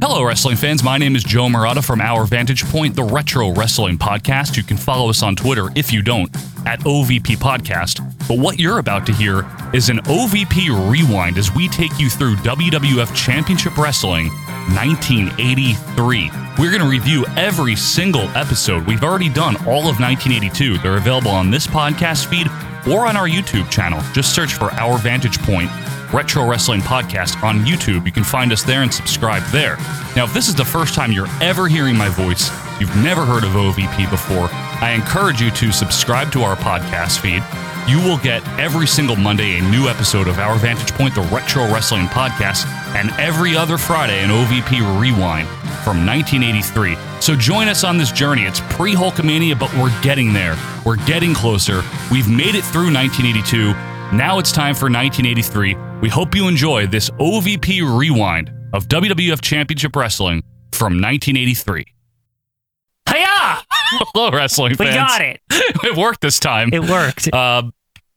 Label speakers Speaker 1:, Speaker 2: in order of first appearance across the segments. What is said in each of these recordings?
Speaker 1: Hello, wrestling fans. My name is Joe Murata from Our Vantage Point, the Retro Wrestling Podcast. You can follow us on Twitter if you don't at OVP Podcast. But what you're about to hear is an OVP rewind as we take you through WWF Championship Wrestling 1983. We're going to review every single episode. We've already done all of 1982. They're available on this podcast feed or on our YouTube channel. Just search for Our Vantage Point. Retro Wrestling Podcast on YouTube. You can find us there and subscribe there. Now, if this is the first time you're ever hearing my voice, you've never heard of OVP before, I encourage you to subscribe to our podcast feed. You will get every single Monday a new episode of Our Vantage Point, the Retro Wrestling Podcast, and every other Friday an OVP Rewind from 1983. So join us on this journey. It's pre Hulkamania, but we're getting there. We're getting closer. We've made it through 1982. Now it's time for 1983. We hope you enjoy this OVP rewind of WWF Championship Wrestling from 1983. Hiya! Hello, wrestling
Speaker 2: We
Speaker 1: fans.
Speaker 2: got it.
Speaker 1: it worked this time.
Speaker 2: It worked.
Speaker 1: Uh,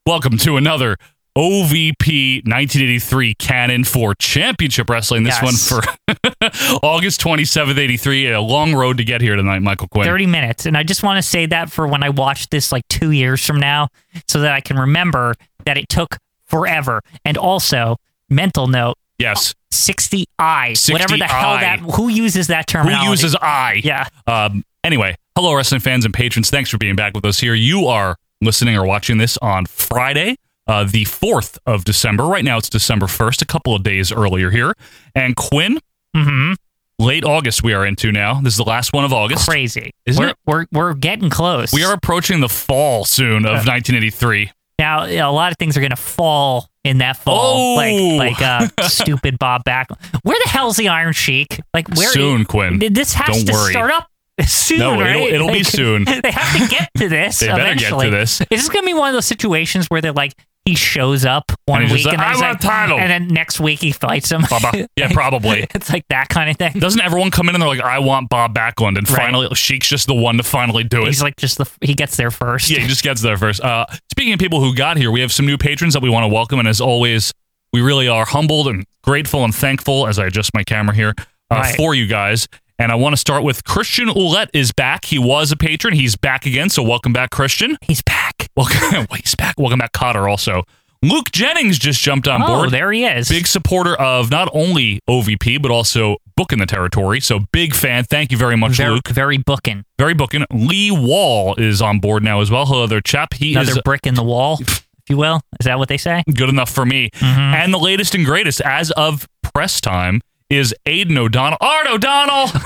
Speaker 1: welcome to another OVP 1983 canon for championship wrestling. This
Speaker 2: Yes.
Speaker 1: one for August 27th, 83. A long road to get here tonight, Michael Quinn.
Speaker 2: 30 minutes. And I just want to say that for when I watch this like two years from now, so that I can remember that it took forever. And also, mental note
Speaker 1: yes.
Speaker 2: 60 I, whatever the hell
Speaker 1: 60i.
Speaker 2: that, who uses that term?
Speaker 1: Who uses I?
Speaker 2: Yeah.
Speaker 1: Um, anyway, hello, wrestling fans and patrons. Thanks for being back with us here. You are listening or watching this on Friday, uh, the 4th of December. Right now, it's December 1st, a couple of days earlier here. And Quinn,
Speaker 2: hmm
Speaker 1: late August, we are into now. This is the last one of August.
Speaker 2: Crazy.
Speaker 1: Isn't
Speaker 2: we're,
Speaker 1: it?
Speaker 2: We're, we're getting close.
Speaker 1: We are approaching the fall soon of 1983.
Speaker 2: Now, you know, a lot of things are going to fall in that fall.
Speaker 1: Oh!
Speaker 2: Like, like uh, stupid Bob Back. Where the hell's the Iron Sheik? Like, where?
Speaker 1: soon, Quinn.
Speaker 2: Th- This has
Speaker 1: Don't
Speaker 2: to
Speaker 1: worry.
Speaker 2: start up soon,
Speaker 1: No, it'll-
Speaker 2: right?
Speaker 1: it'll be
Speaker 2: Like,
Speaker 1: soon.
Speaker 2: They have to get to this.
Speaker 1: They better get
Speaker 2: eventually.
Speaker 1: to this.
Speaker 2: Is this going to be one of those situations where they're like, he shows up one
Speaker 1: he's
Speaker 2: week
Speaker 1: just like,
Speaker 2: and, then
Speaker 1: "I
Speaker 2: he's
Speaker 1: want
Speaker 2: like-
Speaker 1: a title."
Speaker 2: and then next week he fights him?
Speaker 1: Baba. Yeah, probably.
Speaker 2: it's like that kind of thing.
Speaker 1: Doesn't everyone come in and they're like, I want Bob Backlund? And
Speaker 2: Right.
Speaker 1: finally, Sheik's just the one to finally do it.
Speaker 2: He's like just the he gets there first.
Speaker 1: Yeah, he just gets there first. Uh, speaking of people who got here, we have some new patrons that we want to welcome. And as always, we really are humbled and grateful and thankful as I adjust my camera here uh,
Speaker 2: Right.
Speaker 1: for you guys. And I want to start with Christian Ouellette is back. He was a patron. He's back again. So welcome back, Christian.
Speaker 2: He's back.
Speaker 1: Welcome, he's back. Welcome back, Cotter. Also, Luke Jennings just jumped on
Speaker 2: oh,
Speaker 1: board.
Speaker 2: there he is.
Speaker 1: Big supporter of not only OVP but also Book in the Territory. So big fan. Thank you very much,
Speaker 2: very,
Speaker 1: Luke.
Speaker 2: very booking.
Speaker 1: Very booking. Lee Wall is on board now as well. Hello there, chap. He
Speaker 2: Another
Speaker 1: is
Speaker 2: brick in the wall, if you will. Is that what they say?
Speaker 1: good enough for me.
Speaker 2: Mm-hmm.
Speaker 1: And the latest and greatest, as of press time, is Aiden O'Donnell. Art O'Donnell.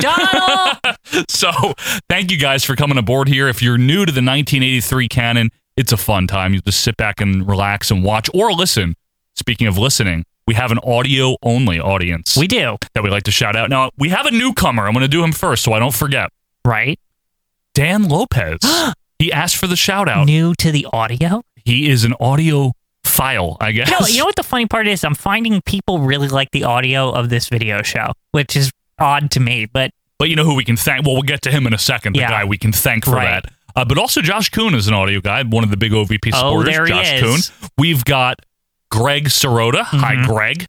Speaker 2: Donald.
Speaker 1: so thank you guys for coming aboard here. If you're new to the 1983 canon, it's a fun time. You just sit back and relax and watch or listen. Speaking of listening, we have an audio only audience
Speaker 2: we do
Speaker 1: that we like to shout out. Now, we have a newcomer. I'm going to do him first so I don't forget.
Speaker 2: right.
Speaker 1: Dan Lopez. he asked for the shout out.
Speaker 2: New to the audio.
Speaker 1: He is an audio file, I guess.
Speaker 2: You know, you know what the funny part is? I'm finding people really like the audio of this video show, which is odd to me. But
Speaker 1: But you know who we can thank? Well, we'll get to him in a second. The
Speaker 2: Yeah.
Speaker 1: guy we can thank for
Speaker 2: Right.
Speaker 1: that. Uh, but also Josh Kuhn is an audio guy, one of the big OVP
Speaker 2: Oh,
Speaker 1: supporters.
Speaker 2: there he
Speaker 1: Josh
Speaker 2: is.
Speaker 1: Kuhn. We've got Greg Sorota. Hi,
Speaker 2: Mm-hmm.
Speaker 1: Greg.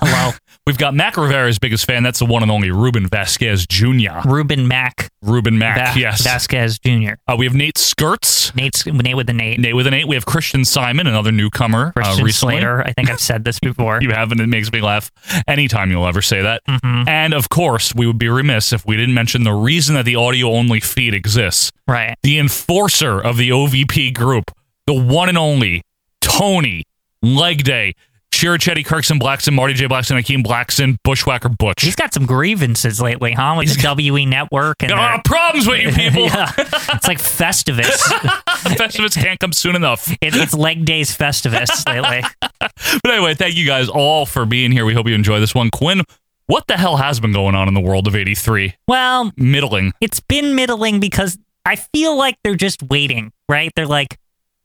Speaker 2: hello,
Speaker 1: We've got Mac Rivera's biggest fan. That's the one and only Ruben Vasquez Jr.
Speaker 2: Ruben Mac
Speaker 1: Ruben Mac.
Speaker 2: Va-
Speaker 1: yes.
Speaker 2: Vasquez Jr.
Speaker 1: uh, we have Nate Skirts.
Speaker 2: Nate's Nate with the Nate.
Speaker 1: Nate with an eight. We have Christian Simon, another newcomer. uh,
Speaker 2: Christian
Speaker 1: recently.
Speaker 2: Slater. I think I've said this before.
Speaker 1: You haven't. It makes me laugh anytime you'll ever say that.
Speaker 2: hmm
Speaker 1: And of course, we would be remiss if we didn't mention the reason that the audio only feed exists.
Speaker 2: Right.
Speaker 1: the enforcer of the OVP group, the one and only Tony Leg Day, Chirichetti, Kirkson, Blackson, Marty J. Blackson, Akeem Blackson, Bushwhacker Butch.
Speaker 2: He's got some grievances lately, huh? With the WE network and
Speaker 1: Got a lot
Speaker 2: the,
Speaker 1: of problems with you people.
Speaker 2: yeah. it's like Festivus.
Speaker 1: Festivus can't come soon enough.
Speaker 2: it, it's leg days Festivus lately.
Speaker 1: But anyway, thank you guys all for being here. We hope you enjoy this one. Quinn, what the hell has been going on in the world of 83?
Speaker 2: Well,
Speaker 1: Middling.
Speaker 2: it's been middling because I feel like they're just waiting, right? They're like,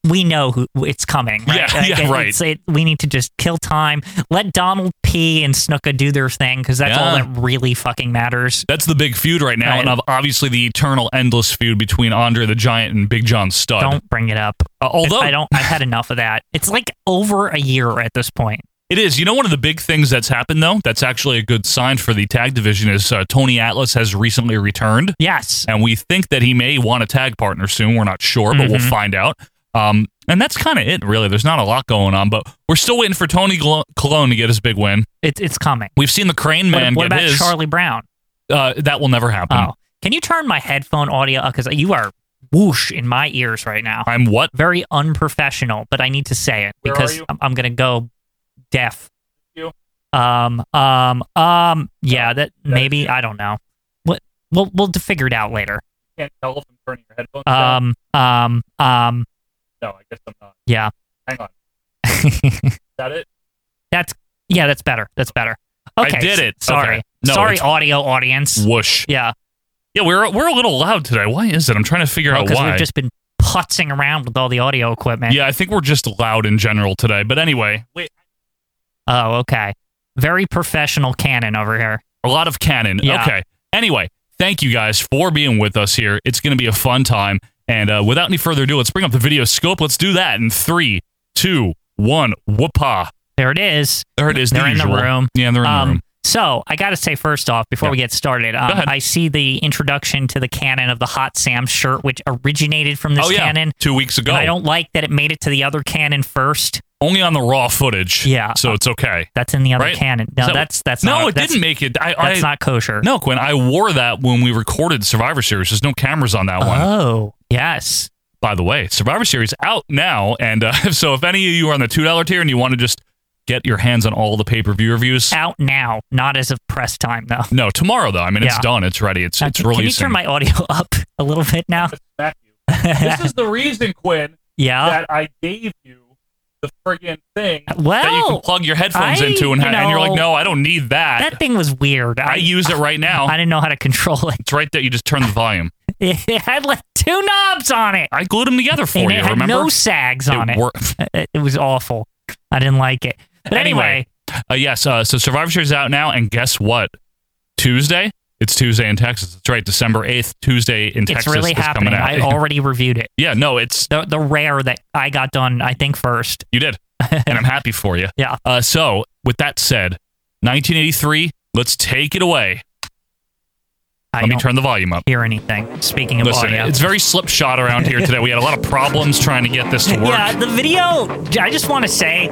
Speaker 2: we know who it's coming. Right?
Speaker 1: Yeah,
Speaker 2: Like,
Speaker 1: yeah,
Speaker 2: it-
Speaker 1: right.
Speaker 2: it's- it- we need to just kill time. Let Donald P and Snooka do their thing because that's all
Speaker 1: Yeah.
Speaker 2: that really fucking matters.
Speaker 1: That's the big feud right now.
Speaker 2: Right.
Speaker 1: And ob- obviously, the eternal, endless feud between Andre the Giant and Big John Studd.
Speaker 2: Don't bring it up.
Speaker 1: Uh, although,
Speaker 2: I don't. I've had enough of that. It's like over a year at this point.
Speaker 1: It is. You know, one of the big things that's happened, though, that's actually a good sign for the tag division is uh, Tony Atlas has recently returned.
Speaker 2: Yes.
Speaker 1: And we think that he may want a tag partner soon. We're not sure, but
Speaker 2: Mm-hmm.
Speaker 1: we'll find out. Um, and that's kind of it, really. There's not a lot going on, but we're still waiting for Tony Glo- Colon to get his big win.
Speaker 2: It, it's coming.
Speaker 1: We've seen the Crane
Speaker 2: What-
Speaker 1: Man
Speaker 2: what
Speaker 1: get
Speaker 2: about
Speaker 1: his.
Speaker 2: Charlie Brown?
Speaker 1: uh, that will never happen.
Speaker 2: Oh, can you turn my headphone audio up? Because you are whoosh in my ears right now.
Speaker 1: I'm what?
Speaker 2: Very unprofessional, but I need to say it
Speaker 1: Where are
Speaker 2: because
Speaker 1: you?
Speaker 2: I'm, I'm gonna go deaf.
Speaker 1: You?
Speaker 2: Um, um, um. Yeah, that maybe I don't know. What? We'll we'll figure it out later.
Speaker 1: Can't tell if I'm turning your headphones
Speaker 2: Um, um, um.
Speaker 1: No, I guess I'm not.
Speaker 2: Yeah.
Speaker 1: Hang on. that it?
Speaker 2: that's yeah. That's better. That's better.
Speaker 1: I
Speaker 2: Okay.
Speaker 1: did it.
Speaker 2: Sorry.
Speaker 1: Okay. No,
Speaker 2: sorry,
Speaker 1: it's-
Speaker 2: audio audience.
Speaker 1: Whoosh.
Speaker 2: Yeah.
Speaker 1: Yeah, we're we're a little loud today. Why is it? I'm trying to figure out
Speaker 2: Because
Speaker 1: why.
Speaker 2: Oh, we've just been putzing around with all the audio equipment.
Speaker 1: yeah, I think we're just loud in general today. But anyway, wait.
Speaker 2: Oh, okay. Very professional canon over here.
Speaker 1: A lot of canon.
Speaker 2: Yeah.
Speaker 1: Okay. Anyway, thank you guys for being with us here. It's going to be a fun time. And uh, without any further ado, let's bring up the video scope. Let's do that in three, two, one. Whoopah!
Speaker 2: There it is.
Speaker 1: There it is.
Speaker 2: They're
Speaker 1: the
Speaker 2: in the
Speaker 1: usual.
Speaker 2: room. Um,
Speaker 1: Yeah, they're in the room.
Speaker 2: so I got to say first off, before
Speaker 1: Yeah.
Speaker 2: we get started, um,
Speaker 1: ahead.
Speaker 2: I see the introduction to the canon of the Hot Sam shirt, which originated from this
Speaker 1: Oh yeah,
Speaker 2: canon.
Speaker 1: two weeks ago.
Speaker 2: And I don't like that it made it to the other canon first.
Speaker 1: Only on the raw footage.
Speaker 2: Yeah.
Speaker 1: So it's okay.
Speaker 2: That's in the other
Speaker 1: Right?
Speaker 2: canon. No,
Speaker 1: Is that-
Speaker 2: that's that's
Speaker 1: no,
Speaker 2: not,
Speaker 1: it
Speaker 2: that's,
Speaker 1: didn't make it. I,
Speaker 2: That's
Speaker 1: I,
Speaker 2: not kosher.
Speaker 1: No, Quinn, I wore that when we recorded Survivor Series. There's no cameras on that one.
Speaker 2: Oh yes,
Speaker 1: By the way, Survivor Series out now, and uh, so if any of you are on the two dollar tier and you want to just get your hands on all the pay per view reviews,
Speaker 2: out now, not as of press time though.
Speaker 1: no, tomorrow though. I mean, it's
Speaker 2: Yeah.
Speaker 1: done. It's ready. It's
Speaker 2: Uh,
Speaker 1: it's
Speaker 2: can, can you
Speaker 1: releasing.
Speaker 2: turn my audio up a little bit now?
Speaker 3: this is the reason, Quinn,
Speaker 2: yeah.
Speaker 3: that I gave you the friggin' thing.
Speaker 2: well,
Speaker 1: that you can plug your headphones
Speaker 2: I-
Speaker 1: into, and,
Speaker 2: you
Speaker 1: and you're like,
Speaker 2: know,
Speaker 1: no, I don't need that.
Speaker 2: that thing was weird.
Speaker 1: I use it right now.
Speaker 2: I didn't know how to control it.
Speaker 1: it's right there. You just turn the volume.
Speaker 2: It had like two knobs on it,
Speaker 1: I glued them together for
Speaker 2: and
Speaker 1: you.
Speaker 2: it had
Speaker 1: remember?
Speaker 2: no sags on it.
Speaker 1: wor-
Speaker 2: It, it was awful. I didn't like it. But anyway,
Speaker 1: Anyway. Uh, yes. Uh, so Survivor Series out now, and guess what? Tuesday. It's Tuesday in Texas. That's right, December eighth, Tuesday in
Speaker 2: it's
Speaker 1: Texas.
Speaker 2: really
Speaker 1: is
Speaker 2: happening.
Speaker 1: Coming out.
Speaker 2: I already reviewed it.
Speaker 1: yeah. No, it's
Speaker 2: The the rare that I got done, I think first.
Speaker 1: you did, and I'm happy for you.
Speaker 2: Yeah.
Speaker 1: Uh, so with that said, 1983. Let's take it away.
Speaker 2: I
Speaker 1: Let me
Speaker 2: don't
Speaker 1: turn the volume up.
Speaker 2: hear anything. Speaking of
Speaker 1: Listen,
Speaker 2: audio,
Speaker 1: it's very slipshod around here today. We had a lot of problems trying to get this to work.
Speaker 2: yeah, the video. I just want to say,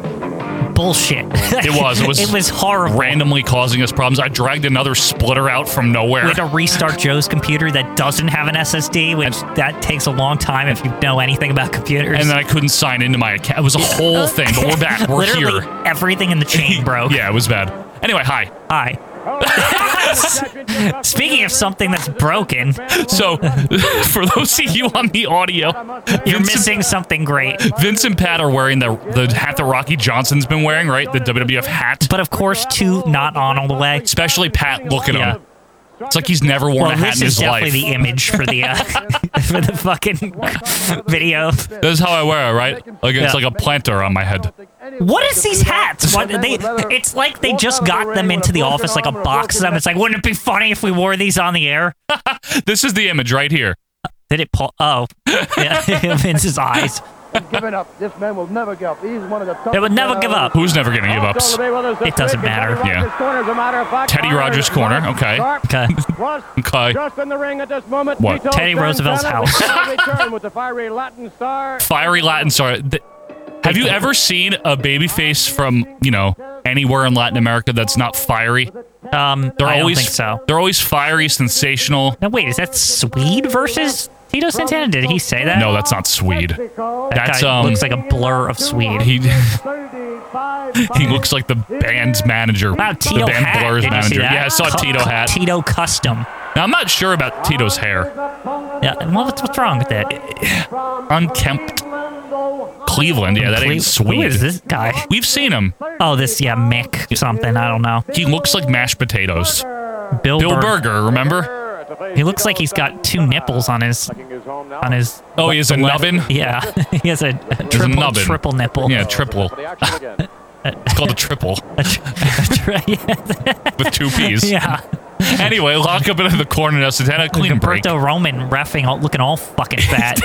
Speaker 2: bullshit.
Speaker 1: It was- it was
Speaker 2: it was horrible.
Speaker 1: Randomly causing us problems. I dragged another splitter out from nowhere.
Speaker 2: We had to restart Joe's computer that doesn't have an SSD, which that takes a long time if you know anything about computers.
Speaker 1: and then I couldn't sign into my account. It was a whole thing, but we're back. We're
Speaker 2: Literally
Speaker 1: here.
Speaker 2: everything in the chain broke.
Speaker 1: Yeah, it was bad. Anyway, hi.
Speaker 2: Hi. Speaking of something that's broken,
Speaker 1: So, for those of you on the audio,
Speaker 2: you're missing something great.
Speaker 1: Vince and Pat are wearing the the hat that Rocky Johnson's been wearing, right? The WWF hat.
Speaker 2: But of course, two not on all the way.
Speaker 1: Especially Pat. Look at
Speaker 2: Yeah.
Speaker 1: him. It's like he's never worn
Speaker 2: Well,
Speaker 1: a hat
Speaker 2: this
Speaker 1: in
Speaker 2: is
Speaker 1: his life.
Speaker 2: definitely the image for the uh, for the fucking video.
Speaker 1: this is how I wear it, right? Like
Speaker 2: Yeah.
Speaker 1: it's like a planter on my head.
Speaker 2: What is these hats? What, they, it's like they just got them into the office, like a box of them. It's like, wouldn't it be funny if we wore these on the air?
Speaker 1: This is the image right here.
Speaker 2: Did it pull? Oh, yeah, Vince's eyes.
Speaker 4: given up. This man will never give up. He's one of the
Speaker 2: They would never give up.
Speaker 1: Who's never gonna give ups?
Speaker 4: It
Speaker 2: doesn't matter.
Speaker 1: Yeah. Teddy Rogers' corner, okay.
Speaker 2: Okay.
Speaker 1: Okay.
Speaker 4: Just in the ring at this moment.
Speaker 1: What?
Speaker 4: Tito
Speaker 2: Teddy Roosevelt's
Speaker 4: Santana
Speaker 2: house.
Speaker 4: will return with the fiery Latin star.
Speaker 1: Fiery Latin star. Th- Have you ever seen a babyface from you know anywhere in Latin America that's not fiery?
Speaker 2: Um,
Speaker 1: They're
Speaker 2: I
Speaker 1: always
Speaker 2: don't think so.
Speaker 1: They're always fiery, sensational.
Speaker 2: Now wait, is that Swede versus Tito Santana? Did he say that?
Speaker 1: No, that's not Swede.
Speaker 2: that
Speaker 1: that's,
Speaker 2: guy
Speaker 1: um,
Speaker 2: looks like a blur of Swede.
Speaker 1: He he
Speaker 4: he
Speaker 1: looks like the band's manager.
Speaker 2: wow, Tito
Speaker 1: the band
Speaker 2: hat.
Speaker 1: Blur's
Speaker 2: Did you
Speaker 1: manager.
Speaker 2: see that?
Speaker 1: Yeah, I saw
Speaker 2: Cu-
Speaker 1: Tito hat.
Speaker 2: Tito custom.
Speaker 1: Now I'm not sure about Tito's hair.
Speaker 2: Yeah. Well, what's, what's wrong with that?
Speaker 1: Unkempt Cleveland. Yeah, that
Speaker 2: Cle-
Speaker 1: ain't Swede.
Speaker 2: Who is this guy?
Speaker 1: We've seen him.
Speaker 2: Oh, this yeah, Mick something. I don't know.
Speaker 1: He looks like mashed potatoes.
Speaker 2: Bill,
Speaker 1: Bill
Speaker 2: Burr.
Speaker 1: Berger, remember?
Speaker 2: He looks like he's got two nipples on his on his.
Speaker 1: Oh, he has a nubbin.
Speaker 2: Yeah, he has a, a triple
Speaker 1: nubbin.
Speaker 2: triple nipple.
Speaker 1: Yeah, triple. It's called a triple with two P's.
Speaker 2: yeah.
Speaker 1: Anyway, lock up into the corner now. Santana, clean break.
Speaker 2: Roberto Roman refing, all, looking all fucking fat.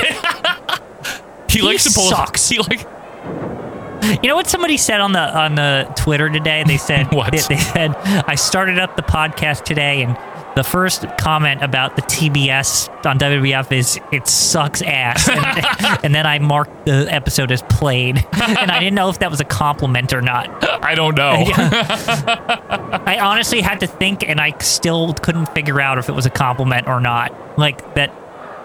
Speaker 1: He, likes to pull.
Speaker 2: sucks.
Speaker 1: He like.
Speaker 2: You know what somebody said on the on the Twitter today? They said
Speaker 1: What?
Speaker 2: They, they said I started up the podcast today, and the first comment about the TBS on WWF is it sucks ass, and, and then I marked the episode as played, and I didn't know if that was a compliment or not.
Speaker 1: I don't know.
Speaker 2: I honestly had to think, and I still couldn't figure out if it was a compliment or not. Like that.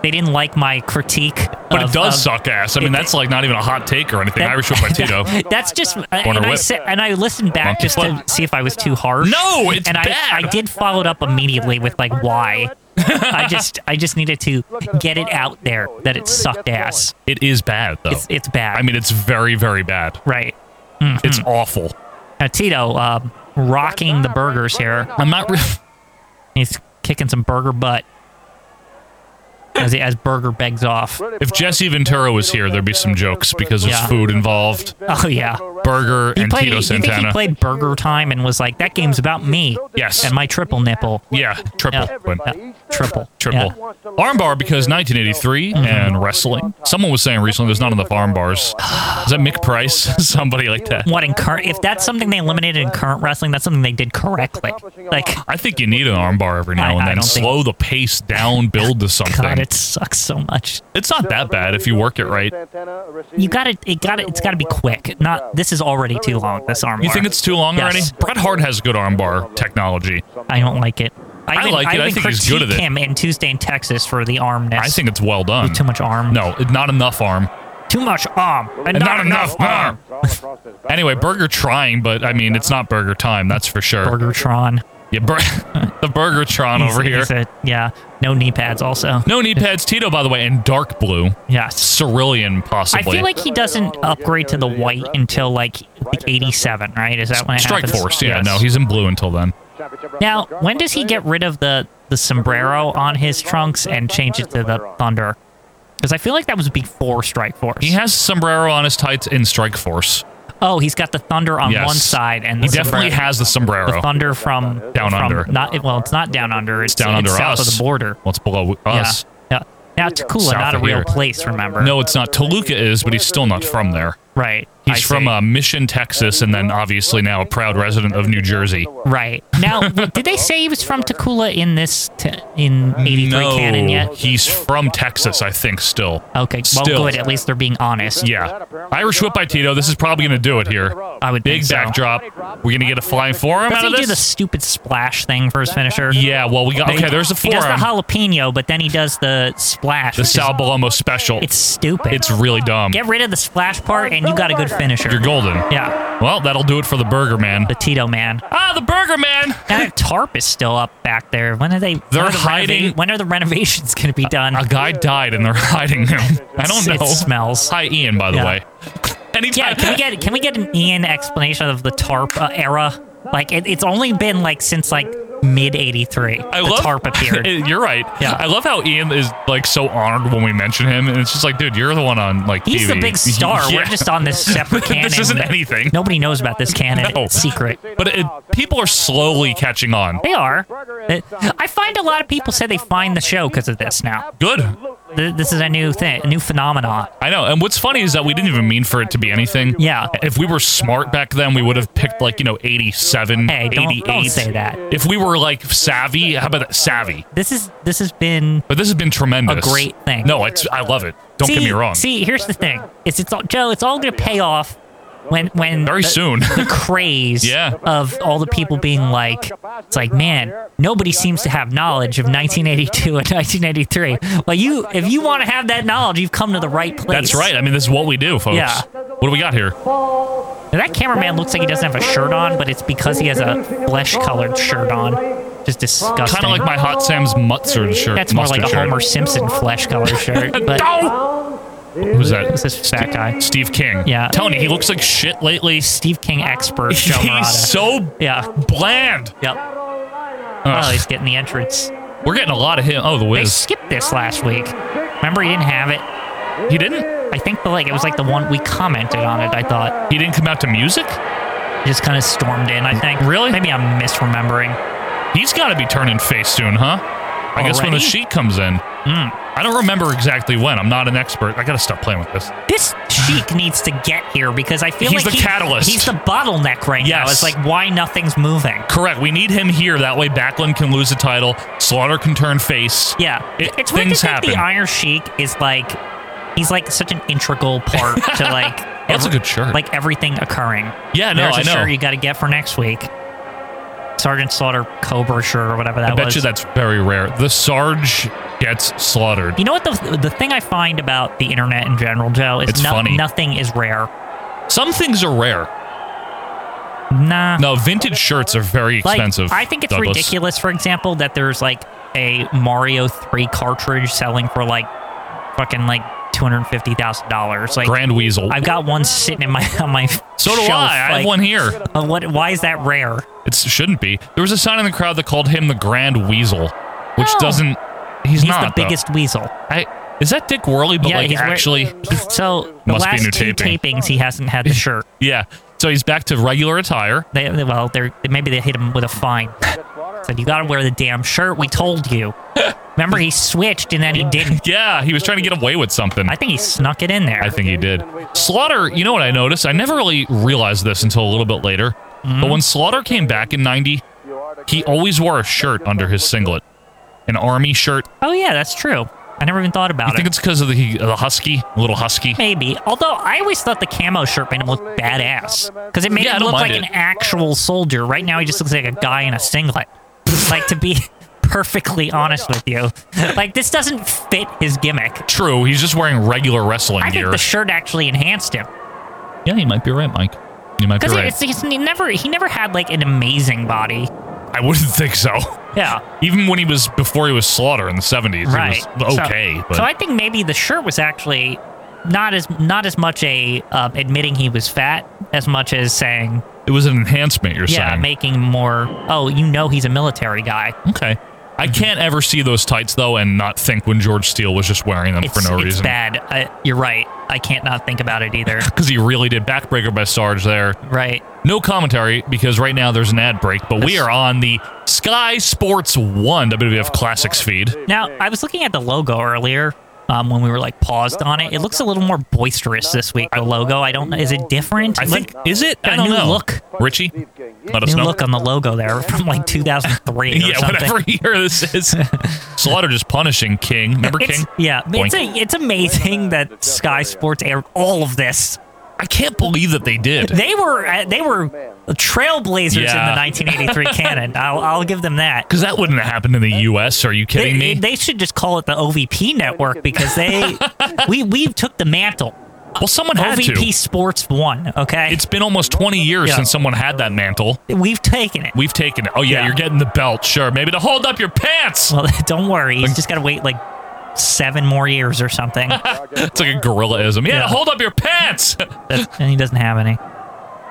Speaker 2: They didn't like my critique.
Speaker 1: But
Speaker 2: of-
Speaker 1: it does
Speaker 2: of-
Speaker 1: suck ass. I mean,
Speaker 2: Um, it-
Speaker 1: that's like not even a hot take or anything. Irish whip by Tito.
Speaker 2: That's just, and
Speaker 1: Corner
Speaker 2: I,
Speaker 1: whip.
Speaker 2: said, and I listened back
Speaker 1: Monkey
Speaker 2: just to
Speaker 1: flip.
Speaker 2: see if I was too harsh.
Speaker 1: No, it's
Speaker 2: and I, I
Speaker 1: bad.
Speaker 2: did follow it up immediately with like why. I just, I just needed to get it out there that it sucked ass.
Speaker 1: It is bad though.
Speaker 2: It's, Mm-hmm. it's bad.
Speaker 1: I mean, it's very, very bad.
Speaker 2: right.
Speaker 1: It's awful.
Speaker 2: Now Tito, um, rocking the burgers here.
Speaker 1: I'm not. Re-
Speaker 2: He's kicking some burger butt as he, as burger begs off.
Speaker 1: if Jesse Ventura was here, there'd be some jokes because there's
Speaker 2: Yeah.
Speaker 1: food involved,
Speaker 2: Oh, yeah.
Speaker 1: burger,
Speaker 2: He
Speaker 1: and
Speaker 2: played,
Speaker 1: Tito
Speaker 2: you think he
Speaker 1: Santana.
Speaker 2: played Burger Time and was like, that game's about me.
Speaker 1: Yes.
Speaker 2: And my triple nipple.
Speaker 1: yeah, triple.
Speaker 2: Yeah.
Speaker 1: win.
Speaker 2: Yeah. Triple.
Speaker 1: Triple.
Speaker 2: Yeah.
Speaker 1: Armbar because 1983 and wrestling. Someone was saying recently there's not enough armbars. Is that Mick Price? Somebody like that.
Speaker 2: What in current? If that's something they eliminated in current wrestling, that's something they did correctly. Like,
Speaker 1: I think you need an armbar every now
Speaker 2: I-
Speaker 1: and
Speaker 2: I
Speaker 1: then.
Speaker 2: don't think-
Speaker 1: Slow the pace down, build to something.
Speaker 2: God, it sucks so much.
Speaker 1: it's not that bad if you work it right.
Speaker 2: You got to It got to It's got to be quick. Not. This is already too long. This arm.
Speaker 1: You think it's too long
Speaker 2: Yes.
Speaker 1: already? Bret Hart has good armbar technology.
Speaker 2: I don't like it. I, even,
Speaker 1: like it. I
Speaker 2: even
Speaker 1: think he's good at
Speaker 2: critique
Speaker 1: it.
Speaker 2: Him in Tuesday in Texas for the armness.
Speaker 1: I think it's well done.
Speaker 2: too much arm.
Speaker 1: No, it- not enough arm.
Speaker 2: Too much arm and,
Speaker 1: not enough arm. Anyway, Burger trying, but I mean, it's not Burger time, that's for sure.
Speaker 2: Burgertron
Speaker 1: Yeah, bur- the Burgertron
Speaker 2: He's-
Speaker 1: over here.
Speaker 2: he's a- yeah. No knee pads. Also.
Speaker 1: No knee pads, Tito, by the way, and dark blue.
Speaker 2: Yes.
Speaker 1: Cerulean, possibly.
Speaker 2: I feel like he doesn't upgrade to the white until like like 87, right? Is that when it
Speaker 1: Strike
Speaker 2: happens?
Speaker 1: Force, yeah,
Speaker 2: Yes.
Speaker 1: no, he's in blue until then.
Speaker 2: Now, when does he get rid of the the sombrero on his trunks and change it to the thunder? Because I feel like that was before Strike Force.
Speaker 1: He has sombrero on his tights in Strike Force.
Speaker 2: oh, he's got the thunder on
Speaker 1: Yes.
Speaker 2: one side and
Speaker 1: He
Speaker 2: the
Speaker 1: definitely
Speaker 2: sombrero-
Speaker 1: has the sombrero.
Speaker 2: the thunder from
Speaker 1: Down
Speaker 2: from
Speaker 1: under.
Speaker 2: Not well, it's not down under. It's
Speaker 1: down
Speaker 2: it's
Speaker 1: under
Speaker 2: south
Speaker 1: us.
Speaker 2: of the border.
Speaker 1: Well, it's below us.
Speaker 2: Yeah. yeah. Now it's Tacula,
Speaker 1: South
Speaker 2: not a
Speaker 1: of
Speaker 2: real
Speaker 1: here.
Speaker 2: place. Remember?
Speaker 1: No, it's not. Toluca is, but he's still not from there.
Speaker 2: Right.
Speaker 1: He's
Speaker 2: I
Speaker 1: from
Speaker 2: see.
Speaker 1: uh, Mission, Texas, and then obviously now a proud resident of New Jersey.
Speaker 2: Right now, w- did they say he was from Tacula in this t- in '83
Speaker 1: no,
Speaker 2: canon yet?
Speaker 1: he's from Texas, I think, still.
Speaker 2: Okay, well,
Speaker 1: Still.
Speaker 2: good. At least they're being honest.
Speaker 1: Yeah. Irish whip by Tito. This is probably going to do it here.
Speaker 2: I would
Speaker 1: Big
Speaker 2: think so.
Speaker 1: backdrop. We're going to get a flying forearm out
Speaker 2: Doesn't
Speaker 1: of
Speaker 2: he do the
Speaker 1: this?
Speaker 2: stupid splash thing for his finisher?
Speaker 1: Yeah, well, we got. Okay, there's the
Speaker 2: He does the
Speaker 1: forearm.
Speaker 2: jalapeno, but then he does the splash.
Speaker 1: The
Speaker 2: which is-
Speaker 1: Sal Balomo special.
Speaker 2: It's stupid.
Speaker 1: It's really dumb.
Speaker 2: Get rid of the splash part, and you got a good finisher.
Speaker 1: You're golden.
Speaker 2: Yeah,
Speaker 1: Well, that'll do it for the Burger Man.
Speaker 2: the Tito man.
Speaker 1: Ah, the Burger Man!
Speaker 2: That tarp is still up back there. When are they? when
Speaker 1: They're
Speaker 2: are the renova-
Speaker 1: hiding- Uh,
Speaker 2: when are the renovations going to be done?
Speaker 1: A guy died and they're hiding him. I don't know.
Speaker 2: It smells.
Speaker 1: Hi, Ian, by the
Speaker 2: Yeah.
Speaker 1: way. Anytime.
Speaker 2: Yeah, can we get can we get an Ian explanation of the tarp uh, era? Like it, it's only been like since like mid '83 the
Speaker 1: I love
Speaker 2: tarp appeared.
Speaker 1: You're right.
Speaker 2: Yeah.
Speaker 1: I love how Ian is like so honored when we mention him, and it's just like, dude, you're the one on like.
Speaker 2: He's the
Speaker 1: TV.
Speaker 2: big star. We're
Speaker 1: Yeah.
Speaker 2: just on this separate canon.
Speaker 1: this isn't
Speaker 2: that-
Speaker 1: anything.
Speaker 2: Nobody knows about this canon.
Speaker 1: No.
Speaker 2: It's secret.
Speaker 1: But it, people are slowly catching on.
Speaker 2: They are. It- I find a lot of people say they find the show because of this now.
Speaker 1: Good.
Speaker 2: Th- This is a new thing, a new phenomenon.
Speaker 1: I know. And what's funny is that we didn't even mean for it to be anything.
Speaker 2: Yeah.
Speaker 1: If we were smart back then, we would have picked like you know 87,
Speaker 2: Hey,
Speaker 1: 88.
Speaker 2: don't, don't say that.
Speaker 1: If we were like savvy, how about that savvy?
Speaker 2: This is this has been
Speaker 1: But this has been tremendous.
Speaker 2: A great thing.
Speaker 1: No, it's I love it. Don't
Speaker 2: see,
Speaker 1: get me wrong.
Speaker 2: See, here's the thing. It's it's all, Joe. It's all going to pay off when when
Speaker 1: Very
Speaker 2: the-
Speaker 1: soon.
Speaker 2: the craze
Speaker 1: Yeah.
Speaker 2: of all the people being like, it's like man, nobody seems to have knowledge of 1982 and 1983. Well, you if you want to have that knowledge, you've come to the right place.
Speaker 1: That's right. I mean, this is what we do, folks.
Speaker 2: Yeah.
Speaker 1: What do we got here?
Speaker 2: Now, that cameraman looks like he doesn't have a shirt on, but it's because he has a flesh-colored shirt on. Just disgusting.
Speaker 1: Kind of like my Hot Sam's mustard shirt.
Speaker 2: That's more like a
Speaker 1: mustard shirt.
Speaker 2: Homer Simpson flesh-colored shirt. But
Speaker 1: What was that?
Speaker 2: Who's this fat guy?
Speaker 1: Steve King.
Speaker 2: Yeah.
Speaker 1: Telling you, he looks like shit lately.
Speaker 2: Steve King expert Joe Marotta.
Speaker 1: He's so
Speaker 2: yeah.
Speaker 1: bland.
Speaker 2: Yep.
Speaker 1: Ugh.
Speaker 2: Oh, he's getting the entrance.
Speaker 1: We're getting a lot of him. Oh, the
Speaker 2: They
Speaker 1: Wiz.
Speaker 2: skipped this last week. Remember, he didn't have it.
Speaker 1: He didn't.
Speaker 2: I think, but like it was like the one we commented on it. I thought
Speaker 1: He didn't come out to music.
Speaker 2: He just kind of stormed in. I think.
Speaker 1: Really?
Speaker 2: Maybe I'm misremembering.
Speaker 1: He's got to be turning face soon, huh? I guess when the
Speaker 2: Already?
Speaker 1: sheet comes in.
Speaker 2: Mm.
Speaker 1: I don't remember exactly when. I'm not an expert. I gotta stop playing with this.
Speaker 2: This Sheik needs to get here because I feel
Speaker 1: He's
Speaker 2: like
Speaker 1: the
Speaker 2: he-
Speaker 1: catalyst.
Speaker 2: He's the bottleneck right now.
Speaker 1: Yes.
Speaker 2: It's like why nothing's moving.
Speaker 1: Correct. We need him here. That way, Backlund can lose the title. Slaughter can turn face.
Speaker 2: Yeah,
Speaker 1: It-
Speaker 2: it's weird to
Speaker 1: things
Speaker 2: think the
Speaker 1: happen.
Speaker 2: Iron Sheik is like he's like such an integral part to like
Speaker 1: That's a good shirt.
Speaker 2: like everything occurring.
Speaker 1: Yeah, no,
Speaker 2: There's a
Speaker 1: I know.
Speaker 2: shirt you got to get for next week. Sergeant Slaughter Cobra shirt or whatever that
Speaker 1: I bet
Speaker 2: was.
Speaker 1: you that's very rare. The Sarge gets slaughtered.
Speaker 2: You know what the the thing I find about the internet in general, Joe, is
Speaker 1: It's
Speaker 2: no-
Speaker 1: funny.
Speaker 2: nothing is rare.
Speaker 1: Some things are rare.
Speaker 2: Nah.
Speaker 1: No, vintage shirts are very
Speaker 2: like,
Speaker 1: expensive.
Speaker 2: I think it's
Speaker 1: Douglas.
Speaker 2: ridiculous, for example, that there's like a Mario 3 cartridge selling for like fucking like $250,000. Like
Speaker 1: Grand Weasel.
Speaker 2: I've got one sitting in my on my
Speaker 1: so do
Speaker 2: shelf,
Speaker 1: I. I have
Speaker 2: like,
Speaker 1: one here.
Speaker 2: uh, what why is that rare?
Speaker 1: It shouldn't be. There was a sign in the crowd that called him the Grand Weasel, which
Speaker 2: No.
Speaker 1: doesn't. He's,
Speaker 2: He's
Speaker 1: not
Speaker 2: the
Speaker 1: though.
Speaker 2: biggest weasel.
Speaker 1: I, is that Dick Worley? But
Speaker 2: yeah,
Speaker 1: like
Speaker 2: he's wear-
Speaker 1: actually,
Speaker 2: he's- so the
Speaker 1: Must be
Speaker 2: last
Speaker 1: new
Speaker 2: two
Speaker 1: taping.
Speaker 2: tapings he hasn't had the shirt.
Speaker 1: yeah. So he's back to regular attire.
Speaker 2: They, they- well, they're maybe they hit him with a fine. Said you got to wear the damn shirt. We told you. Remember, he switched and then he didn't.
Speaker 1: Yeah, he was trying to get away with something.
Speaker 2: I think he snuck it in there.
Speaker 1: I think he did. Slaughter, you know what I noticed? I never really realized this until a little bit later.
Speaker 2: Mm-hmm.
Speaker 1: But when Slaughter came back in 90, he always wore a shirt under his singlet. An army shirt.
Speaker 2: Oh yeah, that's true. I never even thought
Speaker 1: I
Speaker 2: about
Speaker 1: think
Speaker 2: it.
Speaker 1: it's because of the, he- the husky, little husky.
Speaker 2: Maybe. Although I always thought the camo shirt made him look badass because it made
Speaker 1: Yeah, I
Speaker 2: him
Speaker 1: don't
Speaker 2: look like
Speaker 1: mind
Speaker 2: an
Speaker 1: it.
Speaker 2: actual soldier. Right now, he just looks like a guy in a singlet. like to be perfectly honest with you, like this doesn't fit his gimmick.
Speaker 1: True, he's just wearing regular wrestling
Speaker 2: I think
Speaker 1: gear.
Speaker 2: the shirt actually enhanced him.
Speaker 1: yeah, you might be right, Mike. You might be
Speaker 2: Because
Speaker 1: right.
Speaker 2: he never he never had like an amazing body.
Speaker 1: I wouldn't think so.
Speaker 2: Yeah,
Speaker 1: Even when he was before he was Slaughter in the 70s,
Speaker 2: right.
Speaker 1: he was
Speaker 2: So-
Speaker 1: okay.
Speaker 2: So,
Speaker 1: but
Speaker 2: I think maybe the shirt was actually not as not as much a uh, admitting he was fat as much as saying
Speaker 1: it was an enhancement, you're
Speaker 2: yeah
Speaker 1: saying.
Speaker 2: making more oh you know he's a military guy.
Speaker 1: okay. I can't ever see those tights, though, and not think when George Steele was just wearing them
Speaker 2: It's,
Speaker 1: for no
Speaker 2: it's
Speaker 1: reason.
Speaker 2: bad. I, you're right. I can't not think about it either.
Speaker 1: because he really did backbreaker by Sarge there.
Speaker 2: right.
Speaker 1: No commentary because right now there's an ad break, but we are on the Sky Sports One WWF Classics feed.
Speaker 2: Now I was looking at the logo earlier. Um, when we were like paused on it, it looks a little more boisterous this week. The logo, I don't know, is it different?
Speaker 1: I think
Speaker 2: Like,
Speaker 1: is it?
Speaker 2: got
Speaker 1: I
Speaker 2: a
Speaker 1: don't
Speaker 2: new
Speaker 1: know.
Speaker 2: look.
Speaker 1: Richie, let us
Speaker 2: new
Speaker 1: know.
Speaker 2: look on the logo there from like 2003 or
Speaker 1: yeah,
Speaker 2: something.
Speaker 1: whatever year this is. Slaughter just punishing King. Remember
Speaker 2: It's,
Speaker 1: King?
Speaker 2: yeah, it's,
Speaker 1: Boink.
Speaker 2: a, it's amazing that Sky Sports aired all of this.
Speaker 1: I can't believe that they did.
Speaker 2: They were uh, they were trailblazers
Speaker 1: Yeah.
Speaker 2: in the 1983 canon. I'll, I'll give them that.
Speaker 1: Because that wouldn't have happened in the U.S. Are you kidding
Speaker 2: They,
Speaker 1: me?
Speaker 2: they should just call it the OVP network because they we we took the mantle.
Speaker 1: well, someone had
Speaker 2: OVP
Speaker 1: to.
Speaker 2: Sports One, okay?
Speaker 1: It's been almost 20 years
Speaker 2: Yeah.
Speaker 1: since someone had that mantle.
Speaker 2: We've taken it.
Speaker 1: We've taken it. Oh yeah,
Speaker 2: Yeah.
Speaker 1: you're getting the belt. Sure, maybe to hold up your pants.
Speaker 2: well, don't worry, you just got to wait like seven more years or something.
Speaker 1: It's like a gorillaism. Yeah,
Speaker 2: Yeah.
Speaker 1: hold up your pants.
Speaker 2: That's- and he doesn't have any.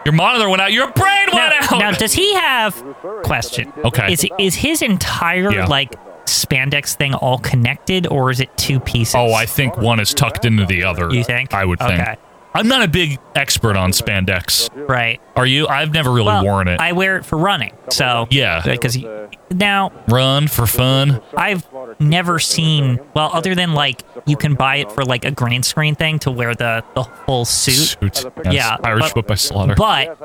Speaker 1: Your monitor went out. Your brain went
Speaker 2: now,
Speaker 1: out.
Speaker 2: now, does he have question?
Speaker 1: Okay.
Speaker 2: Is is his entire
Speaker 1: Yeah.
Speaker 2: like spandex thing all connected, or is it two pieces?
Speaker 1: oh, I think one is tucked into the other.
Speaker 2: You think?
Speaker 1: I would think.
Speaker 2: Okay.
Speaker 1: I'm not a big expert on spandex.
Speaker 2: right.
Speaker 1: Are you? I've never really
Speaker 2: Well,
Speaker 1: worn it.
Speaker 2: I wear it for running. So
Speaker 1: Yeah.
Speaker 2: because now
Speaker 1: Run for fun.
Speaker 2: I've never seen well, other than like you can buy it for like a green screen thing to wear the the full suit,
Speaker 1: Suit. Yes.
Speaker 2: Yeah,
Speaker 1: Irish
Speaker 2: but-
Speaker 1: whip by slaughter.
Speaker 2: but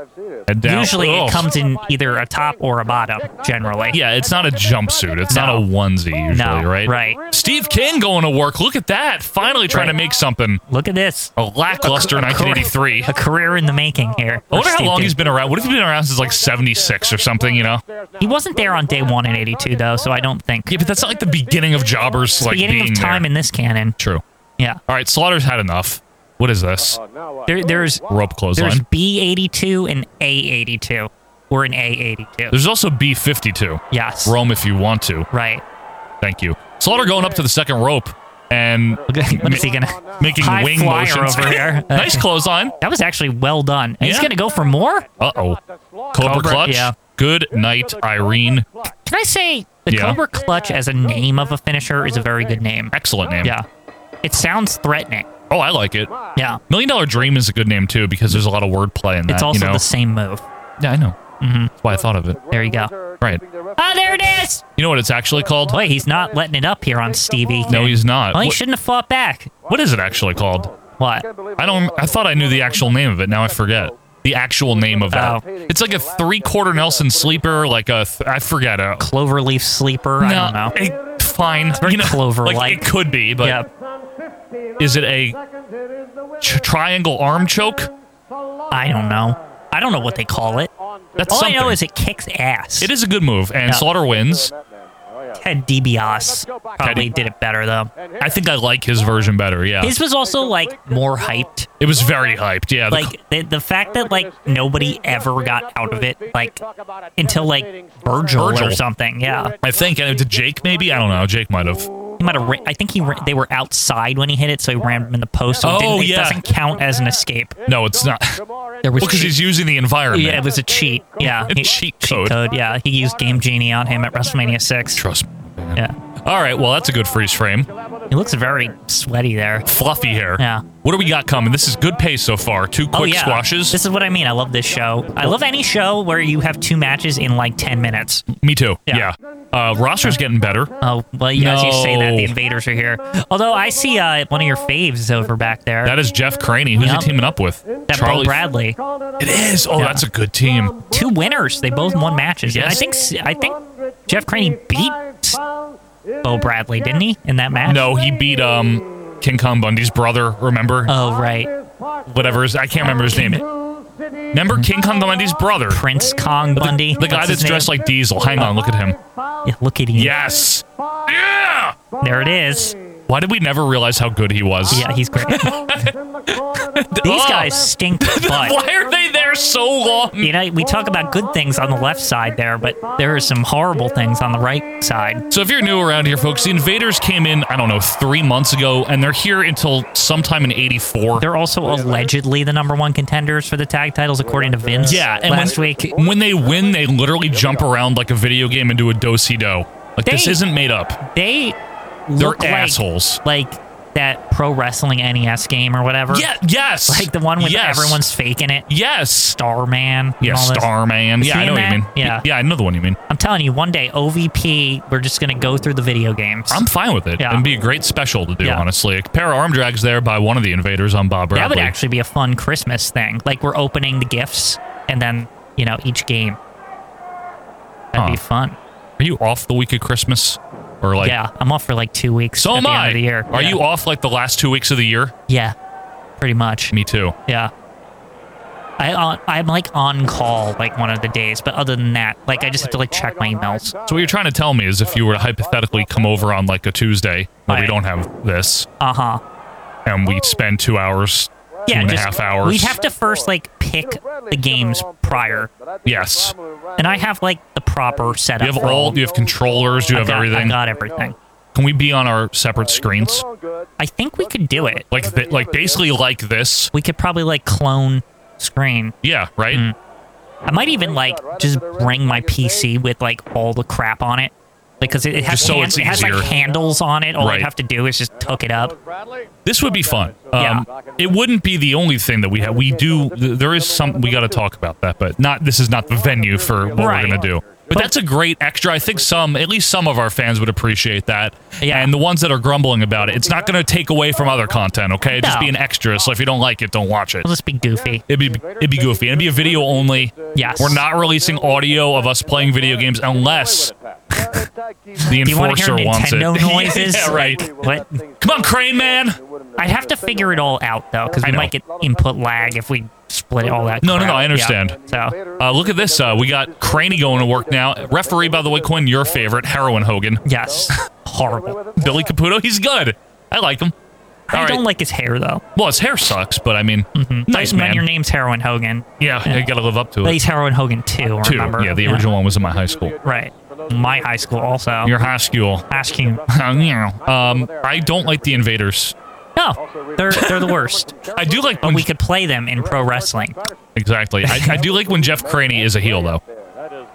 Speaker 1: Head down.
Speaker 2: usually
Speaker 1: Ugh.
Speaker 2: it comes in either a top or a bottom. Generally,
Speaker 1: Oh. Yeah, it's not a jumpsuit. It's not a
Speaker 2: No.
Speaker 1: onesie usually,
Speaker 2: No,
Speaker 1: right?
Speaker 2: right.
Speaker 1: Steve King going to work. Look at that. Finally trying to
Speaker 2: Right.
Speaker 1: make something.
Speaker 2: Look at this.
Speaker 1: A lackluster
Speaker 2: A cor-
Speaker 1: 1983.
Speaker 2: A career in the making here.
Speaker 1: I wonder
Speaker 2: for
Speaker 1: how
Speaker 2: Steve
Speaker 1: long
Speaker 2: Dave.
Speaker 1: he's been around. What if he's been around since like 76 or something, you know?
Speaker 2: He wasn't there on day one in '82 though, so I don't think.
Speaker 1: Yeah, but that's not like the beginning of jobbers like
Speaker 2: beginning
Speaker 1: being
Speaker 2: of time
Speaker 1: there.
Speaker 2: in this canon.
Speaker 1: True.
Speaker 2: Yeah,
Speaker 1: All right, Slaughter's had enough. What is this?
Speaker 2: there, there's
Speaker 1: Rope clothesline.
Speaker 2: there's
Speaker 1: There's,
Speaker 2: B82 and A82 or an A82.
Speaker 1: also B52.
Speaker 2: yes,
Speaker 1: Rome if you want to.
Speaker 2: right.
Speaker 1: Thank you. Slaughter going up to the second rope and
Speaker 2: What is he gonna?
Speaker 1: making
Speaker 2: High
Speaker 1: wing
Speaker 2: flyer
Speaker 1: motions
Speaker 2: over here.
Speaker 1: nice clothesline.
Speaker 2: That was actually well done. And He's
Speaker 1: Yeah.
Speaker 2: gonna go for more.
Speaker 1: Uh oh. Cobra,
Speaker 2: Cobra,
Speaker 1: clutch.
Speaker 2: yeah.
Speaker 1: Good night, Irene.
Speaker 2: Can I say the
Speaker 1: Yeah.
Speaker 2: Cobra Clutch as a name of a finisher is a very good name.
Speaker 1: Excellent name.
Speaker 2: Yeah, it sounds threatening.
Speaker 1: Oh, I like it.
Speaker 2: Yeah,
Speaker 1: Million Dollar Dream is a good name too because there's a lot of wordplay in that.
Speaker 2: it's also
Speaker 1: you know?
Speaker 2: the same move.
Speaker 1: Yeah, I know.
Speaker 2: Mm-hmm.
Speaker 1: That's why I thought of it.
Speaker 2: There you go.
Speaker 1: Right.
Speaker 2: Oh, there it is.
Speaker 1: You know what it's actually called?
Speaker 2: Boy, he's not letting it up here on Stevie.
Speaker 1: No, he's not.
Speaker 2: Well, he
Speaker 1: What-
Speaker 2: shouldn't have fought back.
Speaker 1: what is it actually called?
Speaker 2: What?
Speaker 1: I don't. I thought I knew the actual name of it. Now I forget the actual name of that.
Speaker 2: Oh.
Speaker 1: It's like a three-quarter Nelson sleeper. Like a th- I forget. A,
Speaker 2: Cloverleaf sleeper. I don't know.
Speaker 1: It, fine. It's
Speaker 2: very clover-like.
Speaker 1: Like, it could be, but
Speaker 2: yeah,
Speaker 1: is it a tr- triangle arm choke?
Speaker 2: I don't know. I don't know what they call it.
Speaker 1: That's
Speaker 2: All
Speaker 1: something.
Speaker 2: I know is it kicks ass.
Speaker 1: It is a good move, and
Speaker 2: Yeah.
Speaker 1: Slaughter wins.
Speaker 2: Ted DiBiase probably did it better though.
Speaker 1: I think I like his version better. Yeah,
Speaker 2: His was also like more hyped.
Speaker 1: it was very hyped. Yeah, the cl-
Speaker 2: Like the, the fact that like nobody ever got out of it like until like Virgil,
Speaker 1: Virgil.
Speaker 2: or something. Yeah,
Speaker 1: I think. And did Jake maybe? I don't know. Jake might have.
Speaker 2: he might have. Ra- I think he ra- they were outside when he hit it, so he rammed him in the post. So it,
Speaker 1: Oh,
Speaker 2: didn't- it
Speaker 1: yeah.
Speaker 2: doesn't count as an escape.
Speaker 1: No, it's not.
Speaker 2: There was
Speaker 1: Because he's using the environment.
Speaker 2: Yeah, it was a cheat. Yeah,
Speaker 1: A
Speaker 2: he-
Speaker 1: cheat code.
Speaker 2: Yeah, he used Game Genie on him at WrestleMania six.
Speaker 1: Trust me. man.
Speaker 2: Yeah,
Speaker 1: All right. Well, that's a good freeze frame.
Speaker 2: he looks very sweaty there.
Speaker 1: Fluffy hair.
Speaker 2: Yeah.
Speaker 1: What do we got coming? This is good pace so far. Two quick
Speaker 2: oh, yeah.
Speaker 1: squashes.
Speaker 2: This is what I mean. I love this show. I love any show where you have two matches in like ten minutes.
Speaker 1: Me too. Yeah.
Speaker 2: Yeah.
Speaker 1: Uh, roster's getting better.
Speaker 2: Oh well, yeah, as you say that,
Speaker 1: No.
Speaker 2: the invaders are here. Although I see uh, one of your faves is over back there.
Speaker 1: That is Jeff Craney. Who's
Speaker 2: Yep.
Speaker 1: he teaming up with?
Speaker 2: that Bo Bradley.
Speaker 1: It is. Oh,
Speaker 2: Yeah.
Speaker 1: that's a good team.
Speaker 2: Two winners. They both won matches. And I
Speaker 1: Yes.
Speaker 2: think s- I think Jeff Craney beat Bo Bradley, didn't he, in that match?
Speaker 1: No, he beat um King Kong Bundy's brother. Remember?
Speaker 2: Oh right,
Speaker 1: Whatever. His, I can't remember his name. Remember King Kong Bundy's brother,
Speaker 2: Prince Kong Bundy.
Speaker 1: the guy
Speaker 2: What's his
Speaker 1: that's dressed
Speaker 2: name?
Speaker 1: like Diesel. Hang on, look at him.
Speaker 2: Yeah, look at him.
Speaker 1: Yes. Yeah.
Speaker 2: There it is.
Speaker 1: Why did we never realize how good he was?
Speaker 2: Yeah, he's great. These
Speaker 1: Oh.
Speaker 2: guys stink butt.
Speaker 1: Why are they there so long?
Speaker 2: You know, we talk about good things on the left side there, but there are some horrible things on the right side.
Speaker 1: So if you're new around here, folks, the Invaders came in, I don't know, three months ago, and they're here until sometime in '84.
Speaker 2: They're also allegedly the number one contenders for the tag titles, according to Vince.
Speaker 1: Yeah, and
Speaker 2: last
Speaker 1: when,
Speaker 2: week.
Speaker 1: when they win, they literally jump around like a video game and do a do si do. Like this
Speaker 2: They-
Speaker 1: isn't made up.
Speaker 2: They
Speaker 1: They're
Speaker 2: look like-
Speaker 1: assholes.
Speaker 2: Like, that pro wrestling NES game or whatever.
Speaker 1: Yeah. Yes.
Speaker 2: Like the one with
Speaker 1: Yes.
Speaker 2: everyone's faking it.
Speaker 1: Yes.
Speaker 2: Starman. and
Speaker 1: Yeah.
Speaker 2: all this.
Speaker 1: Starman.
Speaker 2: Is
Speaker 1: Yeah,
Speaker 2: he
Speaker 1: I
Speaker 2: in
Speaker 1: know what you
Speaker 2: that?
Speaker 1: mean.
Speaker 2: Yeah.
Speaker 1: Yeah, I know the one you mean.
Speaker 2: I'm telling you, one day, OVP, we're just going to go through the video games.
Speaker 1: I'm fine with it.
Speaker 2: Yeah.
Speaker 1: It'd be a great special to do,
Speaker 2: Yeah.
Speaker 1: honestly. A pair of arm drags there by one of the invaders on Bob Bradley.
Speaker 2: That would actually be a fun Christmas thing. Like we're opening the gifts and then, you know, each game. That'd
Speaker 1: Huh.
Speaker 2: be fun.
Speaker 1: Are you off the week of Christmas? Or like
Speaker 2: yeah, I'm off for like two weeks.
Speaker 1: So
Speaker 2: at
Speaker 1: am
Speaker 2: the
Speaker 1: I.
Speaker 2: End of the year.
Speaker 1: Are
Speaker 2: Yeah.
Speaker 1: you off like the last two weeks of the year?
Speaker 2: Yeah, pretty much.
Speaker 1: Me too.
Speaker 2: Yeah. I on, I'm like on call like one of the days, but other than that, like I just have to like check my emails.
Speaker 1: So what you're trying to tell me is if you were to hypothetically come over on like a Tuesday where we
Speaker 2: Right.
Speaker 1: don't have this
Speaker 2: Uh huh.
Speaker 1: and we spend two hours, two
Speaker 2: Yeah,
Speaker 1: and a half
Speaker 2: just
Speaker 1: hours.
Speaker 2: we'd have to first like pick the games prior,
Speaker 1: Yes.
Speaker 2: and I have like the proper setup.
Speaker 1: you have
Speaker 2: for
Speaker 1: all, you have controllers, you
Speaker 2: I
Speaker 1: have
Speaker 2: got-
Speaker 1: everything.
Speaker 2: I got everything.
Speaker 1: Can we be on our separate screens?
Speaker 2: I think we could do it.
Speaker 1: Like th- like basically like this?
Speaker 2: we could probably like clone screen.
Speaker 1: Yeah, right?
Speaker 2: Mm. I might even like just bring my PC with like all the crap on it, because it, it has
Speaker 1: Just so
Speaker 2: hand-
Speaker 1: it's
Speaker 2: it has like
Speaker 1: easier.
Speaker 2: handles on it. All
Speaker 1: Right.
Speaker 2: I have to do is just hook it up.
Speaker 1: This would be fun. Um,
Speaker 2: Oh, Yeah.
Speaker 1: It wouldn't be the only thing that we have. We do. th- There is some. We got to talk about that, but not. This is not the venue for what
Speaker 2: Right.
Speaker 1: we're gonna do. But
Speaker 2: But-
Speaker 1: that's a great extra. I think some, at least some of our fans would appreciate that.
Speaker 2: Yeah.
Speaker 1: And the ones that are grumbling about it, it's not going to take away from other content. Okay, It'll just
Speaker 2: No.
Speaker 1: be an extra. So if you don't like it, don't watch it.
Speaker 2: It'll just be goofy.
Speaker 1: It'd be it'd be goofy. It'd be a video only.
Speaker 2: Yes.
Speaker 1: We're not releasing audio of us playing video games unless the
Speaker 2: Do you want to
Speaker 1: enforcer
Speaker 2: hear
Speaker 1: wants it.
Speaker 2: Nintendo noises?
Speaker 1: yeah, right.
Speaker 2: Like, what?
Speaker 1: Come on, Crane Man.
Speaker 2: I'd have to figure it all out though, because
Speaker 1: I
Speaker 2: we
Speaker 1: know.
Speaker 2: might get input lag if we split all that.
Speaker 1: No, no, no,
Speaker 2: crap.
Speaker 1: I understand.
Speaker 2: Yeah. So
Speaker 1: Uh, look at this. Uh, we got Craney going to work now. Referee, by the way, Quinn, your favorite, Heroin Hogan.
Speaker 2: yes, horrible.
Speaker 1: Billy Caputo, he's good. I like him. All
Speaker 2: I
Speaker 1: right.
Speaker 2: don't like Mm-hmm. his hair though.
Speaker 1: well, his hair sucks, but I mean, mm-hmm. nice
Speaker 2: When
Speaker 1: man.
Speaker 2: Your name's Heroin Hogan.
Speaker 1: yeah, you gotta live up to
Speaker 2: But
Speaker 1: it.
Speaker 2: he's Heroin Hogan too.
Speaker 1: Two.
Speaker 2: Remember?
Speaker 1: Yeah, the original one was in my high school.
Speaker 2: Right. My high school also.
Speaker 1: Your high school. Oh,
Speaker 2: Ask you.
Speaker 1: um, I don't like the Invaders.
Speaker 2: No, they're they're the worst.
Speaker 1: I do like
Speaker 2: But
Speaker 1: when
Speaker 2: we could play them in pro wrestling.
Speaker 1: exactly. I, I do like when Jeff Craney is a heel though.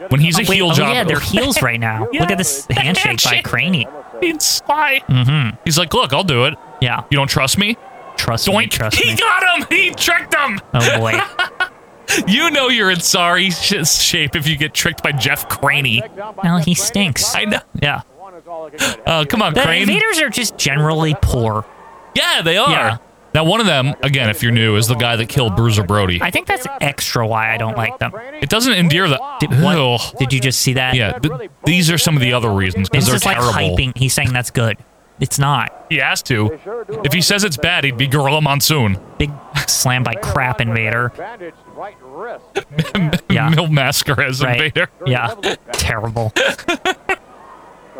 Speaker 1: When he's a
Speaker 2: Wait,
Speaker 1: heel
Speaker 2: oh
Speaker 1: job,
Speaker 2: yeah, they're heels right now. Look at this
Speaker 1: Yeah.
Speaker 2: handshake by
Speaker 1: Handshake.
Speaker 2: Craney. Mm-hmm.
Speaker 1: he's sly. He's like, look, I'll do it.
Speaker 2: Yeah,
Speaker 1: You don't trust me?
Speaker 2: trust me,
Speaker 1: Doink!
Speaker 2: trust
Speaker 1: he
Speaker 2: me.
Speaker 1: got him. He tricked him.
Speaker 2: Oh boy.
Speaker 1: You know you're in sorry sh- shape if you get tricked by Jeff Craney.
Speaker 2: Well, he stinks.
Speaker 1: I know.
Speaker 2: Yeah.
Speaker 1: Uh, come on,
Speaker 2: The
Speaker 1: Crane.
Speaker 2: invaders are just generally poor.
Speaker 1: Yeah, they are.
Speaker 2: Yeah.
Speaker 1: Now, one of them, again, if you're new, is the guy that killed Bruiser Brody.
Speaker 2: I think that's extra why I don't like them.
Speaker 1: It doesn't endear the.
Speaker 2: Did, what-
Speaker 1: Ugh.
Speaker 2: did you just see that?
Speaker 1: Yeah, th- these are some of the other reasons because
Speaker 2: It's
Speaker 1: they're
Speaker 2: just like
Speaker 1: terrible.
Speaker 2: hyping. He's saying that's good. It's not.
Speaker 1: He has to. If he says it's bad, he'd be Gorilla Monsoon.
Speaker 2: Big slam by crap invader. Yeah.
Speaker 1: Mil Masker as
Speaker 2: Right.
Speaker 1: Invader.
Speaker 2: Yeah. Terrible.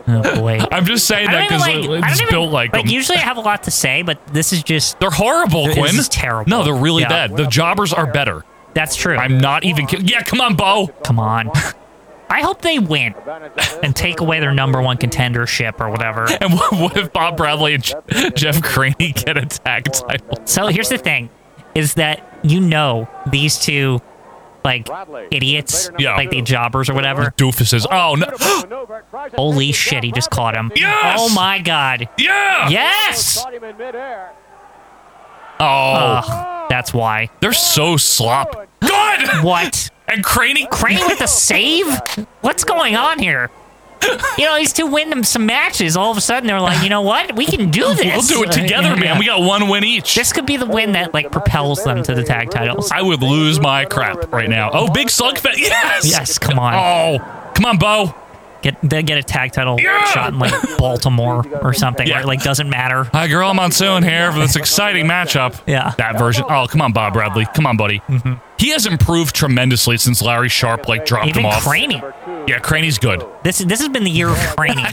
Speaker 2: oh boy.
Speaker 1: I'm just saying
Speaker 2: I
Speaker 1: that
Speaker 2: don't
Speaker 1: because
Speaker 2: even like- I
Speaker 1: it's
Speaker 2: don't even-
Speaker 1: built like, them.
Speaker 2: usually I have a lot to say, but this is just
Speaker 1: they're horrible,
Speaker 2: This
Speaker 1: Quinn.
Speaker 2: is terrible.
Speaker 1: No, they're really
Speaker 2: Yeah.
Speaker 1: bad. The jobbers are better.
Speaker 2: that's true.
Speaker 1: I'm not even kidding. Yeah, come on, Bo.
Speaker 2: Come on. I hope they win and take away their number one contendership or whatever.
Speaker 1: And what, what if Bob Bradley and Je- Jeff Craney get attack titles?
Speaker 2: So here's the thing is that you know these two like idiots,
Speaker 1: Yeah.
Speaker 2: like the jobbers or whatever.
Speaker 1: Doofuses. Oh, no.
Speaker 2: Holy shit, he just caught him.
Speaker 1: Yes!
Speaker 2: Oh my god.
Speaker 1: Yeah!
Speaker 2: Yes!
Speaker 4: Caught him in midair.
Speaker 1: Oh,
Speaker 2: Ugh, that's why.
Speaker 1: they're so slop. Good!
Speaker 2: What?
Speaker 1: And Craney,
Speaker 2: Crane with the save? What's going on here? You know, these two win them some matches. All of a sudden, they're like, you know what? We can do
Speaker 1: We'll
Speaker 2: this.
Speaker 1: do it together,
Speaker 2: Yeah.
Speaker 1: man. We got one win each.
Speaker 2: This could be the win that like propels them to the tag titles.
Speaker 1: I would lose my crap right now. Oh, big slugfest. Yes.
Speaker 2: Yes, come on,
Speaker 1: Oh, come on, Bo.
Speaker 2: get they get a tag title
Speaker 1: Yeah!
Speaker 2: shot in like Baltimore or something.
Speaker 1: Yeah.
Speaker 2: Where it, like doesn't matter.
Speaker 1: Hi, girl. Monsoon here for this exciting matchup.
Speaker 2: Yeah.
Speaker 1: That version. Oh, come on, Bob Bradley. Come on, buddy. He has improved tremendously since Larry Sharp like dropped
Speaker 2: Even
Speaker 1: him off.
Speaker 2: Craney.
Speaker 1: Yeah, Craney's good.
Speaker 2: This this has been the year of Craney,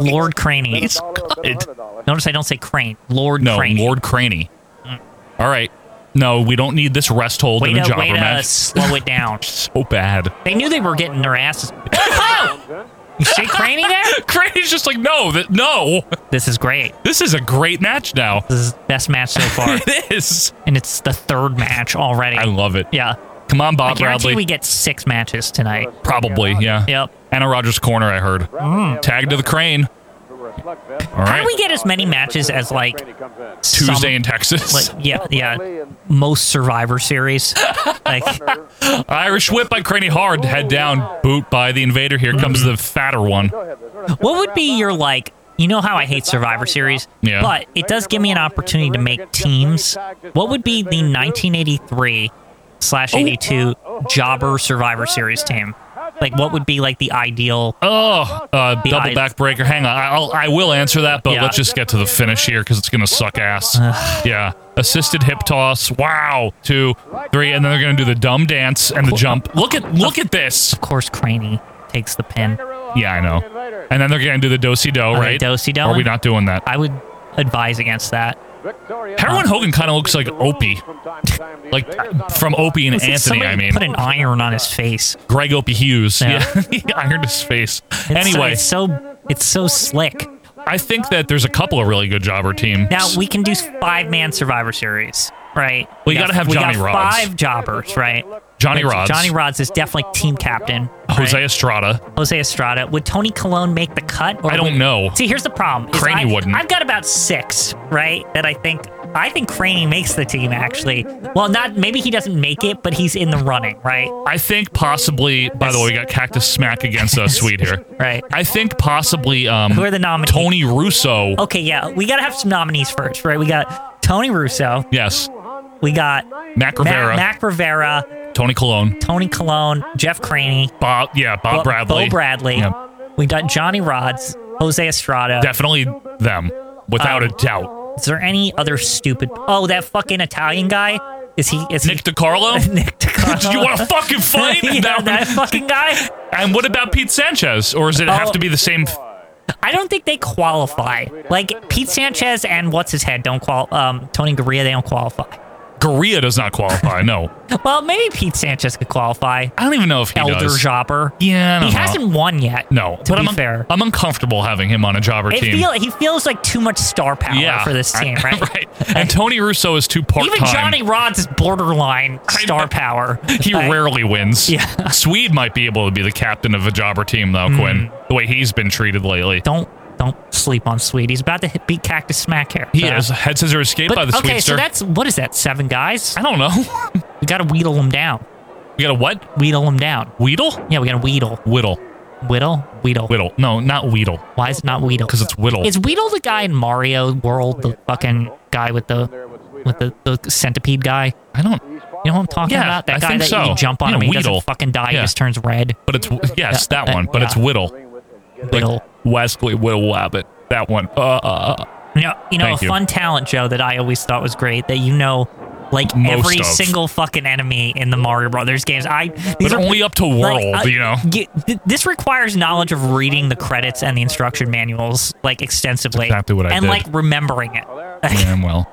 Speaker 2: Lord Craney.
Speaker 1: He's good.
Speaker 2: Notice I don't say Crane, Lord
Speaker 1: No,
Speaker 2: Craney.
Speaker 1: Lord Craney. All right. No, we don't need this rest hold
Speaker 2: way
Speaker 1: in a
Speaker 2: to,
Speaker 1: jobber
Speaker 2: way to
Speaker 1: match.
Speaker 2: slow it down.
Speaker 1: So bad.
Speaker 2: They knew they were getting their asses. Oh! You see Craney there?
Speaker 1: Craney's just like, no, that, no.
Speaker 2: This is great.
Speaker 1: This is a great match now.
Speaker 2: This is the best match so far,
Speaker 1: It is.
Speaker 2: and it's the third match already.
Speaker 1: I love it.
Speaker 2: yeah,
Speaker 1: Come on,
Speaker 2: I
Speaker 1: Bob
Speaker 2: guarantee
Speaker 1: Bradley.
Speaker 2: we get six matches tonight.
Speaker 1: Probably, yeah.
Speaker 2: Yep.
Speaker 1: Anna Rogers Corner, I heard. Tag to the crane. All
Speaker 2: How
Speaker 1: right.
Speaker 2: do we get as many matches as like
Speaker 1: Tuesday
Speaker 2: some-
Speaker 1: in Texas.
Speaker 2: like yeah, yeah, most Survivor Series? like
Speaker 1: Irish whip by Craney Hard. Head down. Boot by the invader. Here comes the fatter one.
Speaker 2: What would be your like? You know how I hate Survivor Series,
Speaker 1: Yeah.
Speaker 2: but it does give me an opportunity to make teams. What would be the 1983 slash 82 Jobber Survivor Series team? Like, what would be like the ideal?
Speaker 1: Oh, uh,
Speaker 2: The
Speaker 1: double
Speaker 2: eyes.
Speaker 1: backbreaker. Hang on. I'll, I will answer that, but
Speaker 2: Yeah.
Speaker 1: let's just get to the finish here because it's going to suck ass. yeah. Assisted hip toss. Wow. Two, three. And then they're going to do the dumb dance and the jump. Look at look at this.
Speaker 2: Of course, Craney takes the pin.
Speaker 1: Yeah, I know. And then they're going to do the do-si-do,
Speaker 2: they
Speaker 1: right?
Speaker 2: do-si-doing?
Speaker 1: Are we not doing that?
Speaker 2: I would advise against that.
Speaker 1: Heroin Hogan kind of looks like Opie. Like from Opie and
Speaker 2: Listen,
Speaker 1: Anthony,
Speaker 2: somebody
Speaker 1: I mean.
Speaker 2: put an iron on his face.
Speaker 1: Greg Opie Hughes.
Speaker 2: Yeah.
Speaker 1: Yeah. he ironed his face.
Speaker 2: It's so-
Speaker 1: anyway,
Speaker 2: it's so it's so slick.
Speaker 1: I think that there's a couple of really good jobber teams.
Speaker 2: Now we can do five man Survivor Series, right?
Speaker 1: Well, you gotta have
Speaker 2: we
Speaker 1: Johnny
Speaker 2: got
Speaker 1: Rods.
Speaker 2: Five jobbers, right?
Speaker 1: Johnny Rods.
Speaker 2: Johnny Rods is definitely team captain.
Speaker 1: Jose
Speaker 2: right?
Speaker 1: Estrada.
Speaker 2: Jose Estrada. Would Tony Colon make the cut? Or
Speaker 1: I don't
Speaker 2: would-
Speaker 1: know.
Speaker 2: See, here's the problem. is
Speaker 1: Craney
Speaker 2: I,
Speaker 1: wouldn't.
Speaker 2: I've got about six, right? That I think. I think Craney makes the team actually. Well, not maybe he doesn't make it, but he's in the running, right?
Speaker 1: I think possibly. By the way, we got Cactus Smack against us, sweet here.
Speaker 2: Right.
Speaker 1: I think possibly. Um,
Speaker 2: Who are the nominees?
Speaker 1: Tony Russo.
Speaker 2: Okay, yeah, we gotta have some nominees first, right? We got Tony Russo.
Speaker 1: Yes.
Speaker 2: We got
Speaker 1: Mac Rivera.
Speaker 2: Ma- Mac Rivera,
Speaker 1: Tony Colon.
Speaker 2: Tony Colon, Jeff Craney,
Speaker 1: Bob. Yeah. Bob
Speaker 2: Bo-
Speaker 1: Bradley.
Speaker 2: Bo Bradley.
Speaker 1: Yeah.
Speaker 2: We got Johnny Rods, Jose Estrada.
Speaker 1: Definitely them, without
Speaker 2: Um,
Speaker 1: a doubt.
Speaker 2: Is there any other stupid? Oh, that fucking Italian guy. Is he? Is
Speaker 1: Nick
Speaker 2: he?
Speaker 1: DiCarlo.
Speaker 2: Nick DiCarlo.
Speaker 1: you want to fucking fight?
Speaker 2: yeah,
Speaker 1: That
Speaker 2: that,
Speaker 1: one-
Speaker 2: fucking guy.
Speaker 1: And what about Pete Sanchez? Or does it have
Speaker 2: Oh.
Speaker 1: to be the same?
Speaker 2: I don't think they qualify. Like Pete Sanchez and what's his head don't qual. Um, Tony Garea they don't qualify.
Speaker 1: Gorilla does not qualify. No,
Speaker 2: Well, maybe Pete Sanchez could qualify.
Speaker 1: I don't even know if he
Speaker 2: Elder
Speaker 1: does.
Speaker 2: Jopper.
Speaker 1: Yeah, I
Speaker 2: he
Speaker 1: don't know.
Speaker 2: hasn't won yet.
Speaker 1: No,
Speaker 2: to
Speaker 1: but
Speaker 2: be
Speaker 1: I'm, un-
Speaker 2: fair,
Speaker 1: I'm uncomfortable having him on a jobber
Speaker 2: it
Speaker 1: team.
Speaker 2: feel, he feels like too much star power
Speaker 1: yeah,
Speaker 2: for this team, right?
Speaker 1: right. And Tony Russo is too part time.
Speaker 2: Even Johnny Rods is borderline
Speaker 1: know.
Speaker 2: star power.
Speaker 1: He
Speaker 2: Like,
Speaker 1: rarely wins.
Speaker 2: Yeah. Hmm.
Speaker 1: Swede might be able to be the captain of a jobber team though, Quinn. The way he's been treated lately.
Speaker 2: don't don't sleep on Sweet. He's about to hit, beat Cactus Smack here.
Speaker 1: He
Speaker 2: So-
Speaker 1: is head scissor escape
Speaker 2: But
Speaker 1: by the
Speaker 2: okay,
Speaker 1: Swedester.
Speaker 2: so that's what is that? Seven guys?
Speaker 1: I don't know.
Speaker 2: We got to wheedle them down.
Speaker 1: We got a what?
Speaker 2: Wheedle them down.
Speaker 1: Weedle?
Speaker 2: Yeah, we gotta wheedle.
Speaker 1: Whittle.
Speaker 2: Whittle? Wheedle.
Speaker 1: Whittle. No, not Weedle.
Speaker 2: Why is it not Weedle?
Speaker 1: Because it's Whittle.
Speaker 2: Is Weedle the guy in Mario World, the fucking guy with the with the, the centipede guy?
Speaker 1: I don't.
Speaker 2: You know what I'm talking
Speaker 1: Yeah,
Speaker 2: about? That
Speaker 1: I
Speaker 2: guy
Speaker 1: think
Speaker 2: that
Speaker 1: so.
Speaker 2: you jump on
Speaker 1: Yeah,
Speaker 2: him, and he
Speaker 1: Weedle.
Speaker 2: doesn't fucking die.
Speaker 1: Yeah.
Speaker 2: He just turns red.
Speaker 1: But it's yes,
Speaker 2: Yeah,
Speaker 1: that one. But it's
Speaker 2: yeah.
Speaker 1: Whittle.
Speaker 2: Whittle.
Speaker 1: Wesley Whittle Wabbit. That one. Uh, uh, uh.
Speaker 2: You know, you know a
Speaker 1: Thank you.
Speaker 2: fun talent show that I always thought was great that you know, like
Speaker 1: Most
Speaker 2: every
Speaker 1: of.
Speaker 2: single fucking enemy in the Mario Brothers games. I
Speaker 1: But
Speaker 2: these are
Speaker 1: only up to world.
Speaker 2: like, I-
Speaker 1: you know.
Speaker 2: y- th- this requires knowledge of reading the credits and the instruction manuals like extensively.
Speaker 1: That's exactly what I
Speaker 2: and
Speaker 1: did.
Speaker 2: like remembering it.
Speaker 1: Damn well.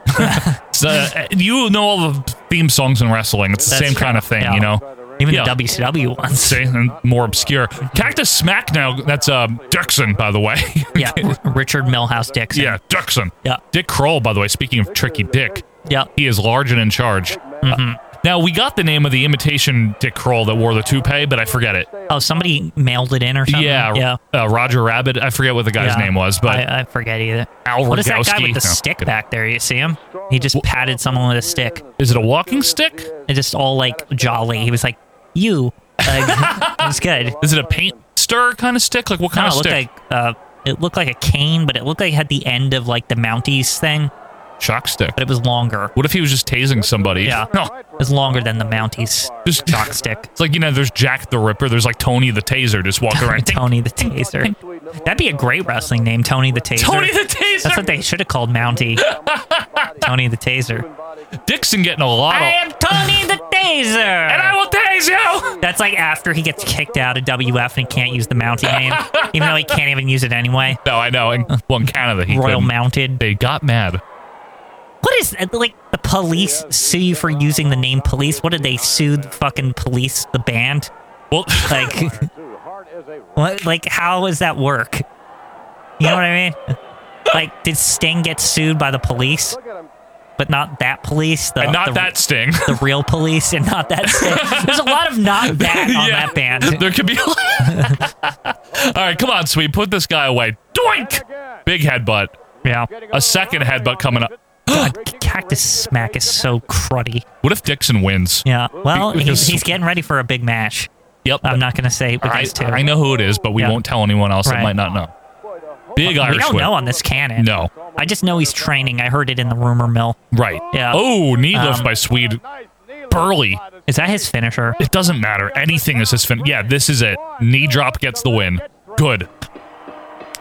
Speaker 1: so, uh, you know all the theme songs in wrestling. It's the
Speaker 2: That's
Speaker 1: same kind of thing.
Speaker 2: yeah.
Speaker 1: You know.
Speaker 2: Even
Speaker 1: Yeah.
Speaker 2: the WCW ones.
Speaker 1: See, and more obscure. Cactus Smack now. That's um, Dixon, by the way.
Speaker 2: yeah, R- Richard Milhouse Dixon.
Speaker 1: yeah, Dixon.
Speaker 2: Yeah.
Speaker 1: Dick Kroll, by the way. Speaking of Tricky Dick,
Speaker 2: Yeah. Mm-hmm.
Speaker 1: he is large and in charge. Uh, now we got the name of the imitation Dick Kroll that wore the toupee, but I forget it.
Speaker 2: Oh, somebody mailed it in or something.
Speaker 1: Yeah,
Speaker 2: yeah.
Speaker 1: Uh, Roger Rabbit. I forget what the guy's
Speaker 2: Yeah.
Speaker 1: name was, but
Speaker 2: I, I forget either.
Speaker 1: Al
Speaker 2: What is that guy
Speaker 1: Rogowski?
Speaker 2: with the
Speaker 1: No,
Speaker 2: stick
Speaker 1: good.
Speaker 2: back there? You see him? He just patted someone with a stick.
Speaker 1: is it a walking stick?
Speaker 2: And just all like jolly. He was like, "You." Like, it was good.
Speaker 1: Is it a paint stir kind of stick? Like what
Speaker 2: No,
Speaker 1: kind
Speaker 2: it
Speaker 1: of
Speaker 2: looked
Speaker 1: stick?
Speaker 2: like uh, it looked like a cane, but it looked like it had the end of like the Mounties thing,
Speaker 1: Shock stick.
Speaker 2: but it was longer.
Speaker 1: What if he was just tasing somebody?
Speaker 2: Yeah.
Speaker 1: No.
Speaker 2: It was longer than the Mounties.
Speaker 1: Just
Speaker 2: shock stick.
Speaker 1: It's like you know, there's Jack the Ripper. There's like Tony the Taser just walking around.
Speaker 2: Tony the Taser. That'd be a great wrestling name, Tony the Taser.
Speaker 1: Tony the Taser.
Speaker 2: That's what they should have called Mountie. Tony the Taser.
Speaker 1: Dixon getting a lot
Speaker 2: I
Speaker 1: of.
Speaker 2: am Tony the Taser.
Speaker 1: And I will tase you.
Speaker 2: That's like after he gets kicked out of WF and he can't use the Mountie name, even though he can't even use it anyway.
Speaker 1: No, I know. In, well, in Canada, he
Speaker 2: Royal
Speaker 1: couldn't.
Speaker 2: Mounted.
Speaker 1: They got mad.
Speaker 2: What is like the police sue you for using the name police? What did they sue the fucking police the band?
Speaker 1: Well,
Speaker 2: Like, what? Like, how does that work? You know what I mean? Like, did Sting get sued by the police, but not that police? The,
Speaker 1: and not
Speaker 2: the,
Speaker 1: that sting.
Speaker 2: the real police and not that. Sting? There's a lot of not that on
Speaker 1: Yeah.
Speaker 2: that band.
Speaker 1: There could be. All right, come on, sweet. Put this guy away. Doink! Big headbutt.
Speaker 2: Yeah.
Speaker 1: A second headbutt coming up.
Speaker 2: God, Cactus Smack is so cruddy.
Speaker 1: What if Dixon wins?
Speaker 2: Yeah. Well,
Speaker 1: Because-
Speaker 2: he's, he's getting ready for a big match.
Speaker 1: Yep.
Speaker 2: I'm not going to say what
Speaker 1: I,
Speaker 2: these two.
Speaker 1: I know who it is, but we
Speaker 2: Yeah.
Speaker 1: won't tell anyone else that
Speaker 2: Right.
Speaker 1: might not know. Big Irish
Speaker 2: We don't
Speaker 1: whip.
Speaker 2: know on this canon.
Speaker 1: No.
Speaker 2: I just know he's training. I heard it in the rumor mill.
Speaker 1: Right.
Speaker 2: Yeah.
Speaker 1: Oh, knee lift
Speaker 2: Um,
Speaker 1: by Swede. Burley.
Speaker 2: Is that his finisher?
Speaker 1: It doesn't matter. Anything is his fin. Yeah, this is it. Knee drop gets the win. Good.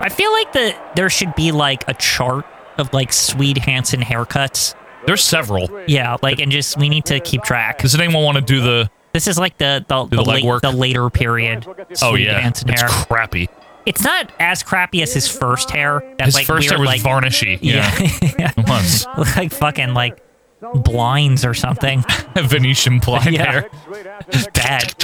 Speaker 2: I feel like the there should be like a chart of like Swede Hansen haircuts.
Speaker 1: There's several.
Speaker 2: Yeah, like and just we need to keep track.
Speaker 1: Does anyone want to do the?
Speaker 2: This is like the the, the,
Speaker 1: the leg
Speaker 2: late,
Speaker 1: work?
Speaker 2: the later period.
Speaker 1: Oh
Speaker 2: Swede
Speaker 1: yeah,
Speaker 2: Hansen
Speaker 1: it's
Speaker 2: hair.
Speaker 1: crappy.
Speaker 2: it's not as crappy as his first hair. That
Speaker 1: His
Speaker 2: like
Speaker 1: first
Speaker 2: weird,
Speaker 1: hair was
Speaker 2: like,
Speaker 1: varnishy. Yeah,
Speaker 2: yeah.
Speaker 1: it was
Speaker 2: like fucking like blinds or something.
Speaker 1: Venetian blind
Speaker 2: Yeah.
Speaker 1: hair.
Speaker 2: Bad.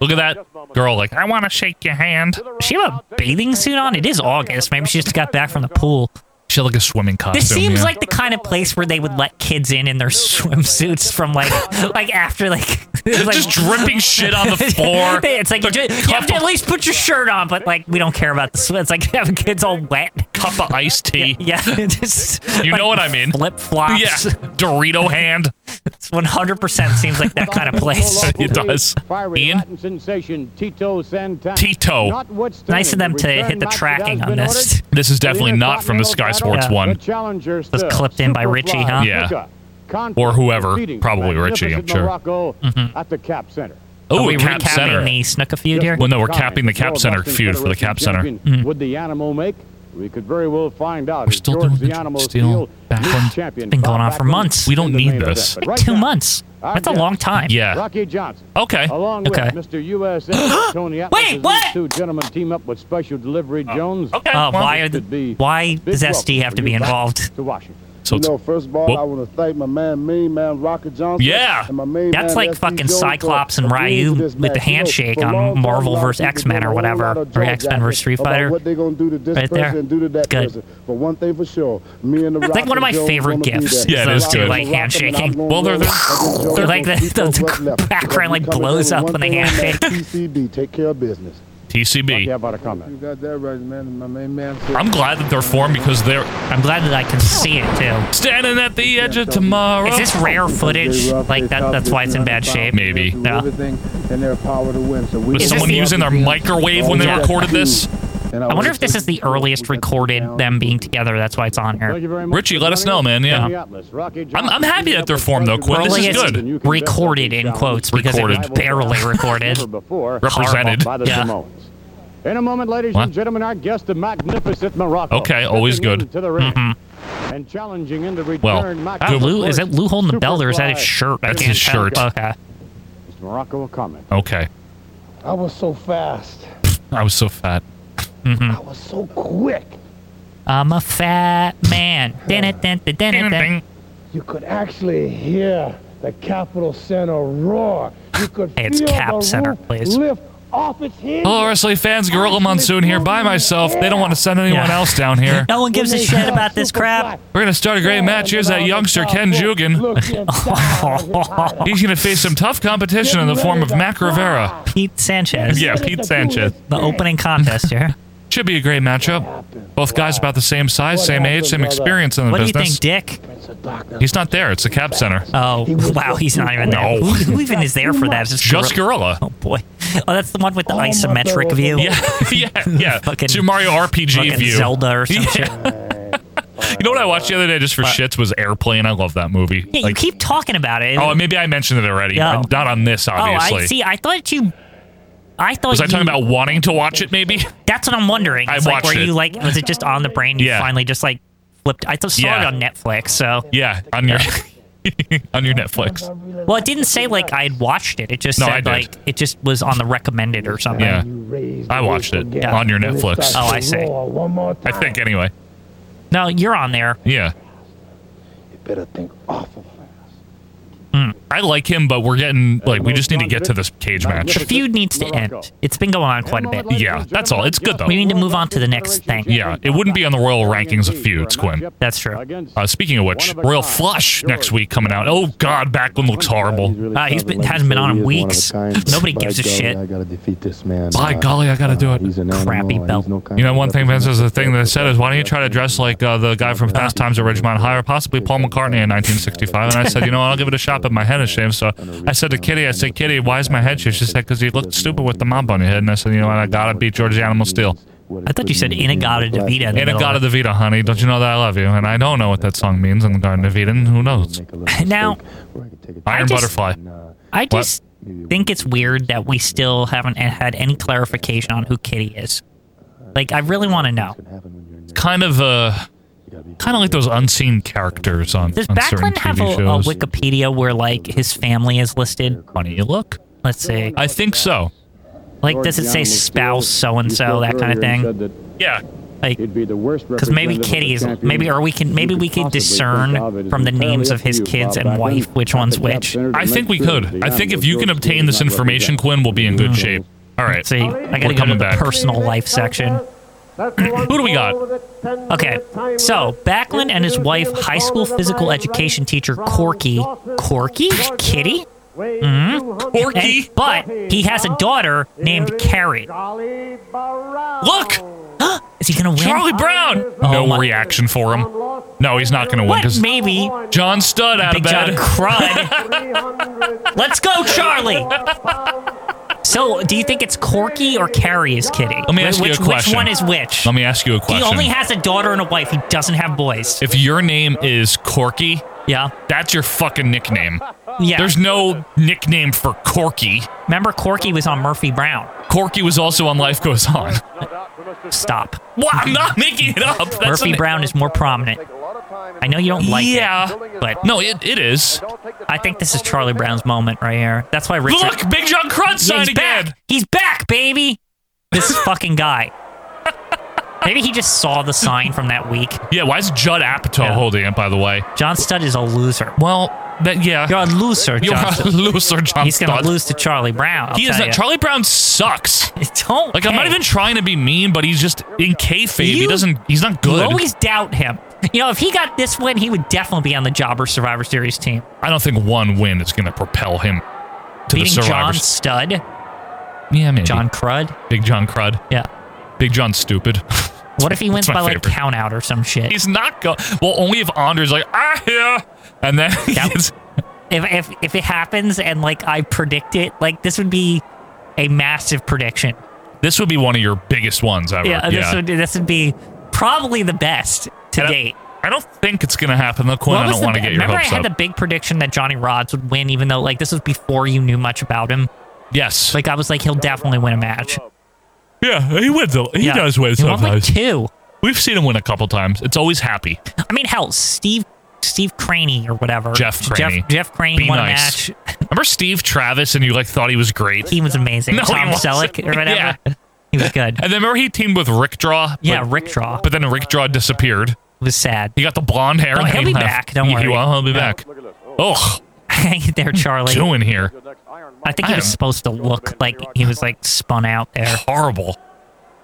Speaker 1: Look at that girl. Like I want to shake your hand.
Speaker 2: She have a bathing suit on? It is August. Maybe she just got back from the pool.
Speaker 1: She had like a swimming costume.
Speaker 2: This seems
Speaker 1: yeah.
Speaker 2: like the kind of place where they would let kids in in their swimsuits from like like after like, like
Speaker 1: just dripping shit on the floor.
Speaker 2: it's like you, ju- you have to at least put your shirt on, but like we don't care about the swim. It's like having kids all wet.
Speaker 1: cup of iced tea.
Speaker 2: Yeah, just
Speaker 1: You know what I mean.
Speaker 2: Flip flops.
Speaker 1: Yeah, Dorito hand.
Speaker 2: One hundred percent seems like that kind of place.
Speaker 1: It does. Ian?
Speaker 4: sensation Tito Santana.
Speaker 1: Tito.
Speaker 2: nice of them to hit the tracking on this.
Speaker 1: This is definitely not from the Sky Sports
Speaker 2: Yeah.
Speaker 1: one.
Speaker 4: was
Speaker 2: clipped in by Richie, huh?
Speaker 1: Yeah. Or whoever. Probably Richie, I'm sure.
Speaker 4: At the Cap Center.
Speaker 2: Are
Speaker 1: Oh,
Speaker 2: we
Speaker 1: Cap
Speaker 2: recapping
Speaker 1: Center.
Speaker 2: the snooker feud Mm-hmm. here? Mm-hmm.
Speaker 1: Well, no, we're capping the Cap Center feud for the Cap Center.
Speaker 4: Would the animal make? We could very well find out.
Speaker 1: We're still doing the Steel Backlund.
Speaker 4: It's
Speaker 2: Been going on for months.
Speaker 1: We don't need this.
Speaker 2: Like two months. That's a long time.
Speaker 1: Yeah.
Speaker 4: Rocky Johnson.
Speaker 1: Oh, Okay.
Speaker 4: Along
Speaker 2: Okay.
Speaker 4: with Mr. USA, Tony Atlas,
Speaker 2: Wait,
Speaker 4: as
Speaker 2: what?
Speaker 4: these two gentlemen team up with Special Delivery Jones.
Speaker 1: Oh, Okay.
Speaker 2: Uh,
Speaker 1: well,
Speaker 2: why are
Speaker 4: could be
Speaker 2: the, why
Speaker 4: Big
Speaker 2: does SD
Speaker 4: welcome
Speaker 2: have
Speaker 4: for
Speaker 2: to be
Speaker 4: you back
Speaker 2: involved?
Speaker 4: To Washington.
Speaker 1: So
Speaker 5: you
Speaker 1: it's,
Speaker 5: know, first of all,
Speaker 1: Whoop.
Speaker 5: I want to thank my man, Mean Man Rocket Johnson.
Speaker 1: Yeah.
Speaker 5: and my main
Speaker 2: That's
Speaker 5: man,
Speaker 2: like
Speaker 5: SD
Speaker 2: fucking
Speaker 5: Jones for
Speaker 2: Cyclops and
Speaker 5: agreeing to
Speaker 2: Ryu with
Speaker 5: this
Speaker 2: the
Speaker 5: match. You know,
Speaker 2: handshake
Speaker 5: for a
Speaker 2: on
Speaker 5: long time,
Speaker 2: Marvel
Speaker 5: a lot of
Speaker 2: versus
Speaker 5: people
Speaker 2: X-Men
Speaker 5: doing
Speaker 2: or
Speaker 5: a whole
Speaker 2: whatever,
Speaker 5: lot of
Speaker 2: or
Speaker 5: jaw
Speaker 2: X-Men versus
Speaker 5: jacking
Speaker 2: Street
Speaker 5: about
Speaker 2: Fighter.
Speaker 5: What they gonna do to this
Speaker 2: Right there.
Speaker 5: person and do to that
Speaker 2: Good.
Speaker 5: person? But one thing for sure, me and the
Speaker 2: It's like one of my
Speaker 5: Rocket Jones
Speaker 2: favorite
Speaker 5: gonna be
Speaker 2: gifts.
Speaker 5: there.
Speaker 1: Yeah, it
Speaker 2: those
Speaker 1: is
Speaker 2: two
Speaker 1: good.
Speaker 2: like
Speaker 5: Rock 'em and I'm
Speaker 2: handshaking.
Speaker 5: gonna
Speaker 1: Well, they're-
Speaker 5: roll 'em.
Speaker 2: they're like the- the background, like, blows up when they handshake.
Speaker 5: TCB, take care of business.
Speaker 1: TCB.
Speaker 4: Yeah, about a comment.
Speaker 5: You got that right, man. My main man said.
Speaker 1: I'm glad that they're formed because they're
Speaker 2: I'm glad that I can see it too.
Speaker 1: standing at the edge of tomorrow.
Speaker 2: Is this rare footage? Like that? That's why it's in bad shape.
Speaker 1: Maybe.
Speaker 5: do everything in their power to win. So we
Speaker 1: Was
Speaker 2: Is this
Speaker 1: someone
Speaker 2: the-
Speaker 1: using their microwave when they
Speaker 2: Yeah.
Speaker 1: recorded this?
Speaker 2: I wonder if this is the earliest recorded them being together. That's why it's on
Speaker 4: Thank
Speaker 2: here.
Speaker 4: you very much.
Speaker 1: Richie, let us know, man. Yeah.
Speaker 4: I'm,
Speaker 1: I'm- I'm happy that they're formed, though, Quinn. This is
Speaker 2: Earliest
Speaker 1: good.
Speaker 2: recorded in quotes because it
Speaker 1: Recorded.
Speaker 2: was barely recorded.
Speaker 4: Before,
Speaker 1: Represented.
Speaker 4: by the
Speaker 2: Yeah.
Speaker 4: Samoans. In a moment, ladies
Speaker 1: What?
Speaker 4: and gentlemen, our guest, the magnificent Morocco.
Speaker 1: Okay, always
Speaker 4: stepping
Speaker 1: good. Mm-hmm.
Speaker 4: into the ring And challenging in the return,
Speaker 1: Well,
Speaker 4: Mac-
Speaker 2: That Lou, is that Lou holding the belt or is that his shirt? I
Speaker 1: That's
Speaker 2: can't
Speaker 1: his
Speaker 2: tell.
Speaker 1: shirt.
Speaker 2: Okay.
Speaker 4: Mr. Morocco will comment.
Speaker 1: Okay.
Speaker 5: I was so fast.
Speaker 1: I was so fat.
Speaker 5: I was so quick.
Speaker 2: I'm a fat man. Dun, dun, dun, dun, dun, dun, dun.
Speaker 5: You could actually hear the Capitol Center roar. You could
Speaker 2: Hey, it's
Speaker 5: feel
Speaker 2: Cap
Speaker 5: the
Speaker 2: Center,
Speaker 5: roof
Speaker 2: please.
Speaker 5: lift off its hinges.
Speaker 1: Hello, wrestling fans. Gorilla Monsoon here by myself. They don't want to send anyone
Speaker 2: Yeah.
Speaker 1: else down here.
Speaker 2: No one gives a
Speaker 5: When they
Speaker 2: shit
Speaker 5: saw
Speaker 2: about this crap.
Speaker 5: Superfly
Speaker 1: We're going to start a great match. Here's that
Speaker 5: rolling
Speaker 1: youngster,
Speaker 5: down
Speaker 1: Ken
Speaker 5: the
Speaker 1: Jugan.
Speaker 5: block, looking down at it.
Speaker 1: He's going to face some tough competition in the form of Mac Rivera.
Speaker 2: Pete Sanchez.
Speaker 1: Yeah, Pete Sanchez.
Speaker 2: The opening contest here.
Speaker 1: Should be a great matchup. Both guys about the same size, same age, same experience in the
Speaker 2: What do you
Speaker 1: business.
Speaker 2: think, Dick?
Speaker 5: It's a doctor.
Speaker 1: He's not there. It's the Cap Center.
Speaker 2: Oh, wow, he's not even there.
Speaker 1: No.
Speaker 2: Who, who even is there for that? It's
Speaker 1: Just Gorilla.
Speaker 2: Oh, boy. Oh, that's the one with the
Speaker 5: Oh, my
Speaker 2: isometric
Speaker 5: God.
Speaker 2: view.
Speaker 1: Yeah, yeah, yeah.
Speaker 2: Fucking-
Speaker 1: Super Mario RPG
Speaker 2: Fucking
Speaker 1: view.
Speaker 2: Zelda or some shit.
Speaker 1: You know what I watched the other day just for shits was Airplane. I love that movie.
Speaker 2: Yeah, you
Speaker 1: Like-
Speaker 2: keep talking about it.
Speaker 1: oh, maybe I mentioned it already.
Speaker 2: No.
Speaker 1: I'm Not on this,
Speaker 2: oh,
Speaker 1: obviously.
Speaker 2: I see. I thought you. I thought
Speaker 1: Was
Speaker 2: you,
Speaker 1: I talking about wanting to watch it? Maybe.
Speaker 2: That's what I'm wondering.
Speaker 1: I
Speaker 2: It's like,
Speaker 1: watched
Speaker 2: were
Speaker 1: it.
Speaker 2: you like, was it just on the brain? You
Speaker 1: Yeah.
Speaker 2: finally just like flipped. I just saw
Speaker 1: Yeah.
Speaker 2: it on Netflix, so.
Speaker 1: Yeah, on your on your Netflix.
Speaker 2: Well, it didn't say like I had watched it. It just
Speaker 1: No, I
Speaker 2: said
Speaker 1: did.
Speaker 2: like it just was on the recommended or something.
Speaker 1: Yeah, I watched it on your Netflix.
Speaker 2: Oh, I see.
Speaker 5: uh, One more
Speaker 1: I
Speaker 5: time.
Speaker 1: think anyway.
Speaker 2: No, you're on there.
Speaker 1: Yeah,
Speaker 5: You better think awful fast.
Speaker 1: I like him, but we're getting like we just need to get to this cage match.
Speaker 2: The feud needs to
Speaker 4: Morocco.
Speaker 2: end. It's been going on quite a bit.
Speaker 1: Yeah, that's all. It's good though.
Speaker 2: We need to move on to the next thing.
Speaker 1: Yeah, it wouldn't be on the royal rankings of feuds, Quinn.
Speaker 2: That's true.
Speaker 1: Uh, speaking of which, Royal Flush next week coming out. Oh God, Backlund looks horrible.
Speaker 2: Uh, he's been hasn't been on in weeks. Nobody gives a shit.
Speaker 5: gotta defeat this man.
Speaker 1: By golly, I gotta do it.
Speaker 2: Crappy belt.
Speaker 1: You know, one thing Vince is the thing that I said is, why don't you try to dress like uh, the guy from Fast Times at Ridgemont High or possibly Paul McCartney in 1965? And I said, you know, what, I'll give it a shot, but my head is shaved. So I said to Kitty, I said, Kitty, why is my head shaved? She said, because you looked stupid with the mop on your head. And I said, you know what, I gotta beat George the Animal Steel.
Speaker 2: I thought you said Inagata Davida. in the middle
Speaker 1: Inagata
Speaker 2: of it.
Speaker 1: Davida, honey, don't you know that I love you? And I don't know what that song means in the Garden of Eden. Who knows?
Speaker 2: Now,
Speaker 1: Iron
Speaker 2: just-
Speaker 1: Butterfly.
Speaker 2: I just think it's weird that we still haven't had any clarification on who Kitty is. Like, I really want to know.
Speaker 1: Kind of, uh, kind of like those unseen characters on,
Speaker 2: Does
Speaker 1: on certain
Speaker 2: Backlund have a,
Speaker 1: TV
Speaker 2: a
Speaker 1: shows.
Speaker 2: Wikipedia where like his family is listed?
Speaker 1: Funny you look.
Speaker 2: Let's see.
Speaker 1: I think so.
Speaker 2: Like, does it say spouse so and so that kind of thing?
Speaker 1: Yeah,
Speaker 2: Like,
Speaker 4: It'd be the worst
Speaker 2: because maybe Kitty is maybe or we can maybe we could discern from the names of his kids and wife which one's which.
Speaker 1: I think we could. I think if you can obtain this information, Quinn, we'll be in good shape. All right.
Speaker 2: See, I
Speaker 1: We're
Speaker 2: gotta go to
Speaker 1: coming
Speaker 2: the
Speaker 1: back.
Speaker 2: personal life section.
Speaker 1: Who do we got?
Speaker 2: Okay, so Backlund and his wife, high school physical education teacher Corky, Corky, Kitty,
Speaker 1: Corky.
Speaker 2: And- but he has a daughter named Carrie.
Speaker 1: Look,
Speaker 2: Is he gonna win?
Speaker 1: Charlie Brown. no
Speaker 2: Oh my-
Speaker 1: reaction for him. No, he's not going to win
Speaker 2: What?
Speaker 1: because
Speaker 2: Maybe
Speaker 1: John Stud out of
Speaker 2: Big John
Speaker 1: bed.
Speaker 2: Crud. Let's go, Charlie. So, do you think it's Corky or Carrie is Kitty? Let
Speaker 1: me ask you a
Speaker 2: which,
Speaker 1: question.
Speaker 2: Which one is which?
Speaker 1: Let me ask you a
Speaker 2: he
Speaker 1: question.
Speaker 2: only has a daughter and a wife. He doesn't have boys.
Speaker 1: if your name is Corky,
Speaker 2: Yeah.
Speaker 1: that's your fucking nickname.
Speaker 2: Yeah.
Speaker 1: There's no nickname for Corky.
Speaker 2: Remember, Corky was on Murphy Brown.
Speaker 1: Corky was also on Life Goes On.
Speaker 2: Stop.
Speaker 1: Wow, I'm not making it up. That's
Speaker 2: Murphy
Speaker 1: an-
Speaker 2: Brown is more prominent. I know you don't like
Speaker 1: yeah,
Speaker 2: it, but
Speaker 1: no, it, it is.
Speaker 2: I think this is Charlie Brown's moment right here. That's why Richard.
Speaker 1: Look, Big John Crud
Speaker 2: Yeah,
Speaker 1: signed
Speaker 2: he's
Speaker 1: again.
Speaker 2: back. He's back, baby. This fucking guy. Maybe he just saw the sign from that week.
Speaker 1: Yeah, why is Judd Apatow
Speaker 2: Yeah.
Speaker 1: holding it, by the way?
Speaker 2: John Studd is a loser.
Speaker 1: Well, that, yeah.
Speaker 2: You're a loser,
Speaker 1: You're
Speaker 2: John.
Speaker 1: a
Speaker 2: Studd.
Speaker 1: loser, John
Speaker 2: He's gonna
Speaker 1: Studd.
Speaker 2: lose to Charlie Brown. I'll
Speaker 1: He is
Speaker 2: tell
Speaker 1: not.
Speaker 2: ya.
Speaker 1: Charlie Brown sucks.
Speaker 2: Don't.
Speaker 1: Like, I'm not
Speaker 2: hey,
Speaker 1: even trying to be mean, but he's just in kayfabe. he
Speaker 2: You-
Speaker 1: doesn't, he's not
Speaker 2: You
Speaker 1: good.
Speaker 2: always doubt him. You know, if he got this win, he would definitely be on the Jobber Survivor Series team.
Speaker 1: I don't think one win is going to propel him to the
Speaker 2: Beating John
Speaker 1: survivors.
Speaker 2: Studd.
Speaker 1: Yeah, maybe.
Speaker 2: John Crud.
Speaker 1: Big John Crud.
Speaker 2: Yeah.
Speaker 1: Big John Stupid.
Speaker 2: What if he wins
Speaker 1: my
Speaker 2: by like
Speaker 1: favorite.
Speaker 2: count out or some shit?
Speaker 1: He's not go. Well, only if Andre's like, ah, yeah. And then he
Speaker 2: That-
Speaker 1: gets-
Speaker 2: If, if if it happens and like I predict it, like this would be a massive prediction.
Speaker 1: this would be one of your biggest ones ever.
Speaker 2: Yeah,
Speaker 1: Uh, Yeah.
Speaker 2: this would this would be probably the best to
Speaker 1: And I-
Speaker 2: date.
Speaker 1: I don't think it's gonna happen though, Quinn. I
Speaker 2: What was
Speaker 1: don't
Speaker 2: the
Speaker 1: want to
Speaker 2: bi-
Speaker 1: get your
Speaker 2: remember
Speaker 1: hopes
Speaker 2: I had
Speaker 1: up.
Speaker 2: the big prediction that Johnny Rods would win, even though like this was before you knew much about him.
Speaker 1: yes.
Speaker 2: Like I was like, he'll definitely win a match.
Speaker 1: yeah, he wins. A, he
Speaker 2: Yeah.
Speaker 1: does win
Speaker 2: He won, like
Speaker 1: sometimes.
Speaker 2: two.
Speaker 1: We've seen him win a couple times. It's always happy.
Speaker 2: I mean, hell, Steve Steve Craney or whatever.
Speaker 1: Jeff Craney.
Speaker 2: Jeff, Jeff Craney
Speaker 1: Be
Speaker 2: won
Speaker 1: nice.
Speaker 2: a match.
Speaker 1: Remember Steve Travis and you like thought he was great.
Speaker 2: He was amazing.
Speaker 1: No, he
Speaker 2: Tom
Speaker 1: wasn't.
Speaker 2: Selleck or whatever.
Speaker 1: Yeah.
Speaker 2: He was good.
Speaker 1: and then remember he teamed with Rick Draw.
Speaker 2: Yeah,
Speaker 1: but,
Speaker 2: Rick Draw
Speaker 1: but then Rick Draw disappeared.
Speaker 2: was sad.
Speaker 1: He got the blonde hair.
Speaker 2: Oh,
Speaker 1: and
Speaker 2: he'll
Speaker 1: he
Speaker 2: be
Speaker 1: left.
Speaker 2: back, don't
Speaker 1: He- he
Speaker 2: worry.
Speaker 1: will. He'll be
Speaker 2: Yeah.
Speaker 1: back.
Speaker 4: Look at this. Oh,
Speaker 1: Oh,
Speaker 2: Hang in there, Charlie.
Speaker 1: doing here.
Speaker 4: the next Iron
Speaker 2: I think he
Speaker 1: I
Speaker 2: was
Speaker 1: am-
Speaker 2: supposed to look like he was like spun out there.
Speaker 1: Horrible.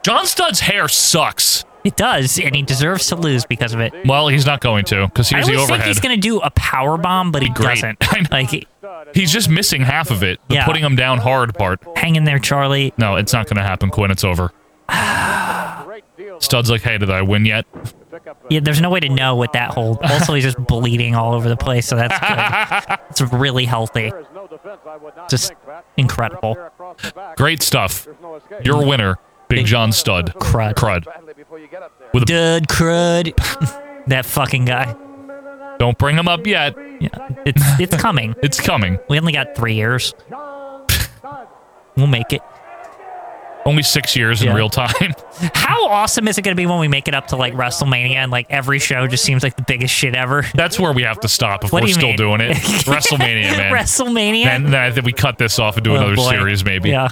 Speaker 1: John Stud's hair sucks.
Speaker 2: It does, and he deserves to lose because of it.
Speaker 1: Well, he's not going to because
Speaker 2: I
Speaker 1: here's the
Speaker 2: always
Speaker 1: overhead.
Speaker 2: think he's gonna do a power bomb, but he
Speaker 1: great.
Speaker 2: doesn't.
Speaker 1: I know.
Speaker 2: Like,
Speaker 1: He's just missing half of it. The
Speaker 2: Yeah.
Speaker 1: putting him down hard part.
Speaker 2: hang in there, Charlie.
Speaker 1: No, it's not going to happen, Quinn. It's over.
Speaker 4: Great deal.
Speaker 1: Stud's like, hey, did I win yet?
Speaker 4: Pick up a-
Speaker 2: Yeah, there's no way to know with that hold. Also, he's just bleeding all over the place, so that's good. it's really healthy.
Speaker 4: There is no defense, I would not
Speaker 2: Just
Speaker 4: think, Pat.
Speaker 2: incredible.
Speaker 4: They're up there across the back.
Speaker 1: Great stuff.
Speaker 4: There's no escape.
Speaker 1: Your winner, Big
Speaker 2: Big-
Speaker 1: John Stud.
Speaker 2: Crud.
Speaker 1: Crud.
Speaker 4: Badly before you get up there.
Speaker 1: With a,
Speaker 2: Dud crud. that fucking guy.
Speaker 1: don't bring him up yet.
Speaker 2: Yeah, it's it's coming.
Speaker 1: It's coming.
Speaker 2: We only got three years. We'll make it.
Speaker 1: Only six years in
Speaker 2: Yeah.
Speaker 1: real time.
Speaker 2: How awesome is it going to be when we make it up to like WrestleMania and like every show just seems like the biggest shit ever?
Speaker 1: That's where we have to stop if
Speaker 2: What do
Speaker 1: we're
Speaker 2: you
Speaker 1: still
Speaker 2: mean?
Speaker 1: doing it. WrestleMania, man.
Speaker 2: WrestleMania.
Speaker 1: And then I think we cut this off and do
Speaker 2: Oh,
Speaker 1: another
Speaker 2: boy.
Speaker 1: series, maybe.
Speaker 2: Yeah.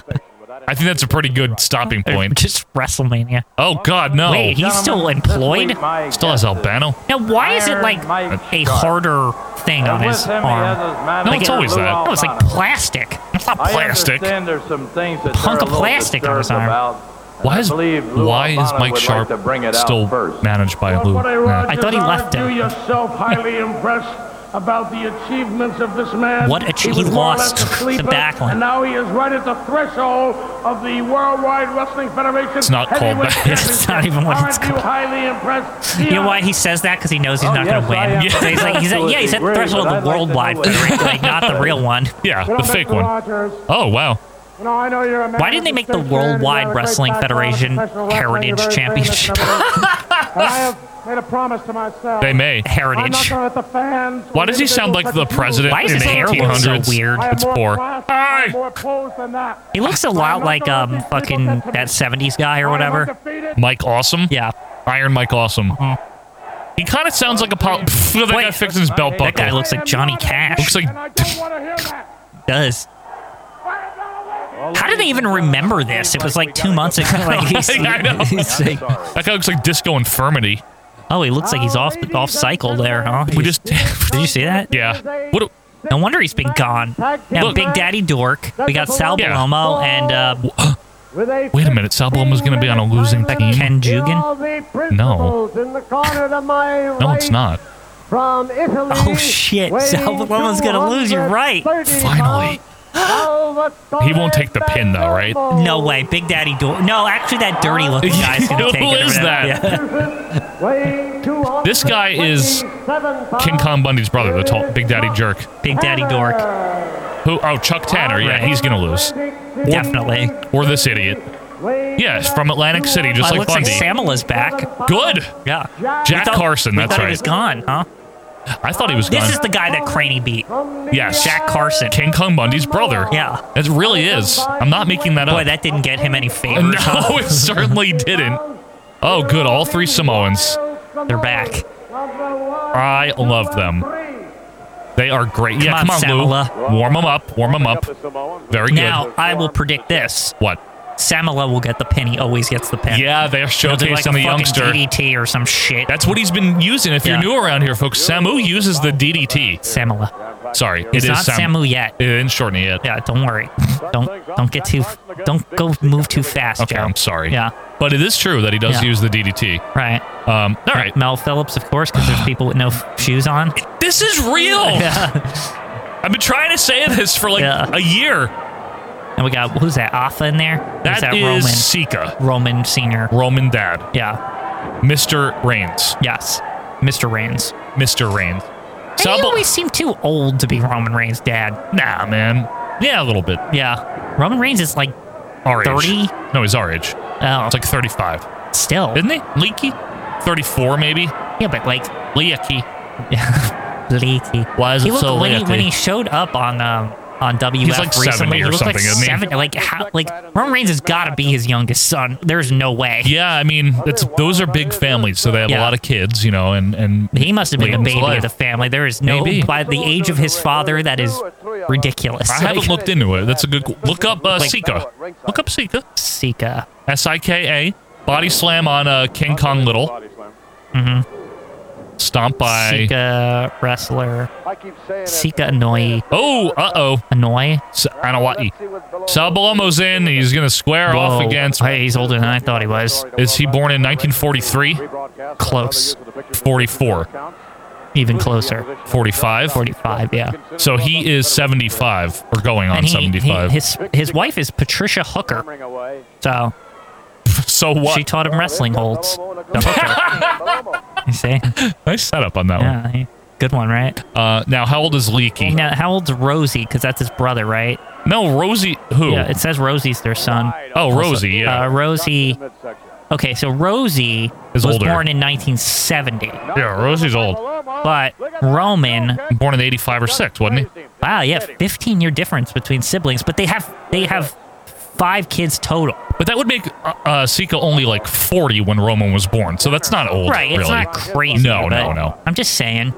Speaker 1: I think that's a pretty good stopping point.
Speaker 2: Just WrestleMania.
Speaker 1: Oh, God, no.
Speaker 2: Wait, he's still employed?
Speaker 1: Still has Albano.
Speaker 2: Now, why is it like a harder thing on his arm?
Speaker 1: No,
Speaker 2: Like
Speaker 1: it's
Speaker 2: it-
Speaker 1: always that.
Speaker 2: No, it's like plastic.
Speaker 1: It's not plastic.
Speaker 6: There's some things that
Speaker 2: Hunk
Speaker 6: they're
Speaker 2: of
Speaker 6: a little
Speaker 2: plastic on his
Speaker 6: disturbed about,
Speaker 2: arm.
Speaker 6: and
Speaker 1: Why
Speaker 6: I
Speaker 1: is
Speaker 6: believe Lou
Speaker 1: why is
Speaker 6: Albano
Speaker 1: Mike
Speaker 6: would
Speaker 1: Sharp
Speaker 6: like to bring it out
Speaker 1: still
Speaker 6: first?
Speaker 1: managed by Lou? Yeah.
Speaker 2: I thought he left him.
Speaker 5: Are you yourself highly impressed about the achievements of this man?
Speaker 2: What achie- he
Speaker 5: was more or less
Speaker 2: lost
Speaker 5: a
Speaker 2: to
Speaker 5: sleeper,
Speaker 2: Backlund.
Speaker 5: And now he is right at the threshold of the Worldwide Wrestling Federation.
Speaker 1: It's not called
Speaker 5: Heavyweight
Speaker 1: that.
Speaker 2: It's not even what it's
Speaker 5: Championship. Aren't you highly impressed?
Speaker 2: You know why he says that? Because he knows he's
Speaker 6: Oh,
Speaker 2: not
Speaker 6: yes, I
Speaker 2: going to
Speaker 6: am.
Speaker 2: win. So he's like, he's at, yeah, he's at the
Speaker 6: Absolutely
Speaker 2: threshold
Speaker 6: agree,
Speaker 2: of the
Speaker 6: but I'd like to
Speaker 2: worldwide,
Speaker 6: know what-
Speaker 2: federation, like not the real one.
Speaker 1: Yeah,
Speaker 5: Well,
Speaker 1: the fake
Speaker 5: Mr.
Speaker 1: one.
Speaker 5: Rogers,
Speaker 1: Oh, wow.
Speaker 5: you know, I know you're a man
Speaker 2: Why didn't they
Speaker 5: of
Speaker 2: make the
Speaker 5: distinction, and you
Speaker 2: Worldwide
Speaker 5: have a great
Speaker 2: Wrestling
Speaker 5: background in
Speaker 2: Federation
Speaker 5: professional wrestling,
Speaker 2: Heritage
Speaker 5: you're very famous,
Speaker 2: Championship?
Speaker 5: and I have made a promise to myself.
Speaker 1: They may.
Speaker 5: I'm not
Speaker 2: Heritage.
Speaker 5: gonna let the fans
Speaker 1: Why does he sound like the president
Speaker 2: Why is
Speaker 1: in
Speaker 2: his
Speaker 1: the
Speaker 2: hair look so
Speaker 1: 1800s?
Speaker 2: weird?
Speaker 1: It's poor. Aye.
Speaker 2: He looks a lot like um fucking that 70s guy or whatever.
Speaker 1: Mike Awesome?
Speaker 2: Yeah. Uh-huh.
Speaker 1: Iron Mike Awesome. He kind of sounds like a pop. Pff, that
Speaker 2: Wait.
Speaker 1: guy fixing his belt buckle.
Speaker 2: That guy looks like Johnny Cash.
Speaker 1: Looks like-
Speaker 5: And I don't want to hear that.
Speaker 2: does. How did they even remember this? It was like two months ago. Like he's,
Speaker 1: I know.
Speaker 2: he's like,
Speaker 1: that guy looks like Disco Infirmity.
Speaker 2: oh, he looks like he's off off cycle there, huh?
Speaker 1: We just.
Speaker 2: did you see that?
Speaker 1: yeah. What? a-
Speaker 2: No wonder he's been gone. Now, Big Daddy Dork. We got Sal
Speaker 1: Yeah.
Speaker 2: Palomo and uh,
Speaker 1: Wait a minute. Salbom was going to be on a losing team.
Speaker 2: Ken Jugan.
Speaker 1: No. No,
Speaker 7: no,
Speaker 1: it's not.
Speaker 7: From Italy,
Speaker 2: Oh, shit. Sal Palomo's gonna lose. You're right.
Speaker 1: Finally. He won't take the pin, though, right?
Speaker 2: No way. Big Daddy Dork. No, actually, that dirty looking guy's gonna
Speaker 1: Who
Speaker 2: take it. or
Speaker 1: is
Speaker 2: whatever.
Speaker 1: that?
Speaker 2: Yeah.
Speaker 1: This guy is King Kong Bundy's brother, the tall, Big Daddy Jerk.
Speaker 2: Big Daddy Dork.
Speaker 1: Who? Oh, Chuck Tanner. Yeah,
Speaker 2: Right.
Speaker 1: he's going to lose.
Speaker 2: Definitely.
Speaker 1: Or this idiot. Yes, from Atlantic City, just like
Speaker 2: Uh, looks
Speaker 1: Bundy.
Speaker 2: like Samala's back.
Speaker 1: Good.
Speaker 2: Yeah.
Speaker 1: Jack
Speaker 2: We thought-
Speaker 1: Carson,
Speaker 2: we
Speaker 1: that's
Speaker 2: thought
Speaker 1: right.
Speaker 2: He was gone, huh?
Speaker 1: I thought he was
Speaker 2: This
Speaker 1: gone.
Speaker 2: is the guy that Craney beat.
Speaker 1: yes,
Speaker 2: Jack Carson.
Speaker 1: King Kong Bundy's brother.
Speaker 2: Yeah.
Speaker 1: It really is. I'm not making that
Speaker 2: Boy,
Speaker 1: up.
Speaker 2: that didn't get him any favors. huh?
Speaker 1: no, it certainly didn't. Oh, good. All three Samoans.
Speaker 2: They're back.
Speaker 1: I love them. They are great. yeah,
Speaker 2: Come
Speaker 1: come
Speaker 2: on,
Speaker 1: on, Lou.
Speaker 2: Samoa.
Speaker 1: Warm them up. Warm them up.
Speaker 4: Pick up the Samoan.
Speaker 1: Very good.
Speaker 2: Now, I will predict this.
Speaker 1: what?
Speaker 2: Samala will get the pin. He always gets the pin.
Speaker 1: Yeah, they're
Speaker 2: He'll do
Speaker 1: showcasing
Speaker 2: like a
Speaker 1: the
Speaker 2: fucking
Speaker 1: youngster.
Speaker 2: DDT or some shit.
Speaker 1: That's what he's been using. If
Speaker 2: Yeah.
Speaker 1: you're new around here, folks, Samu uses the DDT.
Speaker 2: Samala.
Speaker 1: Sorry, it
Speaker 2: It's
Speaker 1: is
Speaker 2: not
Speaker 1: Sam-
Speaker 2: Samu yet.
Speaker 1: It didn't shorten it yet.
Speaker 2: Yeah, don't worry. Don't don't get too don't go move too fast.
Speaker 1: Okay,
Speaker 2: Joe.
Speaker 1: I'm sorry.
Speaker 2: Yeah.
Speaker 1: But it is true that he does
Speaker 2: Yeah.
Speaker 1: use the DDT.
Speaker 2: Right.
Speaker 1: Um, all right.
Speaker 2: Mel Phillips, of course, because there's people with no f- shoes on.
Speaker 1: This is real.
Speaker 2: Yeah.
Speaker 1: I've been trying to say this for like
Speaker 2: Yeah.
Speaker 1: a year.
Speaker 2: And we got who's that? Alpha in there? Or is
Speaker 1: That
Speaker 2: that
Speaker 1: is Sika,
Speaker 2: Roman Roman Senior?
Speaker 1: Roman Dad,
Speaker 2: Yeah.
Speaker 1: Mr. Reigns,
Speaker 2: Yes. Mr. Reigns.
Speaker 1: Mr. Reigns.
Speaker 2: So
Speaker 1: Sub-
Speaker 2: he always seemed too old to be Roman Reigns' dad.
Speaker 1: nah, man. Yeah, a little bit.
Speaker 2: Yeah. Roman Reigns is like
Speaker 1: Our age.
Speaker 2: 30?
Speaker 1: No, he's our age.
Speaker 2: oh
Speaker 1: It's like 35.
Speaker 2: still
Speaker 1: Isn't he? Leaky? 34, maybe?
Speaker 2: yeah, but like
Speaker 1: Leaky.
Speaker 2: leaky.
Speaker 1: Why is
Speaker 2: he
Speaker 1: it
Speaker 2: looked
Speaker 1: so
Speaker 2: when he, when
Speaker 1: leaky?
Speaker 2: he showed up on um on WF
Speaker 1: like 70
Speaker 2: recently,
Speaker 1: or
Speaker 2: he looked like
Speaker 1: something, isn't he?
Speaker 2: seven. Like how? Like Roman Reigns has got to be his youngest son. There's no way.
Speaker 1: Yeah, I mean, it's those are big families, so they have
Speaker 2: Yeah.
Speaker 1: a lot of kids, you know, and and
Speaker 2: He must have been the
Speaker 1: Liam's
Speaker 2: baby
Speaker 1: alive.
Speaker 2: of the family. There is no
Speaker 1: Maybe.
Speaker 2: by the age of his father. That is ridiculous.
Speaker 1: I haven't
Speaker 2: Like,
Speaker 1: looked into it. That's a good look up uh, Sika. Look up Sika.
Speaker 2: Sika.
Speaker 1: S I K A. Body slam on uh, King Kong Little. Stomp by.
Speaker 2: Sika wrestler. Sika Anoi.
Speaker 1: Oh, uh oh.
Speaker 2: Anoi.
Speaker 1: Anawati. Sabalomo's in. He's gonna square off
Speaker 2: Whoa.
Speaker 1: against.
Speaker 2: Hey, he's older than I thought he was.
Speaker 1: Is he born in 1943?
Speaker 2: Close.
Speaker 1: 44.
Speaker 2: Even closer.
Speaker 1: 45?
Speaker 2: 45, yeah.
Speaker 1: So he is 75 or going on
Speaker 2: And he, he-
Speaker 1: 75.
Speaker 2: his his wife is Patricia Hooker. So
Speaker 1: so what?
Speaker 2: she taught him wrestling holds. The hooker. you see?
Speaker 1: nice setup on that one.
Speaker 2: Yeah. he- Good one, right?
Speaker 1: Uh, now, how old is Leaky?
Speaker 2: Now, how old's Rosie? Because that's his brother, right?
Speaker 1: No, Rosie. Who?
Speaker 2: Yeah, it says Rosie's their son.
Speaker 1: oh, Rosie. Yeah.
Speaker 2: Uh, Rosie. Okay, so Rosie
Speaker 1: Is
Speaker 2: was
Speaker 1: older.
Speaker 2: born in 1970,
Speaker 1: yeah, Rosie's old.
Speaker 2: but Roman.
Speaker 1: Born in 85 or 6, wasn't he?
Speaker 2: Wow, yeah, 15 year difference between siblings, but they have they have five kids total.
Speaker 1: But that would make uh, uh, Sika only like 40 when Roman was born. So that's not old.
Speaker 2: right?
Speaker 1: Really.
Speaker 2: It's not crazy.
Speaker 1: No, no,
Speaker 2: but
Speaker 1: no.
Speaker 2: I'm just saying,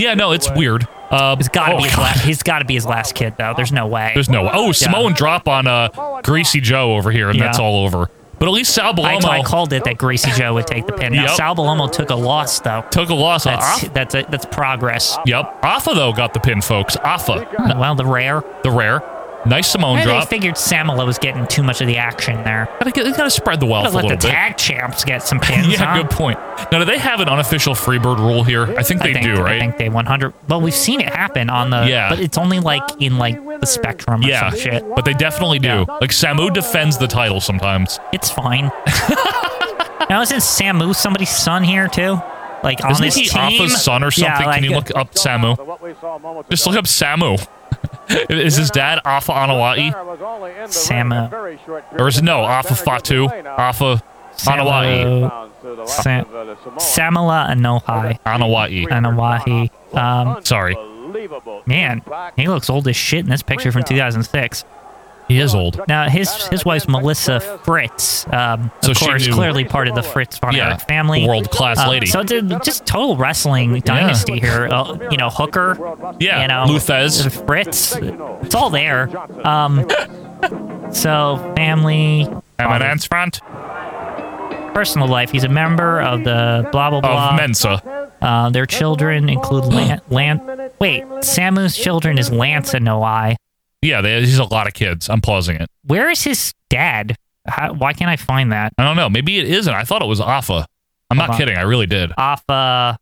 Speaker 1: Yeah, no, it's weird. Uh,
Speaker 2: it's got to
Speaker 1: oh,
Speaker 2: be his
Speaker 1: God.
Speaker 2: last. He's got to be his last kid, though. There's no way.
Speaker 1: There's no. Oh, Samoan drop on uh, Greasy Joe over here, and
Speaker 2: Yeah.
Speaker 1: that's all over. But at least Sal
Speaker 2: I, I
Speaker 1: Belomo
Speaker 2: called it that Greasy Joe would take the pin. Now,
Speaker 1: Yep.
Speaker 2: Sal Belomo took a loss, though.
Speaker 1: took a loss. on
Speaker 2: That's
Speaker 1: Afa.
Speaker 2: that's a, that's progress.
Speaker 1: Yep. Afa, though, got the pin, folks. Afa,
Speaker 2: Well, the rare.
Speaker 1: the rare. Nice Samoan
Speaker 2: And they
Speaker 1: drop.
Speaker 2: figured Samala was getting too much of the action there.
Speaker 1: Gotta, get- gotta spread the wealth
Speaker 2: Gotta
Speaker 1: a
Speaker 2: let
Speaker 1: little
Speaker 2: the
Speaker 1: bit.
Speaker 2: tag champs get some pins.
Speaker 1: Yeah,
Speaker 2: huh?
Speaker 1: good point. Now, do they have an unofficial Freebird rule here? I think they
Speaker 2: I think,
Speaker 1: do, right?
Speaker 2: I think they 100. But we've seen it happen on the.
Speaker 1: Yeah.
Speaker 2: But it's only like in like the spectrum or
Speaker 1: yeah,
Speaker 2: some shit.
Speaker 1: but they definitely do.
Speaker 2: Yeah.
Speaker 1: Like Samu defends the title sometimes.
Speaker 2: It's fine. now isn't Samu somebody's son here too? Like on
Speaker 1: Isn't
Speaker 2: this
Speaker 1: he
Speaker 2: team?
Speaker 1: Afa's son or
Speaker 2: Yeah,
Speaker 1: something?
Speaker 2: like-
Speaker 1: Can you look up Samu? Just look up Samu. is his dad Afa Anawai?
Speaker 2: Samu.
Speaker 1: Or is it no, Afa Fatu?
Speaker 4: uh,
Speaker 1: Afa Anawai.
Speaker 2: Samu- Sam- Samala Anohai.
Speaker 1: Anawai.
Speaker 2: Anawahi. Um,
Speaker 1: Sorry.
Speaker 2: man, he looks old as shit in this picture from 2006.
Speaker 1: He is old.
Speaker 2: Now his his wife's Melissa Fritz. Um,
Speaker 1: So
Speaker 2: of
Speaker 1: she
Speaker 2: course,
Speaker 1: knew-
Speaker 2: clearly part of the Fritz von
Speaker 1: Yeah,
Speaker 2: Erich family,
Speaker 1: world-class
Speaker 2: Uh,
Speaker 1: lady.
Speaker 2: So it's a, just total wrestling dynasty here. Uh, you know, Hooker.
Speaker 1: Yeah,
Speaker 2: you know,
Speaker 1: Luthez.
Speaker 2: Fritz. It's all there. Um, so family,
Speaker 1: Am I an answer front?
Speaker 2: personal life. He's a member of the blah blah blah.
Speaker 1: Of Mensa.
Speaker 2: Uh, their children include Lan. Lan wait, Samu's children is Lance and Noai.
Speaker 1: Yeah, they, he's a lot of kids. I'm pausing it.
Speaker 2: Where is his dad? How, why can't I find that?
Speaker 1: I don't know. Maybe it isn't. I thought it was Afa. I'm not
Speaker 2: Afa.
Speaker 1: kidding. I really did.
Speaker 2: Alpha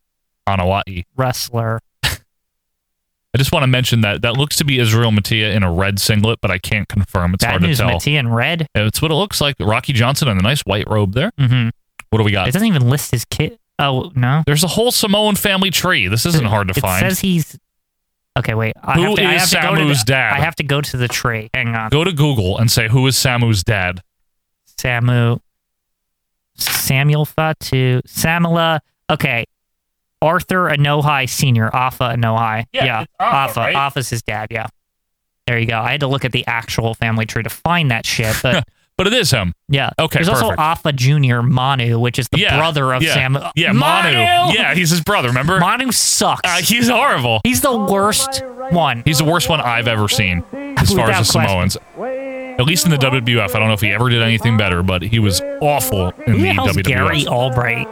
Speaker 1: Anawai.
Speaker 2: wrestler.
Speaker 1: I just want to mention that that looks to be Israel Mattia in a red singlet, but I can't confirm. It's
Speaker 2: Bad
Speaker 1: hard
Speaker 2: news,
Speaker 1: to tell.
Speaker 2: Mattia in red.
Speaker 1: It's what it looks like. Rocky Johnson in a nice white robe there.
Speaker 2: Mm-hmm.
Speaker 1: What do we
Speaker 2: It
Speaker 1: got?
Speaker 2: doesn't even list his kid. Oh no,
Speaker 1: There's a whole Samoan family tree. This isn't hard to
Speaker 2: it
Speaker 1: find.
Speaker 2: says he's. Okay, wait. I
Speaker 1: Who
Speaker 2: have to, I
Speaker 1: is
Speaker 2: have to go to the-
Speaker 1: Samu's dad?
Speaker 2: I have to go to the tree. Hang on.
Speaker 1: Go to Google and say who is Samu's dad.
Speaker 2: Samu, Samuel Fatu, Samula. Okay, Arthur Anohai Senior, Alpha Anohai.
Speaker 3: Yeah, it's Alpha, right?
Speaker 2: Alpha's his dad. Yeah, there you go. I had to look at the actual family tree to find that shit, but
Speaker 1: But it is him.
Speaker 2: yeah.
Speaker 1: Okay,
Speaker 2: There's also
Speaker 1: perfect.
Speaker 2: Alpha Junior Manu, which is the
Speaker 1: yeah,
Speaker 2: brother of
Speaker 1: yeah,
Speaker 2: Sam.
Speaker 1: Yeah, Manu.
Speaker 2: Manu.
Speaker 1: Yeah, he's his brother. Remember?
Speaker 2: Manu sucks.
Speaker 1: Uh, he's horrible.
Speaker 2: he's the worst one.
Speaker 1: He's the worst one I've ever seen as far
Speaker 2: Without
Speaker 1: as the
Speaker 2: question.
Speaker 1: Samoans. At least in the WWF. I don't know if he ever did anything better, but he was awful in
Speaker 2: Who
Speaker 1: the
Speaker 2: the hell's
Speaker 1: WWF.
Speaker 2: Gary Albright?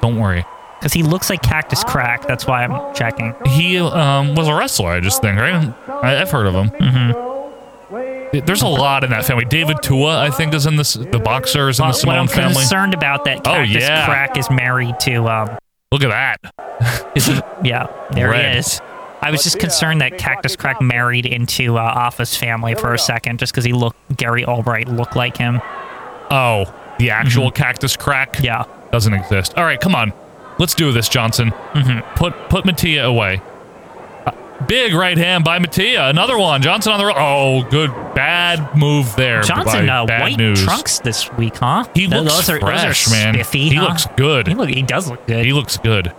Speaker 1: Don't worry.
Speaker 2: Because he looks like Cactus Crack. That's why I'm checking.
Speaker 1: He um, was a wrestler, I just think, right? I, I've heard of him. Mm-hmm. There's a lot in that family. David Tua, I think, is in this. The boxer is in the
Speaker 2: But Uh, what
Speaker 1: Samoan
Speaker 2: I'm
Speaker 1: family.
Speaker 2: concerned about that
Speaker 1: Oh,
Speaker 2: Cactus
Speaker 1: yeah.
Speaker 2: Crack is married to um
Speaker 1: Look at that.
Speaker 2: yeah, there
Speaker 1: Red.
Speaker 2: he is. I was just concerned that Cactus Crack married into uh, Offa's family for a second, just because he looked Gary Albright looked like him.
Speaker 1: Oh, the actual cactus crack?
Speaker 2: Mm-hmm. Yeah.
Speaker 1: Doesn't exist. All right, come on. Let's do this, Johnson.
Speaker 2: Mm-hmm.
Speaker 1: Put put Mattia away. Uh, Big right hand by Mattia. Another one. Johnson on the road. Oh, good. Bad move there.
Speaker 2: Johnson,
Speaker 1: by
Speaker 2: uh,
Speaker 1: bad
Speaker 2: white
Speaker 1: news.
Speaker 2: trunks this week, huh?
Speaker 1: He
Speaker 2: Th-
Speaker 1: looks fresh, man.
Speaker 2: spiffy,
Speaker 1: He
Speaker 2: huh?
Speaker 1: looks good.
Speaker 2: He, look, he does look good.
Speaker 1: He looks good.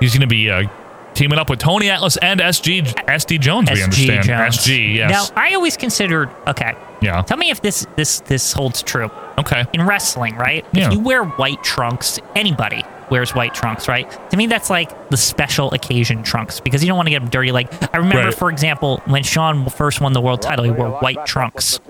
Speaker 1: He's going to be uh, teaming up with Tony Atlas and SG SD Jones, we understand.
Speaker 2: Jones.
Speaker 1: SG, yes.
Speaker 2: Now I always considered. Okay,
Speaker 1: yeah.
Speaker 2: tell me if this this this holds true
Speaker 1: Okay.
Speaker 2: in wrestling, right?
Speaker 1: Yeah.
Speaker 2: If you wear white trunks, anybody wears white trunks, right? To me, that's like the special occasion trunks because you don't want to get them dirty. Like I remember,
Speaker 1: Right.
Speaker 2: for example, when Sean first won the world title, he wore white trunks.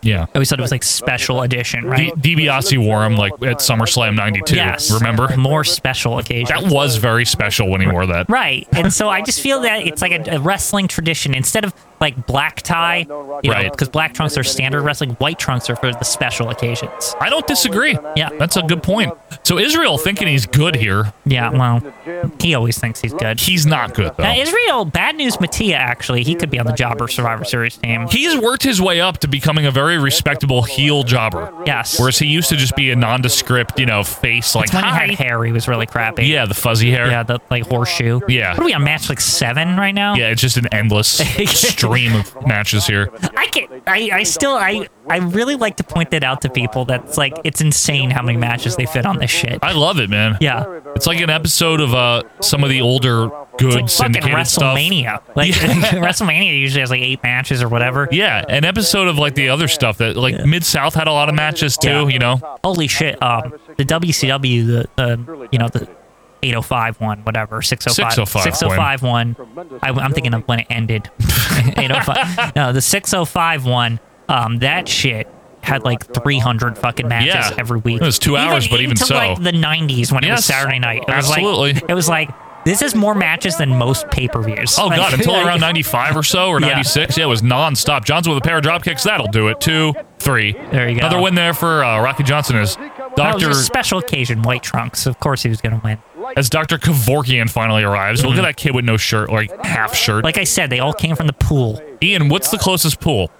Speaker 1: Yeah.
Speaker 2: I always thought it was like special edition,
Speaker 1: D-
Speaker 2: right?
Speaker 1: DiBiase wore him like at SummerSlam 92.
Speaker 2: yes.
Speaker 1: Remember?
Speaker 2: more special occasion?
Speaker 1: That was very special when he wore that.
Speaker 2: Right. And so I just feel that it's like a, a wrestling tradition. Instead of like black tie, you know,
Speaker 1: Right.
Speaker 2: because black trunks are standard wrestling, white trunks are for the special occasions.
Speaker 1: I don't disagree.
Speaker 2: Yeah.
Speaker 1: That's a good point. So Israel thinking he's good here.
Speaker 2: Yeah, well, he always thinks he's good.
Speaker 1: He's not good
Speaker 2: Now,
Speaker 1: though.
Speaker 2: Israel, bad news, Mattia, actually. He could be on the Jobber Survivor Series team.
Speaker 1: He's worked his way up to becoming a very respectable heel jobber.
Speaker 2: yes.
Speaker 1: Whereas he used to just be a nondescript, you know, face like
Speaker 2: It's when he had
Speaker 1: hi.
Speaker 2: hair, he was really crappy.
Speaker 1: Yeah, the fuzzy hair.
Speaker 2: Yeah, the like horseshoe.
Speaker 1: Yeah.
Speaker 2: What are we on match like seven right now?
Speaker 1: Yeah, it's just an endless stream of matches here.
Speaker 2: I can I, I still I I really like to point that out to people that's like it's insane how many matches they fit on this shit.
Speaker 1: I love it, man.
Speaker 2: Yeah.
Speaker 1: It's like an episode of uh some of the older good
Speaker 2: fucking
Speaker 1: syndicated stuff.
Speaker 2: WrestleMania. Like WrestleMania usually has like eight matches or whatever.
Speaker 1: Yeah, an episode of like the other stuff that like Mid South had a lot of matches too,
Speaker 2: Yeah.
Speaker 1: you know.
Speaker 2: Holy shit. Um, the WCW, the, the you know the 805 one, whatever 605
Speaker 1: 605
Speaker 2: one. I, am thinking of when it ended. 805. No, the 605 one. Um, that shit had like 300 fucking matches
Speaker 1: Yeah.
Speaker 2: every week.
Speaker 1: It was two hours, but even
Speaker 2: into,
Speaker 1: so.
Speaker 2: like the 90s when it
Speaker 1: Yes.
Speaker 2: was Saturday night. It was
Speaker 1: Absolutely.
Speaker 2: Like, it was like. This is more matches than most pay-per-views.
Speaker 1: Oh
Speaker 2: Like-
Speaker 1: god, until around 95 or so or
Speaker 2: Yeah.
Speaker 1: 96, yeah, it was non-stop. Johnson with a pair of drop kicks, that'll do it. 2 3.
Speaker 2: There you go.
Speaker 1: Another win there for uh, Rocky Johnson as
Speaker 2: That was
Speaker 1: Dr.
Speaker 2: a special occasion, white trunks. Of course, he was going to win.
Speaker 1: as Dr. Kavorkian finally arrives. Look at that kid with no shirt, like half shirt.
Speaker 2: Mm-hmm. Like I said, they all came from the pool.
Speaker 1: Ian, what's the closest pool?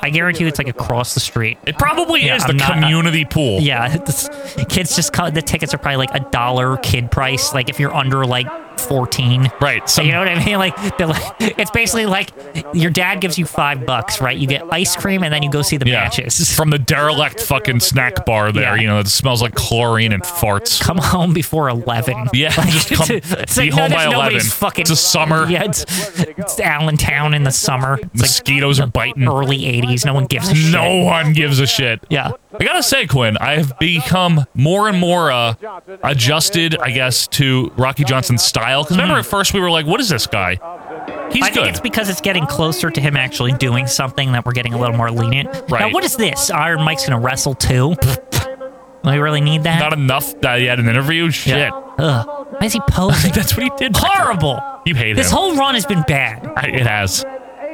Speaker 2: I guarantee you, it's like across the street.
Speaker 1: It probably
Speaker 2: Yeah,
Speaker 1: is
Speaker 2: I'm
Speaker 1: the
Speaker 2: not- uh,
Speaker 1: community pool.
Speaker 2: Yeah, it's, kids just cut. The tickets are probably like a dollar kid price. Like if you're under like fourteen.
Speaker 1: Right. Some
Speaker 2: You know what I mean? Like, they're like- it's basically like your dad gives you five bucks, right? You get ice cream and then you go see the
Speaker 1: yeah,
Speaker 2: matches.
Speaker 1: from the derelict fucking snack bar there,
Speaker 2: Yeah.
Speaker 1: you know, that smells like chlorine and farts.
Speaker 2: come home before eleven.
Speaker 1: Yeah, just come-
Speaker 2: like,
Speaker 1: be
Speaker 2: no,
Speaker 1: home
Speaker 2: there's
Speaker 1: by
Speaker 2: nobody's
Speaker 1: 11.
Speaker 2: Fucking,
Speaker 1: It's a summer.
Speaker 2: Yeah, it's, it's Allentown in the summer. It's like
Speaker 1: Mosquitoes are biting.
Speaker 2: Early '80s. No one gives a shit.
Speaker 1: No one gives a shit.
Speaker 2: Yeah.
Speaker 1: I gotta say, Quinn, I have become more and more uh, adjusted, I guess, to Rocky Johnson's style. Because remember, at first we were like, "What is this guy?" He's
Speaker 2: I think
Speaker 1: good.
Speaker 2: it's because it's getting closer to him actually doing something that we're getting a little more lenient.
Speaker 1: Right.
Speaker 2: Now, what is this? Iron Mike's gonna wrestle too. Do we really need that?
Speaker 1: Not enough that he had an interview. Shit,
Speaker 2: Yeah. Ugh. Why is he posing?
Speaker 1: that's what he did.
Speaker 2: Horrible.
Speaker 1: You hate
Speaker 2: This
Speaker 1: him.
Speaker 2: whole run has been bad.
Speaker 1: I- it has.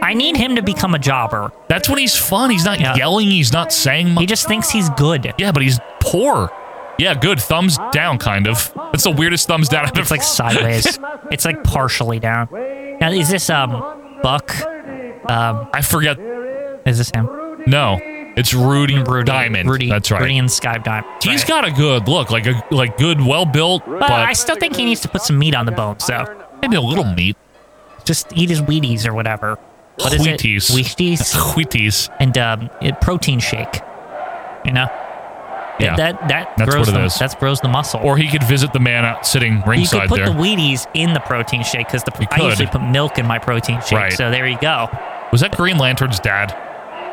Speaker 2: I need him to become a jobber.
Speaker 1: That's when he's fun. He's not
Speaker 2: Yeah.
Speaker 1: yelling. He's not saying
Speaker 2: He
Speaker 1: much.
Speaker 2: just thinks he's good.
Speaker 1: yeah, but he's poor. Yeah, good. Thumbs down, kind of. That's the weirdest thumbs down. I've
Speaker 2: It's like sideways. it's like partially down. Now is this um Buck? Um,
Speaker 1: I forget.
Speaker 2: is this him?
Speaker 1: No, it's Rudy, Diamond.
Speaker 2: Rudy.
Speaker 1: That's right.
Speaker 2: Rudy and Sky Diamond. That's
Speaker 1: He's
Speaker 2: right.
Speaker 1: got a good look, like a like good, well built, but,
Speaker 2: But I still think he needs to put some meat on the bones, though.
Speaker 1: maybe a little meat.
Speaker 2: just eat his Wheaties or whatever. What is it?
Speaker 1: Wheaties.
Speaker 2: Wheaties
Speaker 1: Wheaties.
Speaker 2: and um, a protein shake. You know
Speaker 1: Yeah.
Speaker 2: that that
Speaker 1: That's
Speaker 2: grows
Speaker 1: what it
Speaker 2: the,
Speaker 1: is.
Speaker 2: That grows the muscle.
Speaker 1: or he could visit the man out sitting
Speaker 2: you could
Speaker 1: ringside
Speaker 2: put
Speaker 1: there.
Speaker 2: the Wheaties in the protein shake because
Speaker 1: You
Speaker 2: I usually
Speaker 1: could.
Speaker 2: put milk in my protein shake.
Speaker 1: Right.
Speaker 2: So there you go.
Speaker 1: Was that Green Lantern's dad?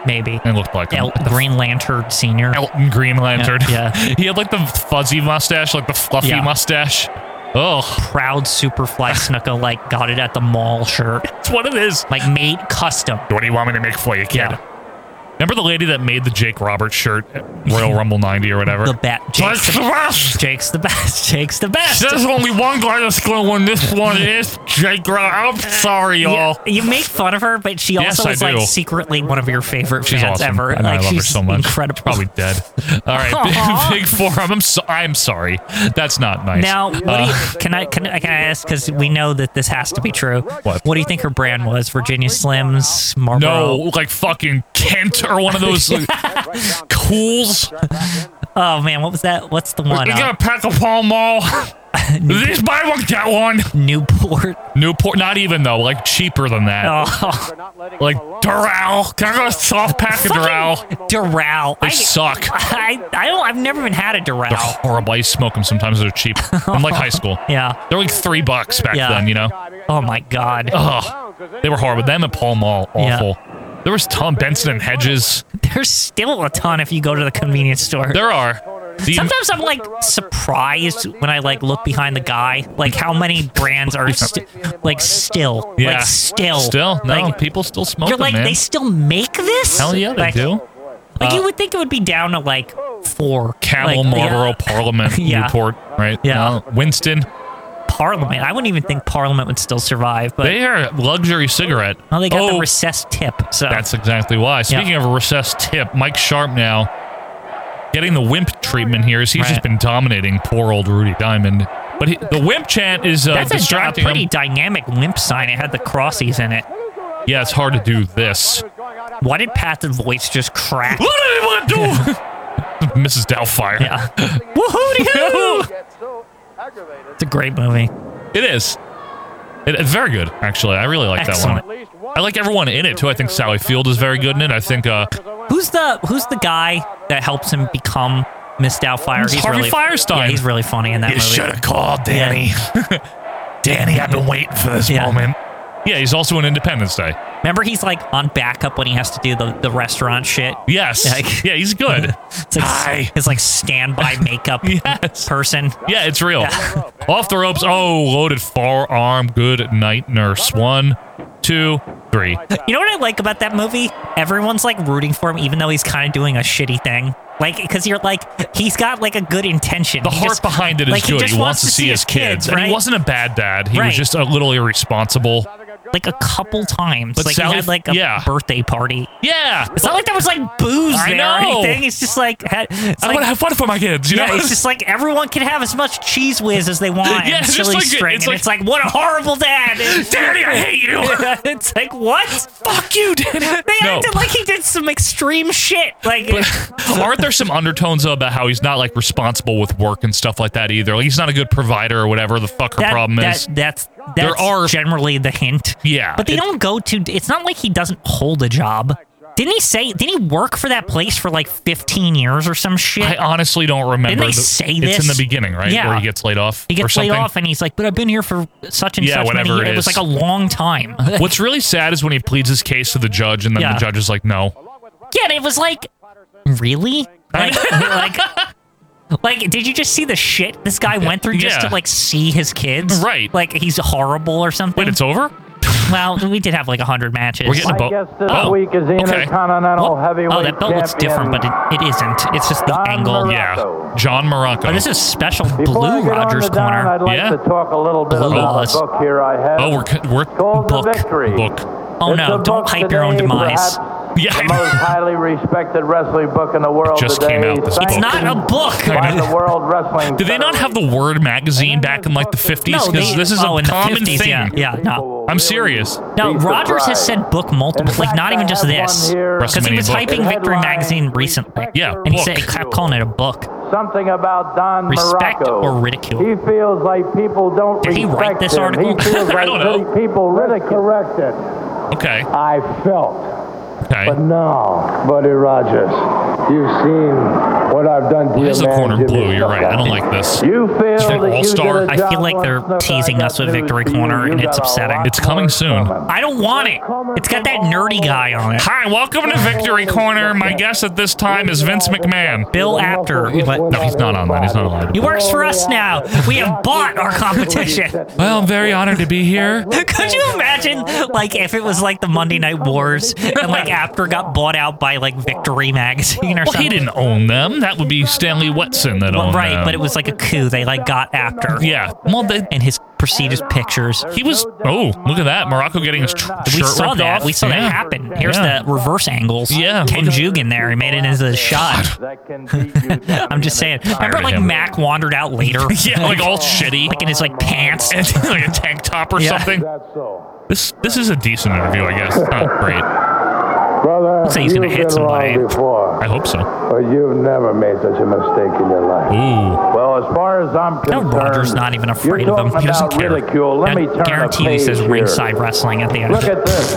Speaker 2: Maybe
Speaker 1: It looked like him.
Speaker 2: El-
Speaker 1: What the
Speaker 2: Green Lantern Senior.
Speaker 1: f- Elton Green Lantern.
Speaker 2: Yeah, yeah.
Speaker 1: he had like the fuzzy mustache, like the fluffy
Speaker 2: Yeah.
Speaker 1: mustache. Oh,
Speaker 2: Proud Superfly Snuka like got it at the mall shirt,
Speaker 1: that's what it is.
Speaker 2: like made custom.
Speaker 1: What do you want me to make for you, kid?
Speaker 2: Yeah.
Speaker 1: Remember the lady that made the Jake Roberts shirt, at Royal Rumble 90 or whatever?
Speaker 2: The bat. Jake's
Speaker 1: Jake's the best!
Speaker 2: Jake's the best. Jake's the best.
Speaker 1: There's only one guy that's going to win this one. It's Jake Roberts. I'm sorry,
Speaker 2: Yeah,
Speaker 1: y'all.
Speaker 2: you make fun of her, but she
Speaker 1: Yes,
Speaker 2: also
Speaker 1: I
Speaker 2: is
Speaker 1: do.
Speaker 2: like secretly one of your favorite
Speaker 1: She's
Speaker 2: fans
Speaker 1: awesome.
Speaker 2: ever.
Speaker 1: I, know,
Speaker 2: like
Speaker 1: I love
Speaker 2: she's
Speaker 1: her so much.
Speaker 2: incredible.
Speaker 1: Probably dead. All right,
Speaker 2: Aw.
Speaker 1: big, big forum. I'm so, I'm sorry. That's not nice. Uh,
Speaker 2: Now, what do you, can I can, I- can I ask? Because we know that this has to be true.
Speaker 1: What?
Speaker 2: do you think her brand was? Virginia Slims, Marlboro.
Speaker 1: no, like fucking Kent or one of those like, cools.
Speaker 2: Oh man, what was that? What's the one?
Speaker 1: You
Speaker 2: Uh,
Speaker 1: got a pack of Pall Mall. This buy one get one.
Speaker 2: Newport.
Speaker 1: Newport, not even though, like cheaper than that.
Speaker 2: Oh,
Speaker 1: Like Doral. Can I get a soft pack of Doral?
Speaker 2: Doral.
Speaker 1: They
Speaker 2: I,
Speaker 1: suck.
Speaker 2: I I don't. I've never even had a
Speaker 1: They're
Speaker 2: Doral.
Speaker 1: horrible. I smoke them sometimes. They're cheap. I'm like high school.
Speaker 2: Yeah.
Speaker 1: They're like three bucks back
Speaker 2: Yeah.
Speaker 1: then, you know.
Speaker 2: Oh my God.
Speaker 1: Ugh, they were horrible. Them and Paul Mall,
Speaker 2: Yeah.
Speaker 1: awful. There was Tom Benson and Hedges.
Speaker 2: There's still a ton if you go to the convenience store.
Speaker 1: There are. The-
Speaker 2: Sometimes I'm like surprised when I like look behind the guy, like how many brands are st- like still,
Speaker 1: Yeah.
Speaker 2: like still,
Speaker 1: Still, no,
Speaker 2: like,
Speaker 1: people still smoke
Speaker 2: You're
Speaker 1: them,
Speaker 2: like
Speaker 1: man.
Speaker 2: they still make this?
Speaker 1: Hell yeah, they
Speaker 2: like,
Speaker 1: do.
Speaker 2: Like
Speaker 1: Uh,
Speaker 2: you would think it would be down to like four.
Speaker 1: Camel,
Speaker 2: like,
Speaker 1: Marlboro,
Speaker 2: yeah,
Speaker 1: Parliament,
Speaker 2: Yeah.
Speaker 1: Newport, right?
Speaker 2: Yeah.
Speaker 1: Uh, Winston.
Speaker 2: Parliament. I wouldn't even think Parliament would still survive, but
Speaker 1: They are luxury cigarette.
Speaker 2: well, they got
Speaker 1: oh,
Speaker 2: the recessed tip. So
Speaker 1: that's exactly why. Speaking of a recessed tip, Mike Sharp now getting the wimp treatment here is he's just
Speaker 2: Right.
Speaker 1: been dominating poor old Rudy Diamond. But he, the wimp chant is uh,
Speaker 2: that's a dry,
Speaker 1: distracting him.
Speaker 2: pretty dynamic limp sign. It had the crossies in it.
Speaker 1: Yeah, it's hard to do this.
Speaker 2: Why did Pat the voice just crack?
Speaker 1: What do you want to do? Mrs. Doubtfire.
Speaker 2: yeah. Woohoo! It's a great movie.
Speaker 1: It is. It, it's very good, actually. I really like that
Speaker 2: Excellent.
Speaker 1: one. I like everyone in it too. I think Sally Field is very good in it. I think uh,
Speaker 2: Who's the Who's the guy that helps him become Miss Doubtfire?
Speaker 1: It's Harvey Firestein.
Speaker 2: Yeah, he's really funny in that movie.
Speaker 1: called Danny, I've been waiting for this
Speaker 2: Yeah.
Speaker 1: moment. Yeah, he's also in Independence Day.
Speaker 2: Remember, he's like on backup when he has to do the, the restaurant shit.
Speaker 1: Yes.
Speaker 2: Like-
Speaker 1: yeah, he's good.
Speaker 2: It's like
Speaker 1: Hi.
Speaker 2: it's like standby makeup
Speaker 1: Yes.
Speaker 2: person.
Speaker 1: Yeah, it's real. Off the ropes. Oh, loaded forearm. Good night, nurse. One, two, three.
Speaker 2: You know what I like about that movie? Everyone's like rooting for him, even though he's kind of doing a shitty thing. Like, because you're like, he's got like a good intention.
Speaker 1: The
Speaker 2: He
Speaker 1: heart
Speaker 2: just-
Speaker 1: behind it is
Speaker 2: like, he
Speaker 1: good. He,
Speaker 2: just
Speaker 1: wants to see his kids. And he
Speaker 2: right?
Speaker 1: wasn't a bad dad. He
Speaker 2: Right.
Speaker 1: was just a little irresponsible.
Speaker 2: like a couple times.
Speaker 1: But
Speaker 2: like
Speaker 1: Sally-
Speaker 2: he had like a
Speaker 1: yeah.
Speaker 2: birthday party.
Speaker 1: Yeah.
Speaker 2: It's not like there was like booze
Speaker 1: I
Speaker 2: there
Speaker 1: know.
Speaker 2: or anything. It's just like, had, it's
Speaker 1: I
Speaker 2: like
Speaker 1: want to have fun for my kids. You
Speaker 2: yeah,
Speaker 1: know?
Speaker 2: it's just like everyone can have as much cheese whiz as they want.
Speaker 1: Yeah,
Speaker 2: and
Speaker 1: it's just
Speaker 2: silly
Speaker 1: like-
Speaker 2: string,
Speaker 1: it's
Speaker 2: and
Speaker 1: like-
Speaker 2: it's like what a horrible dad.
Speaker 1: Daddy, I hate you.
Speaker 2: it's like what? Fuck you, Daddy. They
Speaker 1: No.
Speaker 2: acted like he did some extreme shit. Like
Speaker 1: Aren't there some undertones though, about how he's not like responsible with work and stuff like that either? Like he's not a good provider or whatever the fuck her
Speaker 2: that,
Speaker 1: problem
Speaker 2: that-
Speaker 1: is.
Speaker 2: that's that's
Speaker 1: There are-
Speaker 2: generally the hint.
Speaker 1: Yeah,
Speaker 2: but they
Speaker 1: it-
Speaker 2: don't go to. It's not like he doesn't hold a job. Didn't he say? Didn't he work for that place for like 15 years or some shit?
Speaker 1: I uh, honestly don't remember.
Speaker 2: Didn't they
Speaker 1: the-
Speaker 2: say
Speaker 1: It's in
Speaker 2: this?
Speaker 1: the beginning, right?
Speaker 2: Yeah.
Speaker 1: Where he gets laid off.
Speaker 2: he
Speaker 1: or
Speaker 2: gets laid
Speaker 1: something.
Speaker 2: off and he's like, but I've been here for such and
Speaker 1: Yeah,
Speaker 2: such many
Speaker 1: whatever
Speaker 2: years.
Speaker 1: it
Speaker 2: It was
Speaker 1: is.
Speaker 2: like a long time.
Speaker 1: What's really sad is when he pleads his case to the judge, and then
Speaker 2: Yeah.
Speaker 1: the judge is like, "No."
Speaker 2: Yeah, and it was like, really? Like, like, like, did you just see the shit this guy went through just
Speaker 1: Yeah.
Speaker 2: to like see his kids?
Speaker 1: Right.
Speaker 2: Like he's horrible or something.
Speaker 1: Wait, it's over.
Speaker 2: well, we did have like hundred matches.
Speaker 1: We're getting a boat. oh, okay.
Speaker 2: oh,
Speaker 7: Intercontinental
Speaker 2: oh, that belt looks different, but it, it isn't. It's just the
Speaker 7: Don
Speaker 2: angle.
Speaker 7: Morocco.
Speaker 1: Yeah, John Morocco.
Speaker 2: Oh, this is special
Speaker 7: Before I
Speaker 2: blue
Speaker 7: get on
Speaker 2: Rogers
Speaker 7: the down,
Speaker 2: corner.
Speaker 7: I'd like
Speaker 1: Yeah.
Speaker 7: to talk a little bit
Speaker 2: Blue
Speaker 7: about
Speaker 2: laws.
Speaker 7: the book here I have.
Speaker 1: oh, we're c- we're
Speaker 7: called
Speaker 1: book
Speaker 7: The Victory.
Speaker 1: book.
Speaker 2: Oh
Speaker 7: It's a
Speaker 2: no! Don't
Speaker 7: book
Speaker 2: hype your own
Speaker 7: today,
Speaker 2: demise.
Speaker 7: perhaps
Speaker 1: Yeah,
Speaker 7: The
Speaker 1: I
Speaker 7: most
Speaker 1: know.
Speaker 7: highly respected wrestling book in the world
Speaker 1: just
Speaker 7: today.
Speaker 1: came out, this
Speaker 7: sanctioned
Speaker 2: It's not a book.
Speaker 1: I
Speaker 7: By
Speaker 1: know.
Speaker 7: the World Wrestling
Speaker 1: Did they not have the Word magazine back in like the fifties?
Speaker 2: No,
Speaker 1: Because
Speaker 2: they-
Speaker 1: this is
Speaker 2: oh,
Speaker 1: a
Speaker 2: in the
Speaker 1: common
Speaker 2: 50s,
Speaker 1: thing.
Speaker 2: yeah. Yeah, no.
Speaker 1: I'm serious.
Speaker 2: No,
Speaker 7: Be
Speaker 2: Rogers has
Speaker 7: surprised.
Speaker 2: said book
Speaker 7: In
Speaker 2: multiple, like
Speaker 7: fact,
Speaker 2: not even
Speaker 7: I
Speaker 2: just
Speaker 7: have
Speaker 2: this,
Speaker 7: one here.
Speaker 2: because he was
Speaker 1: WrestleMania book.
Speaker 2: hyping Victory
Speaker 7: Headline,
Speaker 2: Magazine recently.
Speaker 7: Yeah,
Speaker 2: and he
Speaker 1: book.
Speaker 2: said he kept calling it a book.
Speaker 7: Something about Don
Speaker 2: Respect
Speaker 7: Morocco.
Speaker 2: or ridicule?
Speaker 7: He feels like people don't
Speaker 2: Did he
Speaker 7: respect
Speaker 2: write this
Speaker 7: him.
Speaker 2: article?
Speaker 7: He feels
Speaker 1: I
Speaker 7: like
Speaker 1: don't know.
Speaker 7: people ridicule.
Speaker 5: Corrected.
Speaker 1: Okay,
Speaker 5: I felt.
Speaker 1: okay.
Speaker 5: But now, Buddy Rogers, you've seen what I've done to
Speaker 1: Why
Speaker 5: you.
Speaker 1: is the corner blue? You're right. I don't like this.
Speaker 7: You feel
Speaker 1: like
Speaker 7: that you
Speaker 1: All-Star?
Speaker 7: did a
Speaker 1: I
Speaker 2: feel
Speaker 7: job
Speaker 2: like they're
Speaker 7: once, no,
Speaker 2: teasing
Speaker 7: I got
Speaker 2: us with
Speaker 7: news
Speaker 2: Victory
Speaker 7: for you.
Speaker 2: Corner,
Speaker 7: You
Speaker 2: and it's
Speaker 7: got a
Speaker 2: upsetting.
Speaker 7: lot
Speaker 1: It's coming
Speaker 7: more
Speaker 1: soon.
Speaker 7: coming.
Speaker 2: I don't want it. It's got that nerdy guy on it.
Speaker 1: Hi, welcome to Victory Corner. My guest at this time is Vince McMahon.
Speaker 2: Bill Apter. He's like,
Speaker 1: No, he's not on that. He's not allowed.
Speaker 2: He works for us now. We have bought our competition.
Speaker 1: Well, I'm very honored to be here.
Speaker 2: Could you imagine, like, if it was like the Monday Night Wars and like after got bought out by like Victory magazine or
Speaker 1: Well, he
Speaker 2: something.
Speaker 1: didn't own them. That would be Stanley Wetson that
Speaker 2: Well,
Speaker 1: owned
Speaker 2: right,
Speaker 1: them.
Speaker 2: but it was like a coup. They like got after.
Speaker 1: yeah. Well, they,
Speaker 2: And his prestigious pictures.
Speaker 1: he was. Oh, look at that! Morocco getting his tr-
Speaker 2: We
Speaker 1: shirt
Speaker 2: saw
Speaker 1: ripped
Speaker 2: that.
Speaker 1: off.
Speaker 2: We saw
Speaker 1: Yeah.
Speaker 2: that happen. Here's
Speaker 1: Yeah.
Speaker 2: the reverse angles.
Speaker 1: Yeah.
Speaker 2: Ken
Speaker 1: Look at-
Speaker 2: Jugan there. He made it as a shot.
Speaker 7: That can beat you down
Speaker 2: I'm just saying.
Speaker 7: in a
Speaker 2: Remember,
Speaker 1: of
Speaker 2: like
Speaker 1: him.
Speaker 2: Mac wandered out later.
Speaker 1: yeah, like all shitty,
Speaker 2: like in his like pants.
Speaker 1: and like a tank top or
Speaker 2: Yeah.
Speaker 1: something.
Speaker 5: That's so.
Speaker 1: This this is a decent interview, I guess. Not great.
Speaker 5: Brother,
Speaker 2: say he's gonna
Speaker 5: you've
Speaker 2: hit
Speaker 5: been
Speaker 2: somebody.
Speaker 5: wrong before,
Speaker 1: I hope so.
Speaker 5: but you've never made such a mistake in your life.
Speaker 1: Ooh,
Speaker 7: Well, as far as I'm
Speaker 2: No,
Speaker 7: concerned,
Speaker 2: Roger's not even afraid of him.
Speaker 7: talking
Speaker 2: He doesn't
Speaker 7: about
Speaker 2: care.
Speaker 7: ridicule. Let me turn
Speaker 2: I
Speaker 7: the
Speaker 2: guarantee this
Speaker 7: page
Speaker 2: is
Speaker 7: here.
Speaker 2: ringside wrestling at the end.
Speaker 7: Look at this.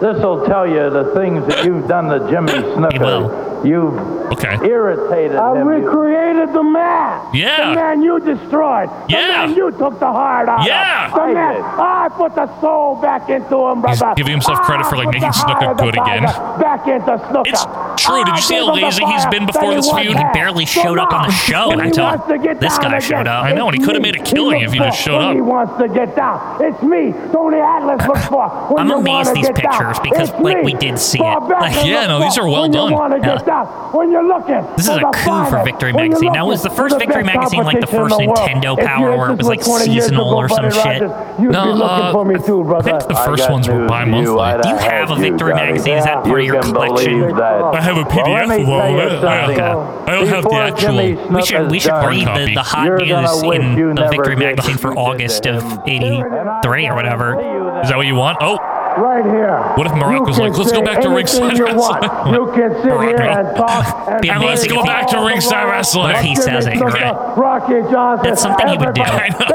Speaker 7: This'll tell you the things that you've done to Jimmy Snooker.
Speaker 2: will.
Speaker 7: You've
Speaker 1: okay.
Speaker 7: irritated
Speaker 5: I
Speaker 7: him. You-
Speaker 5: recreated the man.
Speaker 1: Yeah.
Speaker 5: The man you destroyed. The
Speaker 1: Yeah.
Speaker 5: man you took the heart out
Speaker 1: Yeah.
Speaker 5: of. The
Speaker 7: I
Speaker 5: man
Speaker 7: did.
Speaker 5: I put the soul back into him, brother.
Speaker 1: giving himself
Speaker 5: I
Speaker 1: credit for, like,
Speaker 5: put
Speaker 1: making
Speaker 5: the
Speaker 1: Snooker
Speaker 5: heart of the
Speaker 1: good again.
Speaker 5: tiger Back into Snooker.
Speaker 1: It's true. Did you see
Speaker 5: I
Speaker 1: how
Speaker 5: gave him the
Speaker 1: lazy he's
Speaker 5: fire
Speaker 1: been before
Speaker 5: that he
Speaker 1: this
Speaker 5: once
Speaker 1: feud?
Speaker 2: He
Speaker 5: had.
Speaker 2: barely
Speaker 5: So
Speaker 2: showed up on the
Speaker 5: now,
Speaker 2: show,
Speaker 5: when
Speaker 2: and I
Speaker 5: he
Speaker 2: tell
Speaker 5: wants
Speaker 2: him,
Speaker 5: to get
Speaker 2: this
Speaker 5: down
Speaker 2: guy showed
Speaker 5: again,
Speaker 2: up. I know, and he
Speaker 5: it's
Speaker 1: coulda made
Speaker 5: me.
Speaker 1: a killing
Speaker 5: looks
Speaker 1: if he just
Speaker 5: for
Speaker 1: showed
Speaker 5: when
Speaker 1: up.
Speaker 5: He wants to get down. It's me, Tony Atlas. Looks for. when
Speaker 2: I'm
Speaker 5: you
Speaker 2: amazed
Speaker 5: wanna
Speaker 2: these
Speaker 5: get down.
Speaker 2: pictures because,
Speaker 5: It's
Speaker 2: like,
Speaker 5: me.
Speaker 2: we did see
Speaker 5: Fall
Speaker 2: it.
Speaker 5: back
Speaker 2: Like,
Speaker 5: and
Speaker 1: yeah,
Speaker 5: look
Speaker 1: no, these
Speaker 5: for
Speaker 1: are well
Speaker 5: when you
Speaker 1: done.
Speaker 5: wanna
Speaker 2: Yeah.
Speaker 5: get down. When you're looking
Speaker 2: This is
Speaker 5: for
Speaker 2: a
Speaker 5: the
Speaker 2: coup for
Speaker 5: finest,
Speaker 2: Victory
Speaker 5: when you're
Speaker 2: Magazine. That
Speaker 5: looking
Speaker 2: was the
Speaker 5: for
Speaker 2: first Victory
Speaker 5: best
Speaker 2: Magazine, like, the
Speaker 5: competition in
Speaker 2: first
Speaker 5: world.
Speaker 2: Nintendo
Speaker 5: If
Speaker 2: Power
Speaker 5: you
Speaker 2: where it was,
Speaker 5: were
Speaker 2: like,
Speaker 5: 20 years
Speaker 2: seasonal
Speaker 5: ago,
Speaker 2: or some
Speaker 5: Buddy
Speaker 2: shit.
Speaker 5: Rogers, You'd
Speaker 1: No,
Speaker 5: be looking
Speaker 1: uh,
Speaker 5: for me too,
Speaker 1: I
Speaker 5: brother.
Speaker 1: think the
Speaker 7: I
Speaker 1: first
Speaker 7: got
Speaker 1: ones were
Speaker 7: news for
Speaker 1: bi-monthly.
Speaker 7: I'd
Speaker 1: You
Speaker 7: had
Speaker 2: have a Victory
Speaker 7: Johnny.
Speaker 2: magazine. Is that
Speaker 7: Yeah.
Speaker 2: part of
Speaker 7: You
Speaker 2: your
Speaker 7: can
Speaker 2: collection?
Speaker 7: believe that.
Speaker 1: I have a
Speaker 7: well, let
Speaker 1: PDF
Speaker 7: me
Speaker 1: of all
Speaker 7: tell you
Speaker 1: of it. I-
Speaker 7: something.
Speaker 1: I don't have the
Speaker 7: Before
Speaker 1: actual-
Speaker 7: Jimmy
Speaker 2: We
Speaker 7: Snuka
Speaker 2: should we
Speaker 7: is
Speaker 2: should
Speaker 7: done,
Speaker 2: read the,
Speaker 1: copy.
Speaker 2: the hot
Speaker 7: You're gonna
Speaker 2: news
Speaker 7: wish you
Speaker 2: in the
Speaker 7: never
Speaker 2: Victory
Speaker 7: did
Speaker 2: magazine
Speaker 7: what
Speaker 2: for
Speaker 7: you did to
Speaker 2: August of
Speaker 7: him.
Speaker 2: '83 or whatever.
Speaker 1: is that what you want? Oh,
Speaker 5: Right here.
Speaker 1: What if Morocco's
Speaker 5: You can
Speaker 1: like, "Let's go
Speaker 5: say
Speaker 1: back to
Speaker 5: anything
Speaker 1: ringside
Speaker 5: you
Speaker 1: wrestling."
Speaker 5: want. You can sit here
Speaker 2: Morocco.
Speaker 5: and talk and,
Speaker 2: Be
Speaker 5: talk
Speaker 1: and let's
Speaker 2: amazing
Speaker 1: go
Speaker 2: if
Speaker 1: back to
Speaker 5: all
Speaker 1: ringside
Speaker 5: around.
Speaker 1: wrestling.
Speaker 2: If he
Speaker 5: Jimmy
Speaker 2: says it, you're
Speaker 5: Snuka,
Speaker 1: right.
Speaker 5: Rocky Johnson.
Speaker 2: That's something he would do.
Speaker 5: everybody.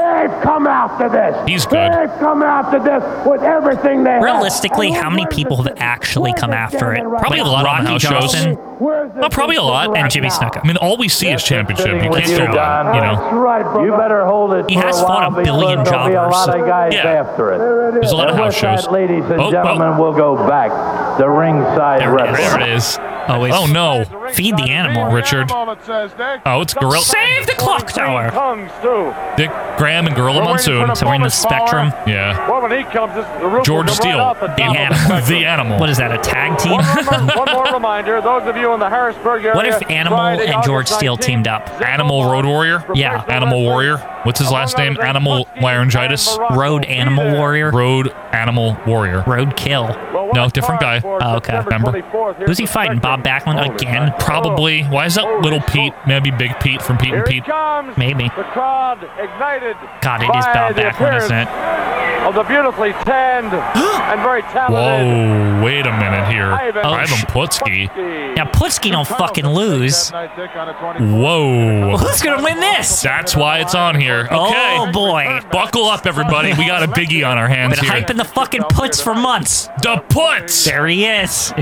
Speaker 1: I
Speaker 5: They've come after this.
Speaker 1: He's good.
Speaker 5: They've come after this with everything they have.
Speaker 2: Realistically,
Speaker 5: And
Speaker 2: how many
Speaker 5: where's
Speaker 2: people
Speaker 5: the-
Speaker 2: have actually
Speaker 5: where's
Speaker 2: come
Speaker 5: the
Speaker 2: after
Speaker 5: standing
Speaker 2: it?
Speaker 5: right
Speaker 1: Probably a
Speaker 5: now?
Speaker 1: lot on
Speaker 2: Rocky
Speaker 1: house shows.
Speaker 2: Johnson
Speaker 5: Where's the
Speaker 1: Well, probably a
Speaker 5: standing
Speaker 1: lot.
Speaker 5: right
Speaker 2: and Jimmy
Speaker 5: now?
Speaker 2: Snuka.
Speaker 1: I mean, all we see is championship. You
Speaker 7: sitting with
Speaker 1: can't
Speaker 7: you,
Speaker 1: go on,
Speaker 7: Don.
Speaker 1: you know.
Speaker 5: That's right, brother.
Speaker 7: You better hold it.
Speaker 2: He
Speaker 7: for
Speaker 2: has
Speaker 7: a
Speaker 2: fought a
Speaker 7: while because
Speaker 2: billion
Speaker 7: there'll be a lot
Speaker 2: jobbers.
Speaker 7: of guys
Speaker 1: Yeah.
Speaker 7: after it.
Speaker 1: There's a lot of
Speaker 7: And
Speaker 1: house
Speaker 7: with
Speaker 1: shows.
Speaker 7: that, ladies and
Speaker 1: Oh, oh.
Speaker 7: gentlemen, we'll go back to ringside
Speaker 2: There it is.
Speaker 7: wrestling.
Speaker 1: There it is.
Speaker 2: always.
Speaker 1: Oh no,
Speaker 2: Feed the animal,
Speaker 1: Richard. Oh, it's Gorilla.
Speaker 2: Save the clock tower.
Speaker 6: Comes too.
Speaker 1: Dick Graham and Gorilla
Speaker 6: We're waiting
Speaker 1: Monsoon.
Speaker 6: for
Speaker 2: So we're in the spectrum.
Speaker 1: Yeah.
Speaker 6: Well, when he comes, this, the roof
Speaker 1: George
Speaker 6: will come
Speaker 1: Steele.
Speaker 6: Right off the top
Speaker 2: The
Speaker 6: of
Speaker 2: animal.
Speaker 1: The animal.
Speaker 2: What is that? A tag team?
Speaker 6: One, remi- one more reminder: those of you in the Harrisburg area.
Speaker 2: What if Animal
Speaker 6: Friday,
Speaker 2: and George
Speaker 6: August
Speaker 2: Steele
Speaker 6: 19th,
Speaker 2: teamed up?
Speaker 6: Zippo
Speaker 1: Animal Road Warrior?
Speaker 2: Yeah.
Speaker 6: Professional
Speaker 1: Animal
Speaker 6: Wrestling.
Speaker 1: Warrior? What's his last name? Animal Laryngitis?
Speaker 2: Road Animal Warrior.
Speaker 1: Road Animal Warrior.
Speaker 7: Oh.
Speaker 2: Road Kill.
Speaker 6: Well, what
Speaker 1: No,
Speaker 6: a
Speaker 1: different
Speaker 6: card
Speaker 1: guy.
Speaker 6: for
Speaker 2: Oh, okay.
Speaker 6: September
Speaker 1: Remember.
Speaker 6: 24th. Here's
Speaker 2: Who's he
Speaker 6: the
Speaker 2: fighting? Bob
Speaker 6: second.
Speaker 2: Backlund again?
Speaker 1: Probably. Why is
Speaker 7: Oh,
Speaker 1: that little Pete? Maybe Big Pete from Pete
Speaker 6: Here
Speaker 1: and
Speaker 6: he
Speaker 1: Pete.
Speaker 6: comes.
Speaker 2: Maybe.
Speaker 6: The crowd ignited.
Speaker 2: God, it is
Speaker 6: by
Speaker 2: Bob
Speaker 6: the
Speaker 2: Backlund, isn't it?
Speaker 6: appearance Of the beautifully tanned and very talented.
Speaker 1: Whoa, wait a minute here.
Speaker 6: Ivan
Speaker 1: Ivan
Speaker 2: sh-
Speaker 1: Putski.
Speaker 6: Putski.
Speaker 2: Now Putski don't fucking lose.
Speaker 1: Whoa.
Speaker 2: Who's gonna win this?
Speaker 1: That's why it's on here. Okay.
Speaker 2: Oh boy.
Speaker 1: Buckle up, everybody. We got a biggie on our hands
Speaker 2: Been
Speaker 1: here.
Speaker 2: hyping the fucking puts for months.
Speaker 1: The puts.
Speaker 2: There he is.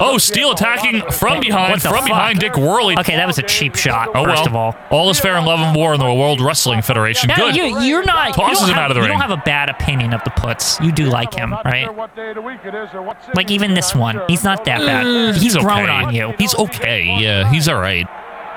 Speaker 1: Oh, Steele attacking from behind,
Speaker 2: What the
Speaker 1: from
Speaker 2: fuck?
Speaker 1: behind Dick Worley.
Speaker 2: Okay, that was a cheap shot.
Speaker 1: Oh, well.
Speaker 2: First of all.
Speaker 1: all is fair in love and war in the World Wrestling Federation.
Speaker 2: No,
Speaker 1: Good.
Speaker 2: you, you're not. you
Speaker 1: Tosses
Speaker 2: don't
Speaker 1: him
Speaker 2: have-
Speaker 1: out of the
Speaker 2: You
Speaker 1: ring.
Speaker 2: don't have a bad opinion of the puts. You do like him, right? Like even this one, he's not that bad. He's grown
Speaker 1: okay.
Speaker 2: on you.
Speaker 1: He's okay. Yeah, he's all right.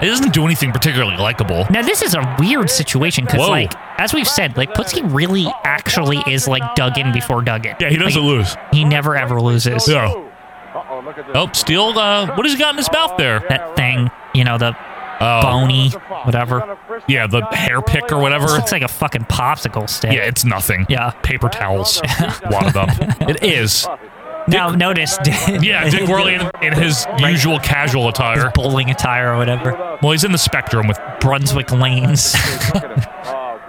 Speaker 1: It doesn't do anything particularly likable.
Speaker 2: Now this is a weird situation because,
Speaker 1: Whoa.
Speaker 2: like, as we've said, like Putski really actually is like Duggan before Duggan.
Speaker 1: Yeah, he doesn't
Speaker 2: Like,
Speaker 1: lose.
Speaker 2: He never ever loses.
Speaker 1: Yeah.
Speaker 6: Uh-oh, look at this.
Speaker 1: Oh, Steele, uh, what has he got in his mouth there?
Speaker 2: That thing, you know, the
Speaker 1: Oh.
Speaker 2: bony whatever.
Speaker 1: Yeah, the hair pick or whatever.
Speaker 2: This looks like a fucking popsicle stick.
Speaker 1: Yeah, it's nothing.
Speaker 2: Yeah.
Speaker 1: Paper towels. a lot of them. It is.
Speaker 2: Now notice.
Speaker 1: Yeah, Dick Worley in, in his usual casual
Speaker 2: his
Speaker 1: attire.
Speaker 2: bowling attire or whatever.
Speaker 1: Well, he's in the spectrum with
Speaker 2: Brunswick Lanes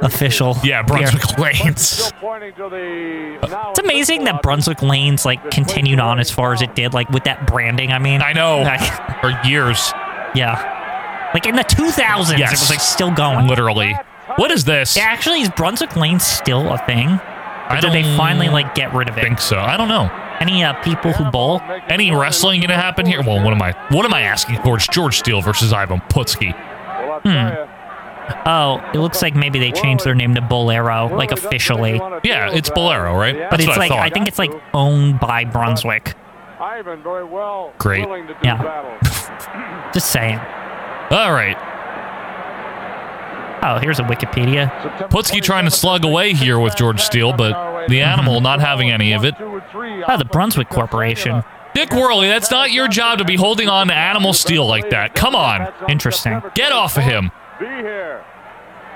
Speaker 2: official.
Speaker 1: yeah Brunswick Lanes. Uh,
Speaker 2: It's amazing that Brunswick Lanes like continued on as far as it did, like with that branding. I mean,
Speaker 1: I know.
Speaker 2: Like,
Speaker 1: For years,
Speaker 2: yeah, like in the 2000s,
Speaker 1: Yes.
Speaker 2: it was like still going.
Speaker 1: literally. What is this?
Speaker 2: Yeah, actually, is Brunswick Lane still a thing? Or
Speaker 1: I
Speaker 2: did they
Speaker 1: don't
Speaker 2: finally like get rid of it?
Speaker 1: think so. I don't know.
Speaker 2: Any uh, people who bowl?
Speaker 1: Any wrestling gonna happen here? Well, what am I? What am I asking for? It's George Steele versus Ivan Putski. hmm,
Speaker 2: Oh, it looks like maybe they changed their name to Bolero, like officially.
Speaker 1: Yeah, it's Bolero, right?
Speaker 2: But
Speaker 1: That's
Speaker 2: it's
Speaker 1: what I
Speaker 2: like
Speaker 1: thought.
Speaker 2: I think it's like owned by Brunswick.
Speaker 6: Ivan very well.
Speaker 1: Great.
Speaker 6: willing to do
Speaker 2: Yeah.
Speaker 6: battle.
Speaker 2: Just saying.
Speaker 1: All right,
Speaker 2: Oh, here's a Wikipedia.
Speaker 6: September uh,
Speaker 1: Putski trying to slug away here with George Steele, but the animal not having any of it.
Speaker 6: One, two, and three.
Speaker 2: Oh, the Brunswick Corporation.
Speaker 1: Dick Worley, that's not your job to be holding on to animal steel like that. Come on.
Speaker 2: Interesting.
Speaker 1: Get off of him.
Speaker 6: Be here.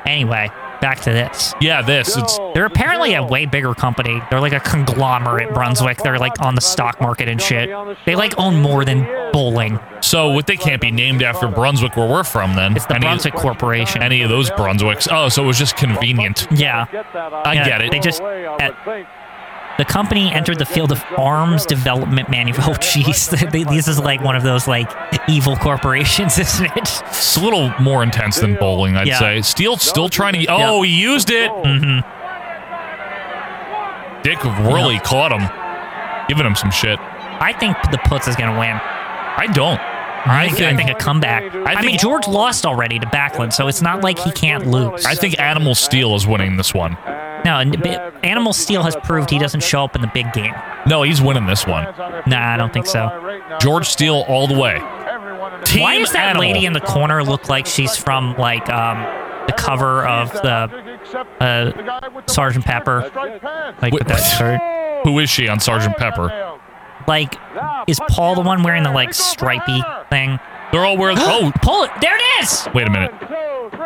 Speaker 2: Anyway, back to this.
Speaker 1: Yeah, this. It's
Speaker 2: They're apparently a way bigger company. They're like a conglomerate, Brunswick. They're like on the stock market and shit. They like own more than bowling.
Speaker 1: so what they can't be named after Brunswick where we're from then.
Speaker 2: It's the
Speaker 1: Any-
Speaker 2: Brunswick Corporation.
Speaker 1: Any of those Brunswicks. Oh, so it was just convenient.
Speaker 2: yeah.
Speaker 6: Get that
Speaker 1: I
Speaker 2: Yeah,
Speaker 1: get it.
Speaker 2: They just
Speaker 6: away, I
Speaker 2: at-
Speaker 6: would think.
Speaker 2: the company entered the field of arms development manu Oh, jeez, They- this is like one of those like evil corporations, isn't it?
Speaker 1: It's a little more intense than bowling, I'd
Speaker 2: Yeah.
Speaker 1: say. Steel still trying to. Oh, he used it. Mm-hmm.
Speaker 2: Mhm.
Speaker 1: Dick really caught him, giving him some shit.
Speaker 2: I think the Putz is gonna win.
Speaker 1: I don't.
Speaker 2: I think,
Speaker 1: think-
Speaker 2: I think a comeback. I, mean,
Speaker 1: think-
Speaker 2: George lost already to Backlund, so it's not like he can't lose.
Speaker 1: I think Animal Steel is winning this one.
Speaker 2: no, and but Animal Steel has proved he doesn't show up in the big game.
Speaker 1: No, he's winning this one.
Speaker 2: Nah, I don't think so.
Speaker 1: George Steele all the way. Team
Speaker 2: Why does that
Speaker 1: Animal.
Speaker 2: lady in the corner look like she's from like um, the cover of the uh, Sergeant Pepper?
Speaker 1: Wait,
Speaker 2: Like with that shirt.
Speaker 1: Who is she on Sergeant Pepper?
Speaker 2: Like, is Paul the one wearing the like stripy thing?
Speaker 1: They're all wearing. Oh,
Speaker 2: Pull it! There it is!
Speaker 1: wait a minute.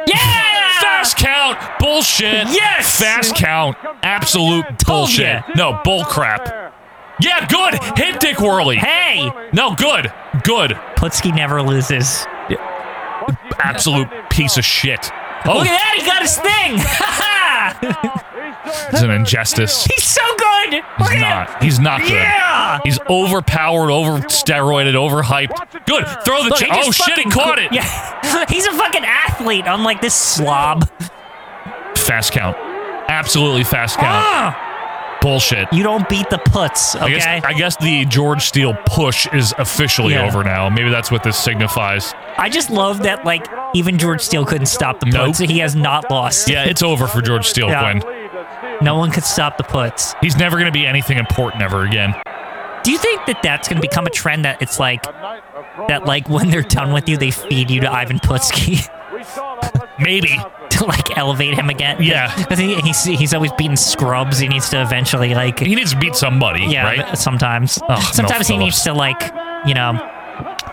Speaker 2: Yeah!
Speaker 1: Fast count, bullshit.
Speaker 2: Yes!
Speaker 1: Fast count, absolute
Speaker 2: Told
Speaker 1: bullshit.
Speaker 2: ya.
Speaker 1: No, bull crap. Yeah, good. Hit Dick Worley.
Speaker 2: Hey!
Speaker 1: No, good. Good.
Speaker 2: Putski never loses.
Speaker 1: Absolute piece of shit. Oh,
Speaker 2: Look at that! He got his thing! Ha ha!
Speaker 1: it's an injustice.
Speaker 2: He's so good! Look
Speaker 1: He's
Speaker 2: at
Speaker 1: not. He's not
Speaker 2: him!
Speaker 1: good.
Speaker 2: Yeah!
Speaker 1: He's overpowered, over steroided, overhyped. Good. Throw the.
Speaker 2: Look,
Speaker 1: Ch-
Speaker 2: he just
Speaker 1: oh shit! He
Speaker 2: fucking
Speaker 1: caught
Speaker 2: co-
Speaker 1: it.
Speaker 2: Yeah. He's a fucking athlete, unlike this slob.
Speaker 1: Fast count. Absolutely fast count.
Speaker 2: Ah!
Speaker 1: Bullshit.
Speaker 2: You don't beat the puts, okay?
Speaker 1: I guess, I guess the George Steele push is officially
Speaker 2: Yeah.
Speaker 1: over now. Maybe that's what this signifies.
Speaker 2: I just love that, like, even George Steele couldn't stop the
Speaker 1: Nope.
Speaker 2: puts. He has not lost.
Speaker 1: Yeah, it's over for George Steele,
Speaker 2: Yeah.
Speaker 1: Quinn.
Speaker 2: No one could stop the puts.
Speaker 1: He's never going to be anything important ever again.
Speaker 2: Do you think that that's going to become a trend that it's like, that like when they're done with you, they feed you to Ivan Putski
Speaker 1: Maybe.
Speaker 2: to like elevate him again?
Speaker 1: Yeah.
Speaker 2: Because he, he's, he's always beating scrubs. He needs to eventually like,
Speaker 1: He needs to beat somebody,
Speaker 2: yeah,
Speaker 1: right? Oh,
Speaker 2: sometimes.
Speaker 1: Ugh,
Speaker 2: sometimes he
Speaker 1: Mel
Speaker 2: needs to like, you know,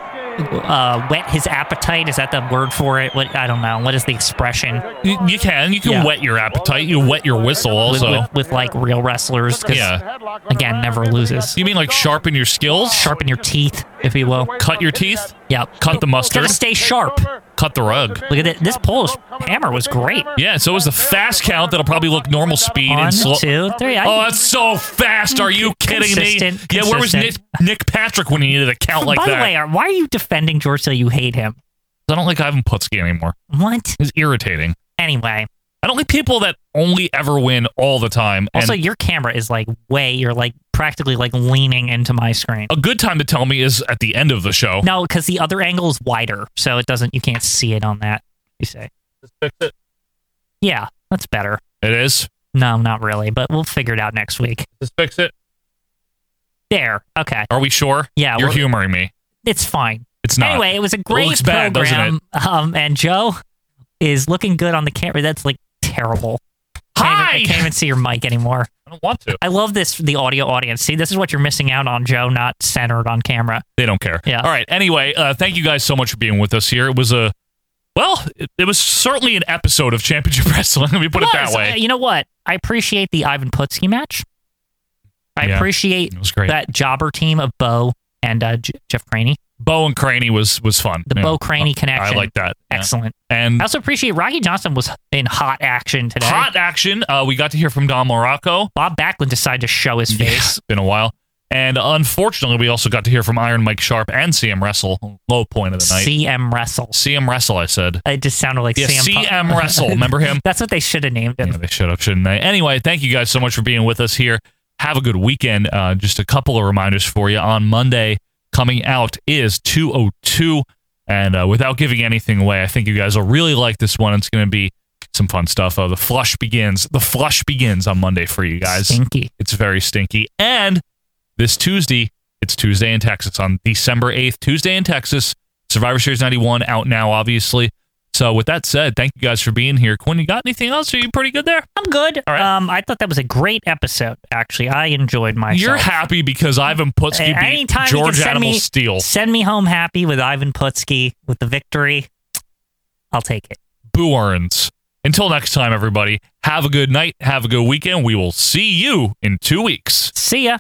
Speaker 2: uh, wet his appetite. Is that the word for it? What I don't know. What is the expression?
Speaker 1: You, you can. You can
Speaker 2: Yeah.
Speaker 1: wet your appetite. You wet your whistle
Speaker 2: with,
Speaker 1: also.
Speaker 2: with, with like real wrestlers? 'cause,
Speaker 1: Yeah.
Speaker 2: Again, never loses.
Speaker 1: You mean like sharpen your skills?
Speaker 2: Sharpen your teeth, if you will.
Speaker 1: Cut your teeth?
Speaker 2: Yep.
Speaker 1: Cut the mustard?
Speaker 2: Gotta stay sharp.
Speaker 1: Cut the rug.
Speaker 2: Look at it. This Polish hammer was great.
Speaker 1: Yeah, so is the fast count that'll probably look normal speed
Speaker 2: One,
Speaker 1: and slow.
Speaker 2: two, three. I-
Speaker 1: Oh, that's so fast. Are you kidding me?
Speaker 2: Consistent,
Speaker 1: Yeah, where was Nick,
Speaker 2: consistent.
Speaker 1: Nick Patrick when he needed a count like
Speaker 2: By
Speaker 1: that?
Speaker 2: the way, are- why are you defending George Hill? You hate him.
Speaker 1: I don't like Ivan Putski anymore.
Speaker 2: What?
Speaker 1: He's irritating.
Speaker 2: Anyway,
Speaker 1: I don't like people that only ever win all the time. And
Speaker 2: also your camera is like way. You're like practically like leaning into my screen.
Speaker 1: a good time to tell me is at the end of the show.
Speaker 2: No, because the other angle is wider, so it doesn't. You can't see it on that. You say. Yeah, that's better.
Speaker 1: It is.
Speaker 2: No, not really, but we'll figure it out next week.
Speaker 1: Just fix it.
Speaker 2: There. Okay.
Speaker 1: Are we sure?
Speaker 2: Yeah,
Speaker 1: You're
Speaker 2: we're-
Speaker 1: humoring me.
Speaker 2: It's fine.
Speaker 1: It's not.
Speaker 2: Anyway, it was a great
Speaker 1: looks bad, doesn't
Speaker 2: program. Um, and Joe is looking good on the camera. That's like terrible. Can't even-
Speaker 1: Hi!
Speaker 2: I can't even see your mic anymore.
Speaker 1: I don't want to.
Speaker 2: I love this, the audio audience. See, this is what you're missing out on, Joe, not centered on camera.
Speaker 1: They don't care.
Speaker 2: Yeah.
Speaker 1: All right. Anyway, uh, thank you guys so much for being with us here. It was a, well, it, it was certainly an episode of Championship Wrestling. Let me put it, that
Speaker 2: Plus,
Speaker 1: way.
Speaker 2: uh, you know what? I appreciate the Ivan Putski match. I
Speaker 1: Yeah,
Speaker 2: appreciate
Speaker 1: it was great.
Speaker 2: that jobber team of Bo and uh, J- Jeff Craney.
Speaker 1: Bo and Craney was was fun.
Speaker 2: The
Speaker 1: Yeah.
Speaker 2: Bo Craney connection.
Speaker 1: I like that. Yeah.
Speaker 2: Excellent.
Speaker 1: And
Speaker 2: I also appreciate Rocky Johnson was in hot action today.
Speaker 1: hot action. Uh, we got to hear from Don Morocco.
Speaker 2: Bob Backlund decided to show his face.
Speaker 1: It's been a while. And unfortunately, we also got to hear from Iron Mike Sharp and CM Wrestle. Low point of the night.
Speaker 2: CM Wrestle.
Speaker 1: CM Wrestle, I said.
Speaker 2: It just sounded like
Speaker 1: Yeah,
Speaker 2: CM. Punk.
Speaker 1: CM Wrestle. Remember him?
Speaker 2: That's what they should have named it.
Speaker 1: Yeah, they should have, shouldn't they? Anyway, thank you guys so much for being with us here. Have a good weekend. Uh, just a couple of reminders for you. On Monday, coming out is 202. And uh, without giving anything away, I think you guys will really like this one. It's going to be some fun stuff. Uh, the flush begins. The flush begins on Monday for you guys.
Speaker 2: Stinky.
Speaker 1: It's very stinky. And this Tuesday, it's Tuesday in Texas on December 8th, Tuesday in Texas. Survivor Series 91 out now, obviously. So with that said, thank you guys for being here. Quinn, you got anything else? Are you pretty good there?
Speaker 2: I'm good.
Speaker 1: All right.
Speaker 2: Um, I thought that was a great episode. Actually, I enjoyed myself.
Speaker 1: You're happy because Ivan
Speaker 2: Uh,
Speaker 1: Putski beat
Speaker 2: Anytime you can
Speaker 1: George
Speaker 2: send
Speaker 1: Animal
Speaker 2: me,
Speaker 1: Steel.
Speaker 2: Send me home happy with Ivan Putski with the victory. I'll take it.
Speaker 1: Boo earns. Until next time, everybody, have a good night, have a good weekend. We will see you in two weeks.
Speaker 2: See ya.